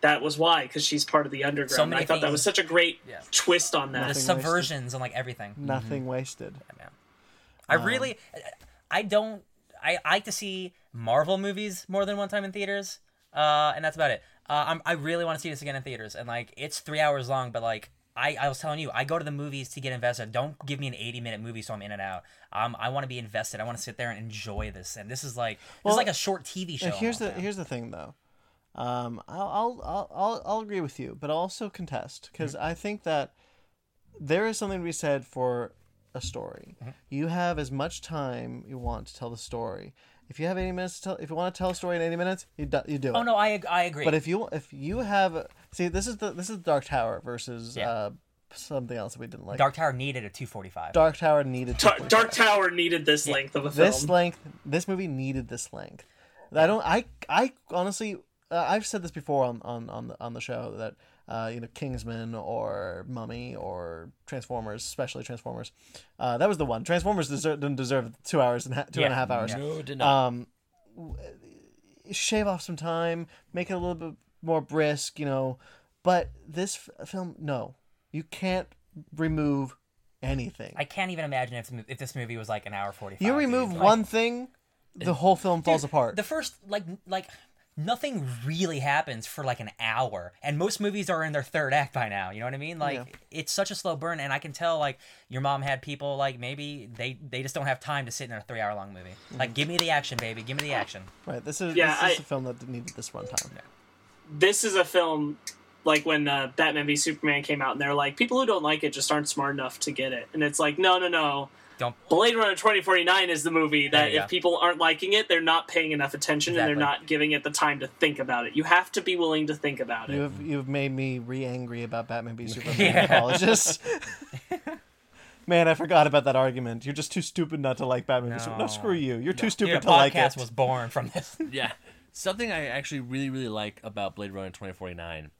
A: That was why, because she's part of the underground. And
B: many
A: I thought that was
B: things.
A: such a great
B: Yeah.
A: twist on that.
B: the subversions and like everything.
F: Nothing wasted.
B: I
F: Um,
B: really, I don't. I I like to see Marvel movies more than one time in theaters, uh, and that's about it. Uh, I'm, I really want to see this again in theaters, and like it's three hours long, but like I, I was telling you, I go to the movies to get invested. Don't give me an 80 minute movie so I'm in and out. Um, I want to be invested. I want to sit there and enjoy this. And this is like this is like a short TV show.
F: And here's the
B: almost, man.
F: here's the thing though. Um, I'll I'll I'll I'll, I'll agree with you, but I'll also contest
B: Mm-hmm.
F: because I think that there is something to be said for a story.
B: Mm-hmm.
F: You have as much time you want to tell the story. If you have eighty minutes to tell, if you want to tell a story in eighty minutes, you do, you do it.
B: oh no, I ag- I agree.
F: But if you if you have see this is the this is Dark Tower versus
B: Yeah.
F: uh, something else that we didn't like.
B: Dark Tower needed a 245.
F: Dark Tower needed
A: Tar-
F: 245.
A: Dark Tower needed this length of a film.
F: this length this movie needed this length i don't i i honestly uh, i've said this before on on on the, on the show that uh, you know kingsman or mummy or transformers especially transformers uh, that was the one transformers deser- didn't deserve two hours and ha- two and a
B: Yeah.
F: half hours
C: no, did not.
F: shave off some time make it a little bit more brisk you know but this f- film no you can't remove anything
B: I can't even imagine if the mo- if this movie was like an hour 45.
F: you
B: dude.
F: remove
B: Like,
F: one thing the whole film falls apart
B: the first like like nothing really happens for like an hour and most movies are in their third act by now you know what i mean like it's such a slow burn and i can tell like your mom had people like maybe they they just don't have time to sit in a three hour long movie like give me the action baby give me the action
F: Right. This is
A: Yeah,
F: this is
A: I-
F: a film that needed this runtime.
A: This is a film like when uh, Batman v Superman came out, and they're like, people who don't like it just aren't smart enough to get it, and it's like, no, no, no.
B: don't
A: Blade Runner 2049 is the movie that
B: There you
A: if
B: go.
A: people aren't liking it, they're not paying enough attention and they're
B: Exactly.
A: not giving it the time to think about it. You have to be willing to think about it.
F: You have you've made me re angry about Batman v Superman. I Apologies. Man, I forgot about that argument. You're just too stupid not to like Batman. v Superman. No,
B: No.
F: screw you. You're too
B: Dude,
F: stupid
B: a
F: to like
B: podcast
F: it.
B: was born from this
C: Um, Yeah. Something I actually really, really like about Blade Runner 2049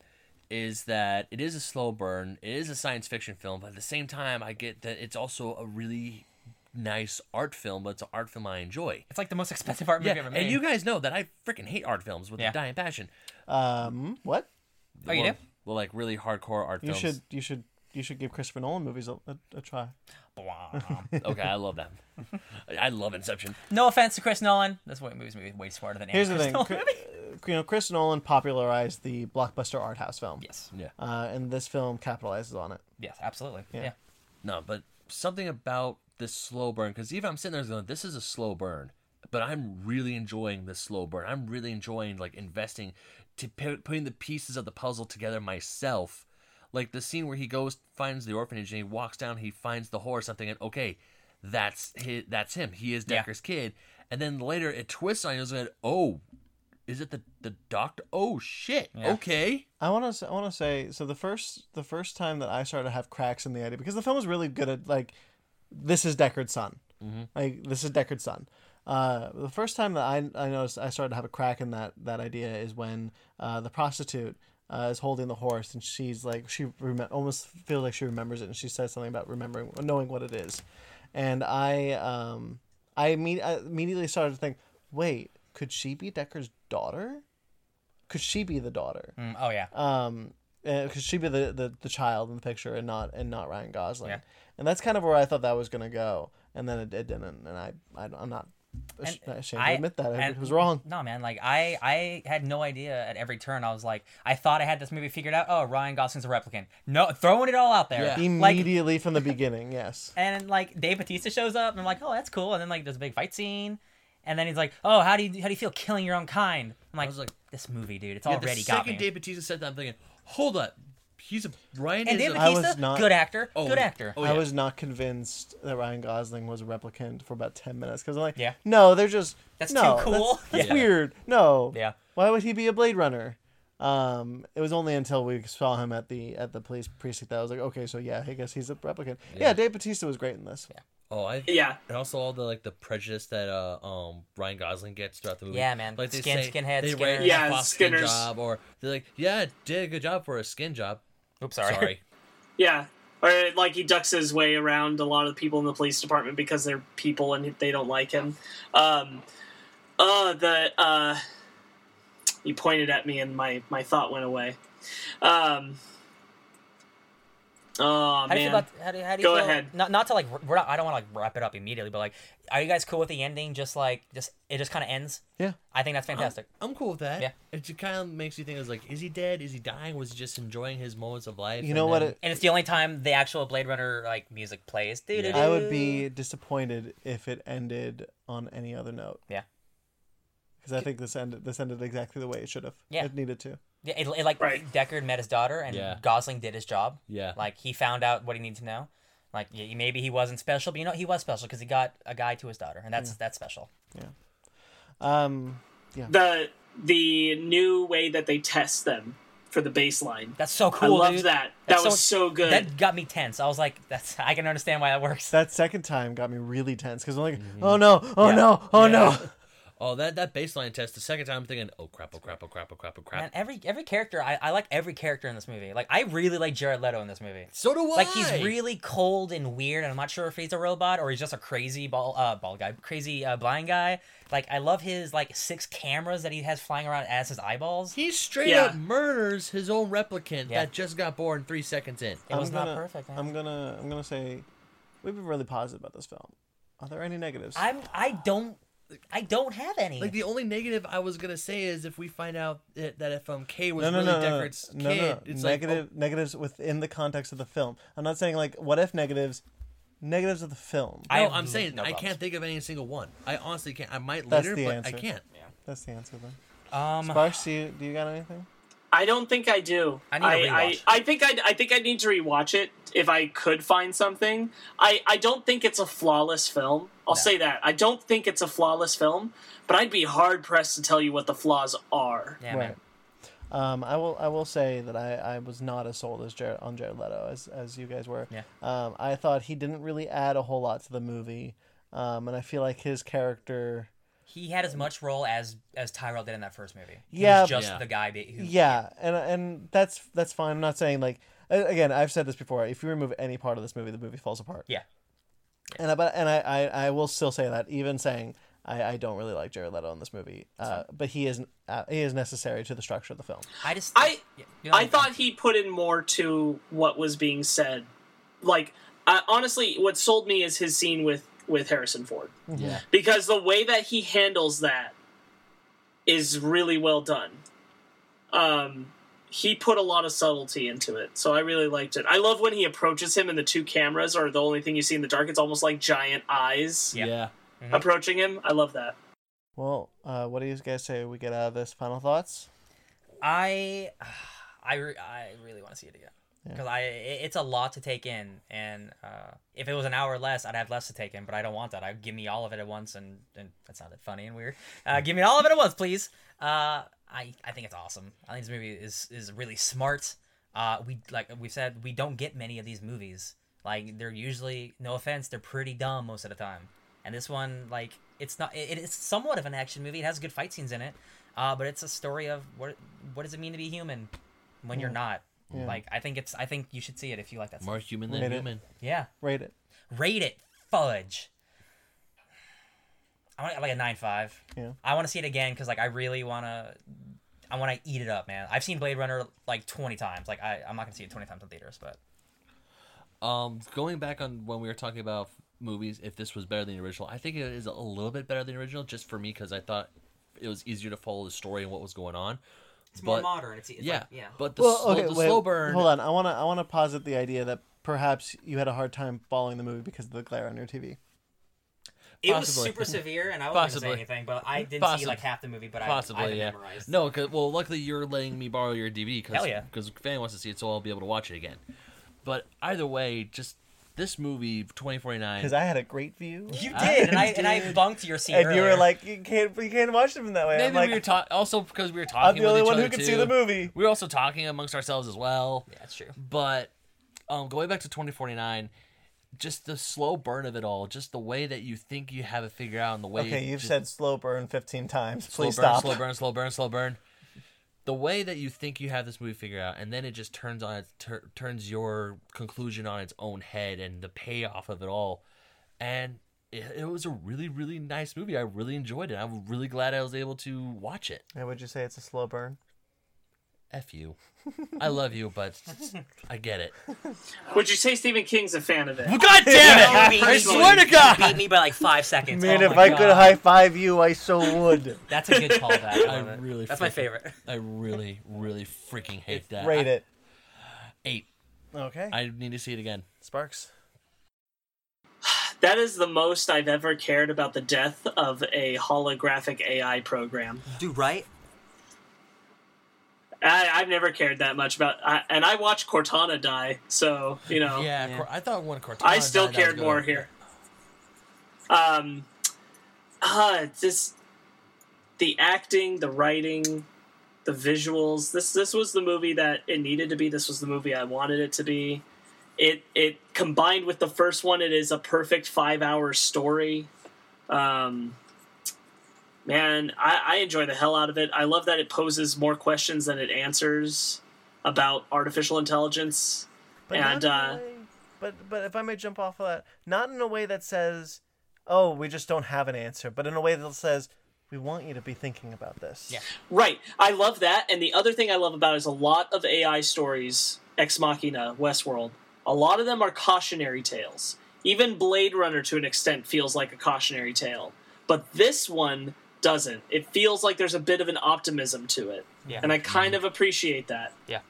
C: is that it is a slow burn. It is a science fiction film, but at the same time, I get that it's also a really nice art film, but it's an art film I enjoy.
B: it's like the most expensive art movie
C: Yeah,
B: ever made
C: and you guys know that I freaking hate art films with
B: Yeah.
C: a dying passion.
F: Um, what?
B: oh you
C: well,
B: do
C: Well, like really hardcore art
F: You
C: films.
F: should you should you should give Christopher Nolan movies a, a, a try.
B: Blah.
C: Okay, I love that. I love Inception.
B: no offense to chris nolan that's what movies movie way smarter than
F: Here's
B: any Chris
F: the thing.
B: Nolan
F: Cri-
B: movie.
F: uh, You know, Chris Nolan popularized the blockbuster art house film.
B: yes
C: Yeah.
F: Uh, and this film capitalizes on it.
B: yes absolutely yeah,
C: No, but something about this slow burn, because even I'm sitting there going, this is a slow burn, but I'm really enjoying this slow burn. I'm really enjoying like investing to p- putting the pieces of the puzzle together myself. Like the scene where he goes, finds the orphanage, and he walks down, he finds the horse. I'm thinking, okay, that's his, that's him. He is
B: Yeah.
C: Decker's kid. And then later it twists on you. It's like, oh, is it the the doctor? Oh shit. Okay.
F: I want to. I want to say so. The first, the first time that I started to have cracks in the idea because the film was really good at like, this is Deckard's son. Like this is Deckard's son. Uh, the first time that I, I noticed I started to have a crack in that that idea is when uh, the prostitute uh, is holding the horse and she's like she rem- almost feels like she remembers it and she says something about remembering knowing what it is, and I um I, imme- I immediately started to think wait could she be Deckard's daughter? Could she be the daughter?
B: Mm, oh yeah
F: um because she'd be the, the the child in the picture and not and not ryan gosling and that's kind of where i thought that was going to go and then it, it didn't and i, I i'm not ash-
B: And
F: ashamed
B: I-
F: to admit that
B: and-
F: it was wrong
B: No, man. Like I, I had no idea at every turn. I was like, I thought I had this movie figured out. Oh, Ryan Gosling's a replicant. No, throwing it all out there. Like,
F: immediately from the beginning yes
B: and like Dave Batista shows up, and I'm like, oh, that's cool. And then like there's a big fight scene, and then he's like, oh, how do you how do you feel killing your own kind? I'm like,
C: was like-
B: this movie, dude, it's
C: Yeah,
B: already
C: the
B: got me.
C: second Dave Batista said that, I'm thinking, hold up, he's a Ryan
B: and
C: is
B: Dave
C: a-
F: I was
B: Batista,
F: not-
B: good actor,
C: Oh,
B: good
C: yeah.
B: actor.
C: Oh,
F: I
C: yeah.
F: was not convinced that Ryan Gosling was a replicant for about ten minutes because I'm like,
B: Yeah.
F: no, they're just
B: That's
F: no,
B: too cool."
F: That's, that's
B: Yeah.
F: weird. No,
B: Yeah.
F: Why would he be a Blade Runner? Um, it was only until we saw him at the at the police precinct that I was like, okay, so yeah, I guess he's a replicant. Yeah, Dave Batista was great in this.
C: Oh, I
A: Yeah.
C: and also all the like the prejudice that uh um Ryan Gosling gets throughout the movie.
B: Yeah, man.
C: Like they
B: Skin-
C: say
B: skinhead,
C: they
B: skinner.
C: ran
A: Yeah,
C: off skin
A: skinners.
C: job, or they're like, yeah, did a good job for a skin job.
B: Oops, sorry.
C: Sorry,
A: Yeah. Or like he ducks his way around a lot of the people in the police department because they're people and they don't like him. Um, uh, the uh, you pointed at me and my my thought went away. Um, oh
B: How do you
A: man.
B: feel about? How do, how do you
A: Go
B: feel,
A: ahead.
B: Not, not to like. We're not, I don't want to like wrap it up immediately, but like, are you guys cool with the ending? Just like, just it just kind of ends.
F: Yeah.
B: I think that's fantastic.
C: I'm cool with that.
B: Yeah.
C: it just kind of makes you think. It's like, is he dead? Is he dying? Was he just enjoying his moments of life?
F: You
C: And
F: know what?
C: then-
F: It,
B: And it's the only time the actual Blade Runner like music plays. Doo-doo-doo.
F: I would be disappointed if it ended on any other note.
B: Yeah.
F: Because I think this ended this ended exactly the way it should have.
B: Yeah.
F: It needed to.
B: Yeah, it, it, like
A: Right.
B: Deckard met his daughter, and
C: Yeah.
B: Gosling did his job.
C: Yeah.
B: like he found out what he needed to know. Like y- maybe he wasn't special, but you know he was special because he got a guy to his daughter, and
A: Mm.
B: that's that's special.
F: Um.
A: the the new way that they test them for the baseline?
B: That's so cool.
A: I loved
B: dude.
A: that.
B: That's
A: that was so, good.
B: That got me tense. I was like, that's I can understand why that works.
F: That second time got me really tense because I'm like,
B: Mm-hmm.
F: oh no, oh no, oh no.
C: Oh, that that baseline test. The second time, I'm thinking, oh crap, oh crap, oh crap, oh crap, oh crap.
B: Man, every every character, I, I like every character in this movie. Like I really like Jared Leto in this movie.
C: so do I.
B: Like he's really cold and weird, and I'm not sure if he's a robot or he's just a crazy ball uh bald guy, crazy uh, blind guy. Like I love his like six cameras that he has flying around as his eyeballs.
C: He straight
A: Yeah.
C: up murders his own replicant
B: Yeah.
C: that just got born three seconds in.
B: It
F: I'm
B: was
F: gonna,
B: not perfect. Man.
F: I'm gonna I'm gonna say, we've been really positive about this film. Are there any negatives?
B: I'm I don't I don't have any.
G: Like the only negative I was gonna say is if we find out that that if um K was
F: No, no,
G: really
F: no, no, no,
G: Deckard's
F: no,
G: kid,
F: no.
G: it's oh
F: Negative, negatives within the context of the film. I'm not saying like what if negatives, negatives of the film.
G: like, oh,
B: I have
G: no, I'm saying
B: no
G: I
B: problems.
G: can't think of any single one. I honestly can't. I might
F: That's
G: later,
F: the
G: but I
F: answer.
G: can't.
F: That's the answer then.
B: Um,
F: Sparks, do you, do you got anything?
A: I don't think I do.
B: I need to
A: I, I,
B: rewatch.
A: I think I, I think I need to rewatch it if I could find something. I, I don't think it's a flawless film. I'll say that. I don't think it's a flawless film, but I'd be hard pressed to tell you what the flaws are.
B: yeah, man.
F: Right. Um, I will. I will say that I, I was not as sold as Jared, on Jared Leto as, as you guys were.
B: Yeah.
F: Um, I thought he didn't really add a whole lot to the movie, um, and I feel like his character.
B: He had as much role as as Tyrell did in that first movie. He
F: Yeah,
B: was just
G: Yeah.
B: the guy be- who.
F: Yeah, and and that's that's fine. I'm not saying like a- again. I've said this before. If you remove any part of this movie, the movie falls apart.
B: Yeah.
F: And I, but and I, I I will still say that even saying. I, I don't really like Jared Leto in this movie, uh, but he is uh, he is necessary to the structure of the film.
B: I just.
A: I-
B: yeah, you know,
A: I thought he put in more to what was being said. Like I honestly, what sold me is his scene with with Harrison Ford.
G: Yeah.
A: because the way that he handles that is really well done. Um, he put a lot of subtlety into it, so I really liked it. I love when he approaches him, and the two cameras are the only thing you see in the dark. It's almost like giant eyes
B: Yeah.
A: approaching him. I love that.
F: Well, uh, what do you guys say we get out of this? Final thoughts?
B: I I, re- I really want to see it again because I it- it's a lot to take in, and uh, if it was an hour less, I'd have less to take in. But I don't want that. I give me all of it at once, and and that sounded funny and weird. Uh, give me all of it at once, please. Uh, I I think it's awesome. I think this movie is is really smart. Uh, we like we've said we don't get many of these movies. Like they're usually no offense, they're pretty dumb most of the time. And this one, like, it's not. It, it is somewhat of an action movie. It has good fight scenes in it, uh, but it's a story of what what does it mean to be human when you're not. Like, I think it's. I think you should see it if you like that. stuff.
C: More human than
F: Made it.
C: human.
B: Yeah,
F: Rate it.
B: rate it fudge. I want like a nine five.
F: Yeah.
B: I want to see it again because like I really want to. I want to eat it up, man. I've seen Blade Runner like twenty times. Like I, I'm not gonna see it twenty times in theaters, but
C: Um, going back on when we were talking about movies, if this was better than the original, I think it is a little bit better than the original, just for me because I thought it was easier to follow the story and what was going on.
B: it's
C: more But-
B: modern. It's,
C: yeah, but the,
F: well,
C: slow,
F: okay,
C: the
F: wait,
C: slow burn.
F: Hold on. I want to I want to posit the idea that perhaps you had a hard time following the movie because of the glare on your TV.
B: It was
C: Possibly.
B: super severe, and I wasn't gonna say
C: Possibly.
B: anything, but I didn't see
C: Possibly.
B: like half the movie, but I, I
C: Possibly,
B: have
C: yeah.
B: memorized.
C: No, 'cause- well, luckily you're letting me borrow your DVD because
B: Hell yeah.
C: Fanny wants to see it, so I'll be able to watch it again. But either way, just this movie, 2049.
F: Because I had a great view.
B: you did, and I and I bunked your scene.
F: and you were
B: earlier.
F: like, you can't you can't watch them that way.
C: Maybe
F: I'm like,
C: we were talking. Also, because we were talking.
F: I'm the
C: with
F: only
C: each
F: one who
C: other,
F: can
C: too.
F: see the movie.
C: We were also talking amongst ourselves as well.
B: yeah, that's true.
C: But um, going back to 2049, just the slow burn of it all, just the way that you think you have it figured out, and the way
F: Okay, you've
C: just-
F: said slow burn 15 times.
C: slow burn,
F: Please stop.
C: slow burn, slow burn, slow burn. The way that you think you have this movie figured out, and then it just turns on its tur turns your conclusion on its own head, and the payoff of it all, and it, it was a really really nice movie. I really enjoyed it. I'm really glad I was able to watch it.
F: Yeah, would you say it's a slow burn?
C: F you, I love you, but I get it.
A: Would you say Stephen King's a fan of it?
C: God damn it!
B: You
C: I
B: beat me.
C: swear to
B: You
C: God.
B: beat me by like five seconds.
F: Man,
B: Oh
F: if
B: my
F: I
B: God.
F: could high five you, I so would.
B: that's a good callback. I, love
C: I
B: it.
C: really
B: that's my
C: freaking-
B: favorite.
C: I really, really freaking hate that.
F: Rate
C: I-
F: it.
C: Eight.
F: Okay.
C: I need to see it again.
F: Sparks.
A: That is the most I've ever cared about the death of a holographic AI program.
B: Dude, right?
A: I, I've never cared that much about, I, and I watched Cortana die, so you know.
C: yeah, Cor- I thought one Cortana.
A: I still
C: died, that was
A: cared
C: good.
A: more here. Um, uh, just the acting, the writing, the visuals. This this was the movie that it needed to be. This was the movie I wanted it to be. It it combined with the first one, it is a perfect five hour story. Um, man, I, I enjoy the hell out of it. I love that it poses more questions than it answers about artificial intelligence. and
H: not
A: uh,
H: in a way- but but if I may jump off of that, not in a way that says, "Oh, we just don't have an answer," but in a way that says, "We want you to be thinking about this."
B: Yeah.
A: Right. I love that. And the other thing I love about it is a lot of AI stories, Ex Machina, Westworld, a lot of them are cautionary tales. Even Blade Runner, to an extent, feels like a cautionary tale. But this one doesn't. It feels like there's a bit of an optimism to it.
B: Yeah. Mm-hmm.
A: And I kind of appreciate that.
B: Yeah.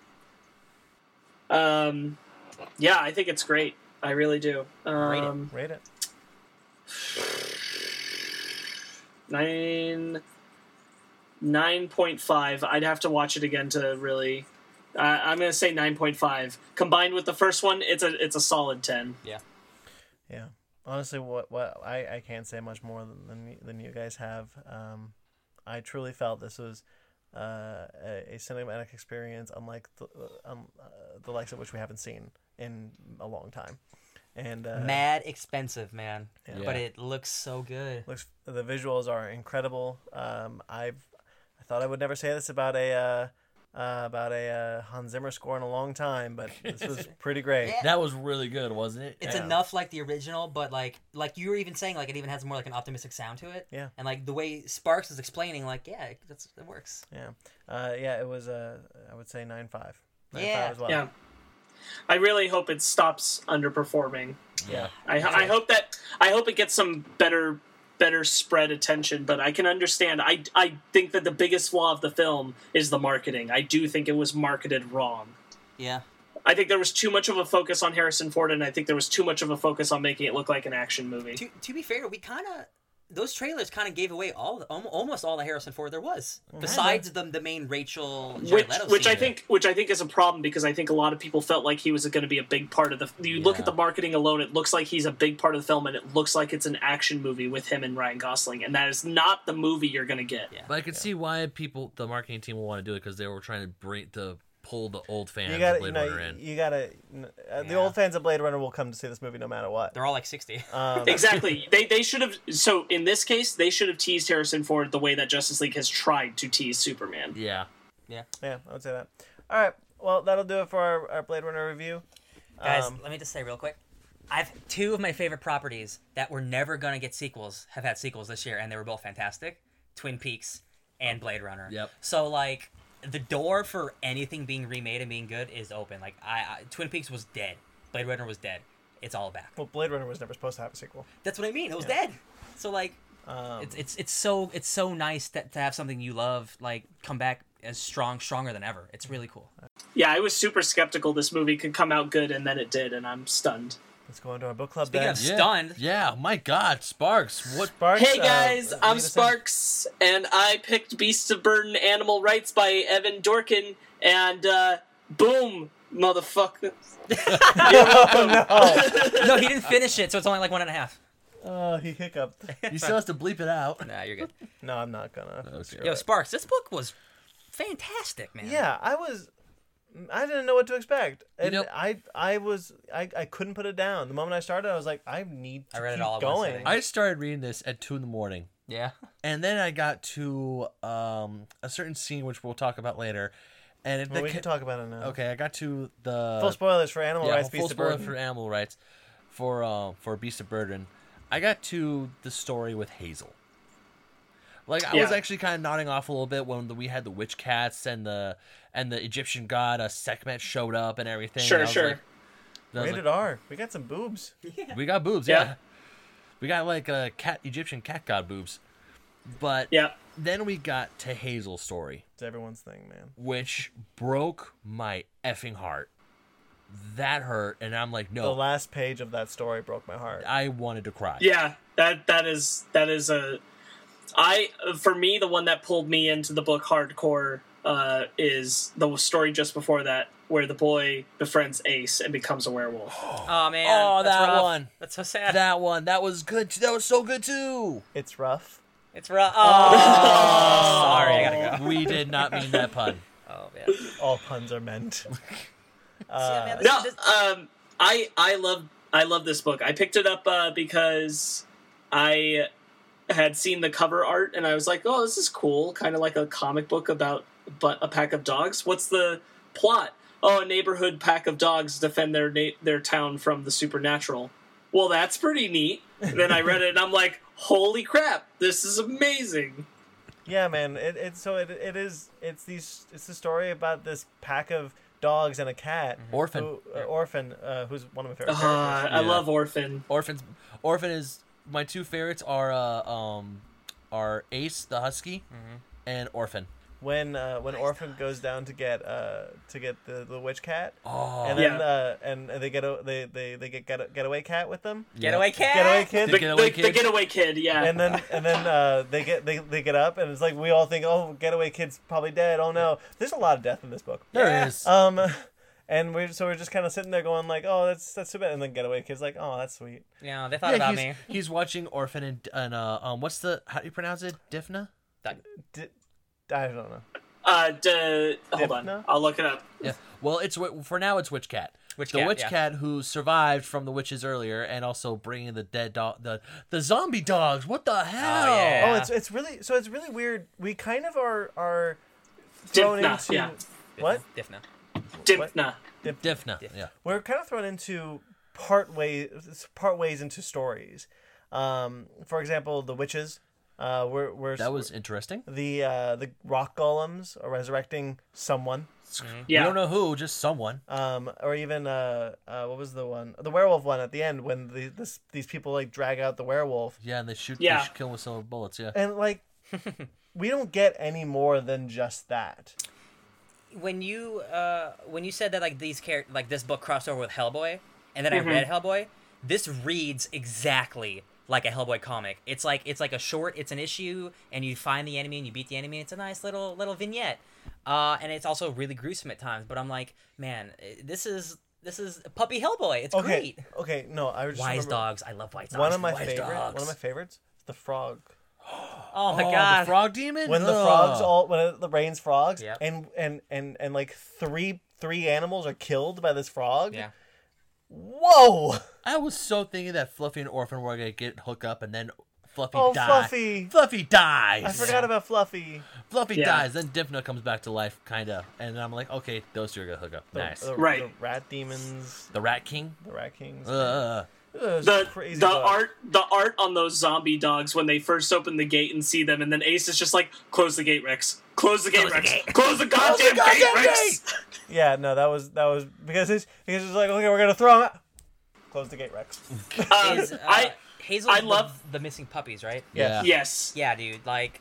A: Um, yeah, I think it's great. I really do.
B: it.
A: Um,
F: Rate it.
A: nine, nine point five. I'd have to watch it again to really. Uh, I'm gonna say nine point five. Combined with the first one, it's a it's a solid ten.
F: Yeah. Honestly, what what I, I can't say much more than than, y- than you guys have. Um, I truly felt this was uh, a, a cinematic experience unlike the, um, uh, the likes of which we haven't seen in a long time, and uh,
B: Mad expensive, man.
F: Yeah.
B: But
C: Yeah.
B: it looks so good.
F: looks the visuals are incredible. Um, I've I thought I would never say this about a uh, uh, about a uh, Hans Zimmer score in a long time, but this was pretty great.
B: Yeah.
C: That was really good, wasn't it?
B: It's
F: Yeah.
B: enough like the original, but like like you were even saying, like it even has more like an optimistic sound to it.
F: Yeah.
B: And like the way Sparks is explaining, like yeah, that's that works.
F: Yeah, uh, yeah, it was. Uh, I would say nine five.
B: Yeah.
F: as well.
A: Yeah. I really hope it stops underperforming.
C: Yeah.
A: I, I hope that I hope it gets some better better spread attention. But I can understand. I I think that the biggest flaw of the film is the marketing. I do think it was marketed wrong.
B: Yeah.
A: I think there was too much of a focus on Harrison Ford, and I think there was too much of a focus on making it look like an action movie.
B: To to be fair, we kind of those trailers kind of gave away all the, al- almost all the Harrison Ford there was, besides the the main Rachel
A: Which,
B: Jared Leto
A: which I
B: scene.
A: think, which I think is a problem because I think a lot of people felt like he was going to be a big part of the. You look at the marketing alone; it looks like he's a big part of the film, and it looks like it's an action movie with him and Ryan Gosling, and that is not the movie you're going to get.
B: Yeah.
C: But I could see why people, the marketing team, will want to do it because they were trying to bring to pull the old fans
F: You
C: of
F: gotta,
C: Blade
F: you know,
C: Runner
F: you,
C: in.
F: you gotta. n-
B: Yeah.
F: Uh, The old fans of Blade Runner will come to see this movie no matter what.
B: they're all like sixty.
F: Um,
A: Exactly. they they should have. So in this case, they should have teased Harrison Ford the way that Justice League has tried to tease Superman.
C: yeah.
F: yeah, I would say that. All right, well, that'll do it for our, our Blade Runner review.
B: Guys,
F: Um,
B: let me just say real quick. I've two of my favorite properties that were never gonna get sequels have had sequels this year, and they were both fantastic: Twin Peaks and Blade Runner.
C: Yep.
B: So like, the door for anything being remade and being good is open. Like, I, I Twin Peaks was dead. Blade Runner was dead. It's all back.
F: Well, Blade Runner was never supposed to have a sequel.
B: That's what I mean. It was dead. So like, it's it's it's so it's so nice that to have something you love like come back as strong, stronger than ever. It's really cool.
A: Yeah, I was super skeptical this movie could come out good, and then it did, and I'm stunned.
F: Let's go into our book club.
B: Speaking
F: then.
B: of stunned.
C: Yeah. My God, Sparks. What?
F: Sparks,
A: Hey
F: uh,
A: guys,
F: lead
A: I'm
F: us in.
A: Sparks, and I picked Beasts of Burden Animal Rights by Evan Dorkin, and uh, boom, motherfucker.
B: no, he didn't finish it, so it's only like one and a half.
F: Oh, he hiccuped.
C: You still have to bleep it out.
B: Nah, you're good.
F: No, I'm not gonna.
C: Oh,
F: Screw
B: Yo,
F: it.
B: Sparks, this book was fantastic, man.
F: Yeah, I was. I didn't know what to expect, and
C: know-
F: I I was I, I couldn't put it down. The moment I started, I was like, I need to
B: I read it
F: keep
B: all at once, I
F: going.
B: think.
C: I started reading this at two in the morning,
B: Yeah.
C: and then I got to um, a certain scene which we'll talk about later, and it,
F: Well,
C: the
F: we
C: ca-
F: can talk about it now.
C: Okay, I got to the
F: Full spoilers for Animal
C: yeah,
F: Rights
C: full
F: Beast of
C: spoiler
F: Burden.
C: for animal rights for uh, for Beast of Burden. I got to the story with Hazel. Like I was
A: Yeah.
C: actually kind of nodding off a little bit when the, we had the witch cats and the and the Egyptian god uh, Sekhmet showed up and everything. I
A: Sure,
C: was
A: sure.
C: like- I was
F: Rated R. We got some boobs.
C: like, we got boobs, yeah.
A: Yeah.
C: We got like a cat Egyptian cat god boobs, but
A: yeah.
C: then we got to Hazel's story,
F: It's everyone's thing, man.
C: which broke my effing heart. That hurt, and I'm like,
F: The
C: no,
F: last page of that story broke my heart.
C: I wanted to cry.
A: Yeah, that that is that is a I for me the one that pulled me into the book hardcore uh, is the story just before that where the boy befriends Ace and becomes a werewolf.
B: Oh man.
C: Oh,
B: that's
C: that
B: rough.
C: one.
B: That's so sad.
C: That one, that was good. Too. That was so good too.
F: It's rough.
B: It's rough. Oh,
C: Oh.
B: sorry, I gotta go.
C: We did not mean that pun.
B: Oh man. See,
F: All puns are meant.
B: yeah, man, this-
A: No,
B: this-
A: um, I I love I love this book. I picked it up uh, because I had seen the cover art and I was like, oh, this is cool, kind of like a comic book about but a pack of dogs. What's the plot? Oh, a neighborhood pack of dogs defend their na- their town from the supernatural. Well, that's pretty neat. And then I read it and I'm like, holy crap, this is amazing.
F: yeah, man. It, it so it, it is. It's these. It's the story about this pack of dogs and a cat.
C: Mm-hmm. Orphan.
B: Oh.
F: Who, uh, orphan. Uh, who's one of my favorite
A: Uh, I
F: characters.
A: love Orphan.
C: Orphans. Orphan is my two favorites are uh, um are Ace the Husky
B: Mm-hmm.
C: and Orphan.
F: when uh, when Orphan goes down to get uh, to get the, the witch cat, oh. and then
A: Yeah.
F: uh, and and they get a, they they they get get getaway cat with them,
B: Getaway cat.
F: getaway
A: The,
F: kid,
C: Getaway
A: the-
C: Kid?
A: the getaway kid, yeah.
F: and then and then uh, they get they, they get up, and it's like we all think, oh, getaway kid's probably dead. Oh no, there's a lot of death in this book.
C: There it
B: Oh,
C: is.
F: Um, and we're so we're just kind of sitting there going like, oh, that's that's too bad. And then getaway kid's like, oh, that's sweet.
B: Yeah, they thought
C: Yeah,
B: about
C: he's,
B: me.
C: he's watching Orphan and, and uh, um, what's the how do you pronounce it? Diffna.
F: Did, I don't know.
A: uh, d- hold on,
F: Dipna?
A: I'll look it up.
C: Yeah. Well, it's wi- for now. It's witch cat.
B: Witch
C: the
B: Cat,
C: witch
B: yeah.
C: cat who survived from the witches earlier, and also bringing the dead dog, the the zombie dogs. What the hell?
B: yeah.
F: Oh, it's it's really so it's really weird. We kind of are are thrown
A: Dipna,
F: into
A: yeah.
F: what
B: Diffna.
A: Dipna.
C: Diffna. Yeah.
F: we're kind of thrown into part ways part ways into stories. Um, for example, the witches. Uh, we're we're
C: That was interesting.
F: the uh, the rock golems are resurrecting someone.
C: I
A: Yeah.
C: don't know who, just someone.
F: Um, or even uh, uh, what was the one? The werewolf one at the end when the this these people like drag out the werewolf.
C: Yeah, and they shoot.
A: Yeah.
C: They shoot kill him with silver bullets. Yeah.
F: and like we don't get any more than just that
B: When you uh, when you said that like these char- like this book crossed over with Hellboy, and then I read
F: Mm-hmm.
B: Hellboy, this reads exactly like a Hellboy comic. It's like it's like a short. It's an issue, and you find the enemy and you beat the enemy. And it's a nice little little vignette, uh, and it's also really gruesome at times. But I'm like, man, eh, this is this is puppy Hellboy. It's
F: okay
B: great.
F: okay no i was just
B: Wise
F: remember-
B: dogs. I love white dogs.
F: one of my
B: Wise
F: favorite
B: dogs.
F: one of my favorites the frog
B: oh my
C: Oh,
B: god.
C: the frog demon.
F: when the
C: Ugh.
F: frogs all when it rains frogs
B: Yep.
F: and and and and like three three animals are killed by this frog
B: Yeah.
F: whoa
C: I was so thinking that Fluffy and Orphan were gonna get hooked up, and then Fluffy
F: oh
C: dies.
F: fluffy
C: Fluffy
F: i
C: dies.
F: forgot about fluffy
C: Fluffy
A: Yeah.
C: dies. Then Diffna comes back to life, kinda, and I'm like, okay, those two are gonna hook up.
F: The-
C: nice.
F: the,
A: Right.
F: the rat demons
C: the Rat King.
F: the rat kings
C: Ugh.
F: Those
A: The,
F: crazy
A: the
F: dogs.
A: art the art on those zombie dogs when they first open the gate and see them and then Ace is just like close the gate Rex close the gate
B: Close the
A: Rex
B: gate."
A: close the goddamn, gate, Rex
F: yeah no that was that was because it's because it's like okay we're gonna throw him out close the gate rex
A: Uh,
B: is, uh,
A: I
B: Hazel.
A: I
B: the-
A: love-
B: the missing puppies, right?
C: uh, Yeah.
A: yes
B: Yeah, dude. Like,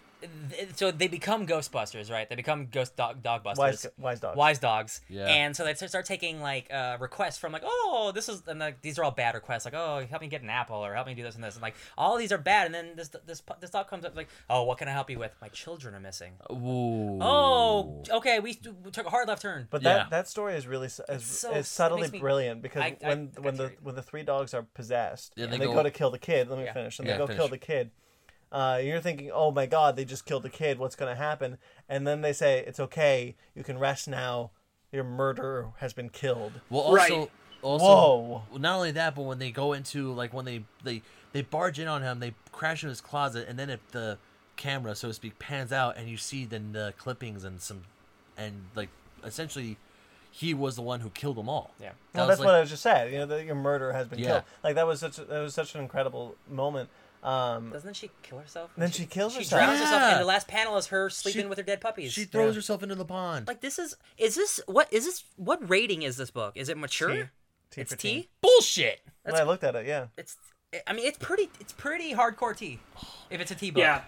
B: th- so they become Ghostbusters, right? They become ghost dog dog busters.
F: wise wise dogs
B: Wise dogs.
C: Yeah.
B: And so they t- start taking like uh, requests from like, oh, this is and like these are all bad requests. Like, oh, help me get an apple or help me do this and this and like all these are bad. And then this this pu- this dog comes up like, oh, what can I help you with? My children are missing.
C: Ooh.
B: Oh, okay. We, st- we took a hard left turn.
F: But
C: Yeah.
F: that, that story is really su- is,
B: so- it
F: is subtly
B: makes me-
F: brilliant because
B: I- I
F: when
B: think I
F: when the
B: teared.
F: when the three dogs are possessed
C: Yeah,
F: and
C: they
F: they,
C: go-
F: go, to kill the kid, let me
B: Yeah.
F: finish, and
C: Yeah,
F: they go
C: finish.
F: kill the kid. Uh, you're thinking, oh my god, they just killed the kid. What's going to happen? And then they say, it's okay, you can rest now. Your murderer has been killed.
C: Well,
A: Right.
C: also, also,
F: Whoa.
C: Not only that, but when they go into like when they they they barge in on him, they crash in his closet, and then if the camera, so to speak, pans out, and you see then the clippings and some, and like essentially, he was the one who killed them all.
B: Yeah.
C: That
F: Well,
C: was
F: that's what I
C: like-
F: was just saying. You know, that your murderer has been
C: Yeah.
F: killed. Like that was such a, that was such an incredible moment. Um,
B: Doesn't she kill herself?
F: Then she kills
B: she
F: herself.
B: drowns herself,
C: Yeah.
B: and the last panel is her sleeping with her dead puppies.
C: she throws herself into the pond.
B: like this is is this what is this what rating is this book? Is it mature?
F: T. T
B: it's
F: for
B: T.
F: teen.
C: bullshit.
F: when I looked at it, yeah.
B: It's I mean it's pretty it's pretty hardcore T. If it's a T book.
A: yeah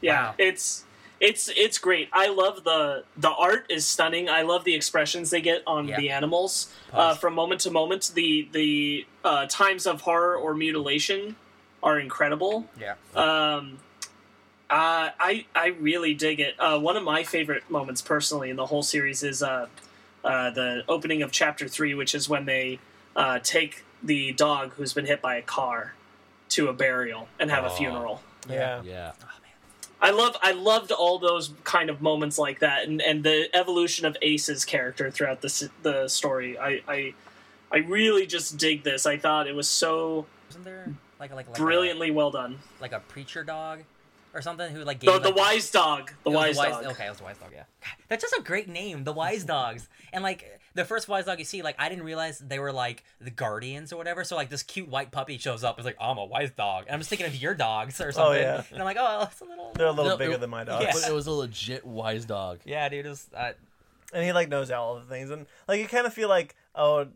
A: yeah
B: Wow.
A: it's it's it's great I love the the art is stunning I love the expressions they get on
B: Yeah.
A: the animals uh, from moment to moment the the uh, times of horror or mutilation are incredible
B: Yeah.
A: Um, uh, I I really dig it. Uh, one of my favorite moments personally in the whole series is uh, uh, the opening of chapter three, which is when they uh, take the dog who's been hit by a car to a burial and have a
C: Aw.
A: funeral.
F: Yeah.
C: Yeah.
A: I love I loved all those kind of moments like that, and, and the evolution of Ace's character throughout the s- the story. I, I I really just dig this. I thought it was so
B: Wasn't there like like like
A: brilliantly well done.
B: a, like a preacher dog or something who like gave
A: The, the
B: like,
A: wise dog, the
B: it was
A: wise, dog.
B: Okay, it was the wise dog. Yeah, God, that's just a great name, the wise dogs. And like the first wise dog you see, like I didn't realize they were like the guardians or whatever. So like this cute white puppy shows up. It's like I'm a wise dog, and I'm just thinking of your dogs or something.
F: yeah.
B: And I'm like, oh, that's a little.
F: They're a little
C: No,
F: bigger
C: it-
F: than my dog.
B: Yeah.
C: But it was a legit wise dog.
B: Yeah, dude. It was, uh,
F: and he like knows all the things and like you kind of feel like oh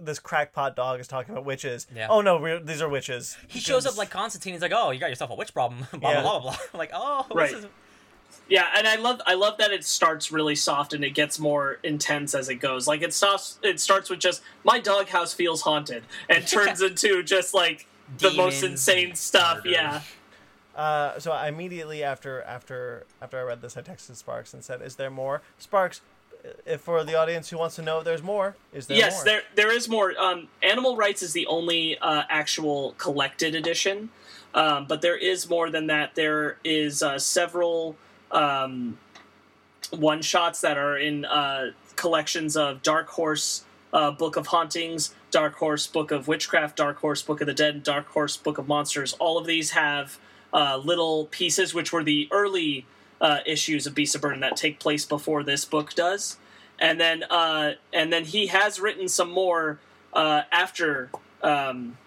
F: this crackpot dog is talking about witches.
B: Yeah.
F: Oh no, we're, these are witches.
B: He shows up like Constantine. He's like, "Oh, you got yourself a witch problem." blah
F: Yeah.
B: blah blah blah. I'm like, oh,
A: Right.
B: This is...
A: Yeah, and I love I love that it starts really soft and it gets more intense as it goes. Like it stops it starts with just my doghouse feels haunted and turns into just like the most
B: Demons
A: insane stuff. Yeah.
F: Uh, so I immediately after after after I read this, I texted Sparks and said, "Is there more, Sparks?" If for the audience who wants to know if there's more, is there
A: yes,
F: more?
A: there there is more. Um, Animal Rights is the only uh, actual collected edition, um, but there is more than that. There is uh, several um, one shots that are in uh, collections of Dark Horse uh, Book of Hauntings, Dark Horse Book of Witchcraft, Dark Horse Book of the Dead, and Dark Horse Book of Monsters. All of these have uh, little pieces, which were the early uh, issues of Beast of Burden that take place before this book does and then uh, and then he has written some more uh, after um,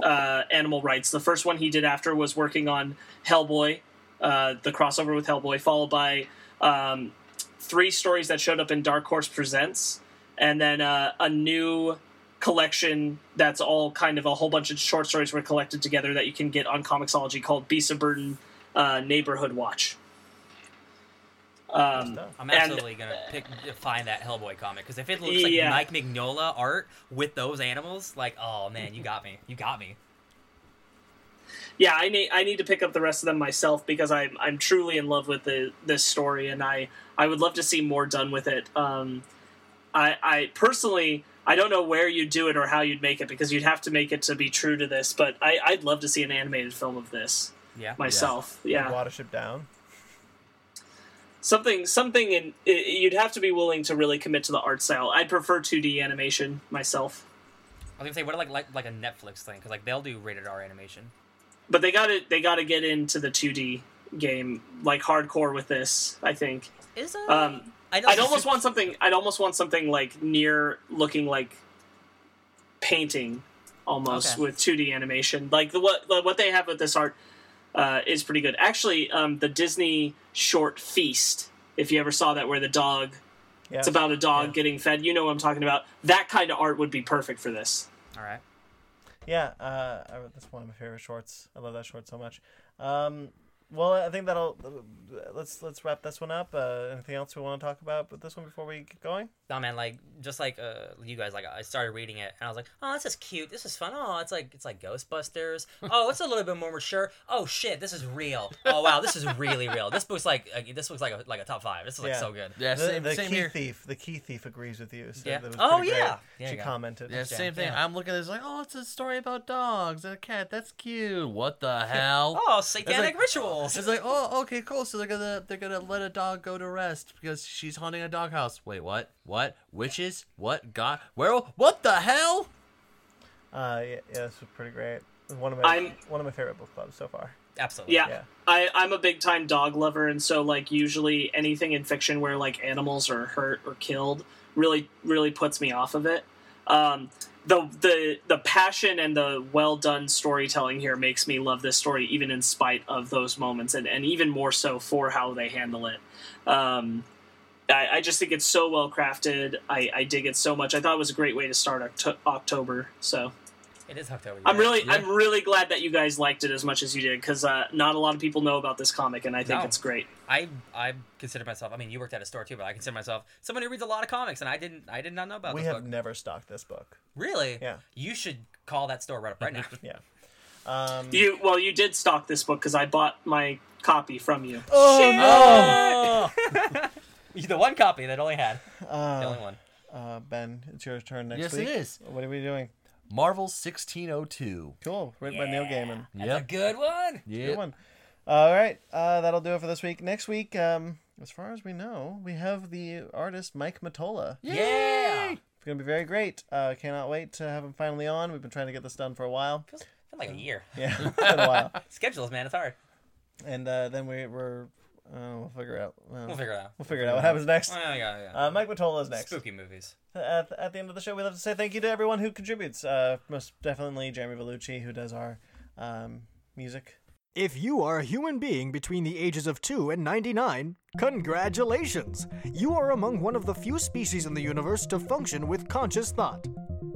A: uh, Animal Rights. The first one he did after was working on Hellboy, uh, the crossover with Hellboy, followed by um, three stories that showed up in Dark Horse Presents, and then uh, a new collection that's all kind of a whole bunch of short stories were collected together that you can get on Comixology called Beast of Burden uh, Neighborhood Watch. Um,
B: I'm
A: And-
B: absolutely gonna pick find that Hellboy comic because if it looks like
A: Yeah.
B: Mike Mignola art with those animals, like, oh man, you got me, you got me.
A: yeah, I need I need to pick up the rest of them myself because I'm I'm truly in love with the this story and I I would love to see more done with it. Um, I I personally I don't know where you'd do it or how you'd make it because you'd have to make it to be true to this, but I I'd love to see an animated film of this
B: Yeah.
A: myself. Yeah,
F: Watership down.
A: something something in i- you'd have to be willing to really commit to the art style. I'd prefer 2D animation myself.
B: I was gonna say, what like like like a Netflix thing because like they'll do rated R animation.
A: But they got to they got to get into the 2D game like hardcore with this, I think.
B: Is it?
A: Um,
B: I know
A: I'd
B: it's a
A: almost
B: super-
A: want something. I'd almost want something like near looking like painting, almost
B: Okay.
A: with two D animation. Like the what the- what they have with this art uh, is pretty good. Actually, um, the Disney short feast. If you ever saw that, where the dog,
F: Yeah.
A: it's about a dog getting fed. You know what I'm talking about. That kind of art would be perfect for this.
B: All right.
F: Yeah, uh, I- that's one of my favorite shorts. I love that short so much. Um, well, I think that'll let's let's wrap this one up. Uh, anything else we want to talk about with this one before we get going?
B: No man, like just like uh, you guys, like I started reading it and I was like, oh, this is cute, this is fun. Oh, it's like it's like Ghostbusters. Oh, it's a little bit more mature. Oh shit, this is real. Oh wow, this is really real. This book's like uh, this looks like a, like a top five. This is like
F: Yeah.
B: so good.
C: Yeah,
F: The,
C: same,
F: the
C: same
F: key
C: here.
F: thief, the key thief agrees with you. So
B: Yeah.
F: that was
B: Oh,
F: pretty great.
B: yeah. There
F: she
B: you go.
F: commented.
C: Yeah, same thing.
B: yeah.
C: I'm looking at this like, oh, it's a story about dogs and a cat. That's cute. What the hell?
B: Oh, satanic
C: like-
B: rituals.
C: It's like, oh, okay, cool. So they're gonna they're gonna let a dog go to rest because she's haunting a doghouse. Wait, what? What? Witches? What? God? Werewolf? What the hell?
F: Uh, yeah, yeah, this was pretty great. This is One of my
A: I'm-
F: one of my favorite book clubs so far.
B: Absolutely.
A: Yeah.
F: Yeah.
A: I, I'm a big time dog lover, and so like usually anything in fiction where like animals are hurt or killed really really puts me off of it. Um, the the the passion and the well done storytelling here makes me love this story even in spite of those moments, and and even more so for how they handle it. Um, I, I just think it's so well crafted. I, I dig it so much. I thought it was a great way to start Oct- October. So.
B: It is October.
A: I'm
B: yeah.
A: really,
C: yeah.
A: I'm really glad that you guys liked it as much as you did, because uh, not a lot of people know about this comic, and I think
B: No.
A: it's great.
B: I I consider myself. I mean, you worked at a store too, but I consider myself someone who reads a lot of comics, and I didn't. I did not know about
F: We
B: this
F: have
B: book.
F: never stocked this book.
B: Really?
F: Yeah.
B: You should call that store right up right now.
F: Yeah. Um,
A: You, well, you did stock this book because I bought my copy from you.
B: Oh no! the one copy that only had the only one.
F: uh, Ben, it's your turn next
C: Yes,
F: week.
C: it is.
F: What are we doing?
C: Marvel 1602.
F: Cool. Written by Neil Gaiman.
B: That's a good one.
C: Yeah.
F: Good one. All right, uh, that'll do it for this week. Next week, um, as far as we know, we have the artist Mike Matola.
B: Yeah.
F: It's gonna be very great. Uh, cannot wait to have him finally on. We've been trying to get this done for a while.
B: Feels, feels like a year.
F: Yeah, it's been a while.
B: Schedules, man, it's hard.
F: And uh, then we, we're uh, we'll figure out. Uh,
B: We'll figure it out.
F: we'll figure it out what happens next.
B: Oh, yeah, yeah.
F: Uh, Mike Matola is next.
B: Spooky movies.
F: at, at the end of the show, we'd love to say thank you to everyone who contributes. Uh, most definitely Jeremy Bellucci, who does our um, music.
I: If you are a human being between the ages of 2 and 99, congratulations! You are among one of the few species in the universe to function with conscious thought.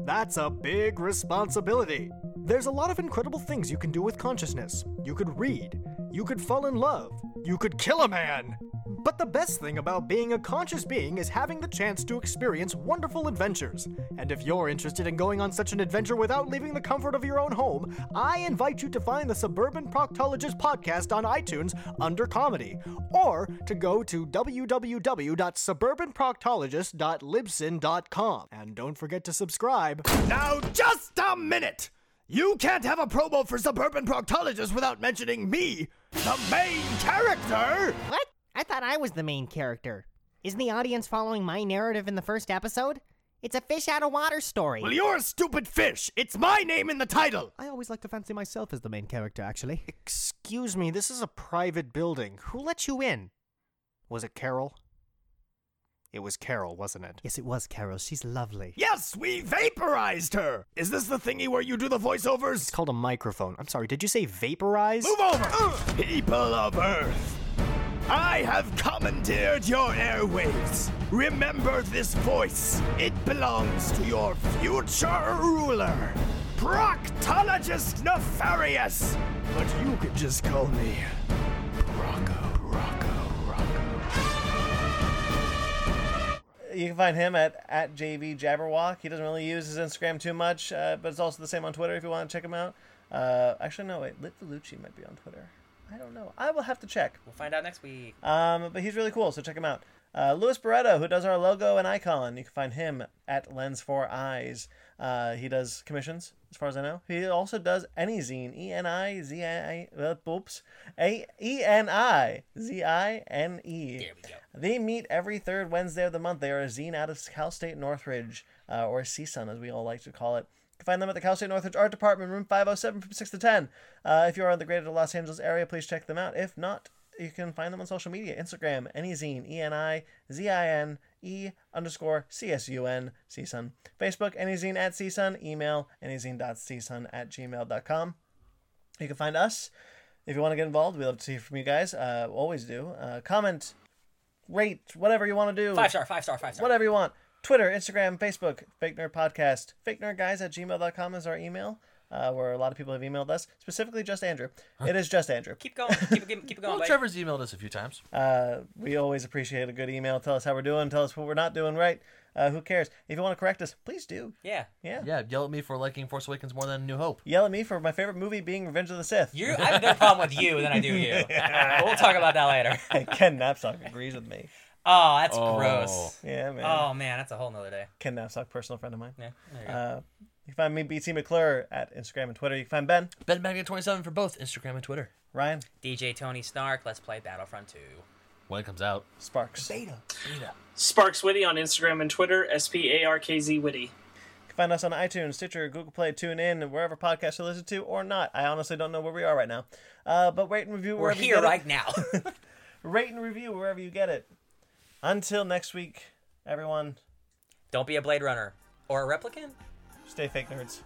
I: That's a big responsibility. There's a lot of incredible things you can do with consciousness. You could read, you could fall in love, you could kill a man. But the best thing about being a conscious being is having the chance to experience wonderful adventures. And if you're interested in going on such an adventure without leaving the comfort of your own home, I invite you to find the Suburban Proctologist podcast on iTunes under comedy, or to go to www.suburbanproctologist.libsyn.com. And don't forget to subscribe. Now, just a minute! You can't have a promo for Suburban Proctologist without mentioning me, the main character!
J: What? I thought I was the main character. Isn't the audience following my narrative in the first episode? It's a fish out of water story.
I: Well, you're a stupid fish. It's my name in the title.
J: I always like to fancy myself as the main character, actually.
I: Excuse me, this is a private building.
J: Who let you in?
I: Was it Carol? It was Carol, wasn't it?
J: Yes, it was Carol. She's lovely.
I: Yes, we vaporized her. Is this the thingy where you do the voiceovers? It's called a microphone. I'm sorry, did you say vaporize? Move over! People of Earth, I have commandeered your airwaves. Remember this voice. It belongs to your future ruler, Proctologist Nefarious. But you could just call me Rocco, Rocco, Rocco.
D: You can find him at, at JV Jabberwock. He doesn't really use his Instagram too much, uh, but it's also the same on Twitter if you want to check him out. Uh, actually, no, wait. Lit Vellucci might be on Twitter. I don't know. I will have to check.
B: We'll find out next week.
F: Uh,
D: Um, but he's really cool, so check him out. Uh, Louis Barretto, who does our logo and icon, you can find him at Lens4Eyes. Uh, he does commissions, as far as I know. He also does any zine, E N I Z I, uh, oops, A E N I Z I N E. There we go. They meet every third Wednesday of the month. They are a zine out of Cal State Northridge, uh, or CSUN, as we all like to call it. You can find them at the Cal State Northridge Art Department, room 507 from 6 to 10. Uh, if you are in the greater Los Angeles area, please check them out. If not, you can find them on social media Instagram, Anyzine, E N I Z I N E underscore C S U N, CSUN. Facebook, Anyzine at CSUN. Email, Anyzine.CSUN at gmail.com. You can find us. If you want to get involved, we love to hear from you guys. Uh, always do. Uh, comment, rate, whatever you want to do
B: Five star, five star, five star.
D: whatever you want. Twitter, Instagram, Facebook, Fake Nerd Podcast. Fake Nerd Guys at gmail.com is our email, uh, where a lot of people have emailed us, specifically just Andrew. It is just Andrew.
B: Keep going. Keep, keep, keep it going.
C: Well,
B: buddy.
C: Trevor's emailed us a few times.
D: Uh, we always appreciate a good email. Tell us how we're doing. Tell us what we're not doing right. Uh, who cares? If you want to correct us, please do.
B: Yeah.
D: Yeah.
C: Yeah, yell at me for liking Force Awakens more than New Hope.
D: Yell at me for my favorite movie being Revenge of the Sith.
B: You, I have a bigger problem with you than I do you. But we'll talk about that later.
D: Ken Knapsack agrees with me.
B: Oh, that's gross.
D: Yeah, man.
B: Oh man, that's a whole nother day.
D: Ken Knapsack, personal friend of mine.
B: Yeah, there you go.
D: Uh, you can find me, BT McClure, at Instagram and Twitter. You can find Ben,
C: Ben Magnet 27 for both Instagram and Twitter.
D: Ryan,
B: DJ Tony Snark, let's play Battlefront 2.
C: When it comes out.
D: Sparks. You
A: Sparks Witty on Instagram and Twitter, S P A R K Z Witty.
D: can find us on iTunes, Stitcher, Google Play, TuneIn, and wherever podcasts you listen to or not. I honestly don't know where we are right now. Uh, but rate and review
B: We're
D: wherever you
B: here
D: get it.
B: right now.
D: Rate and review wherever you get it. Until next week, everyone,
B: Don't be a Blade Runner or a replicant.
D: stay fake nerds.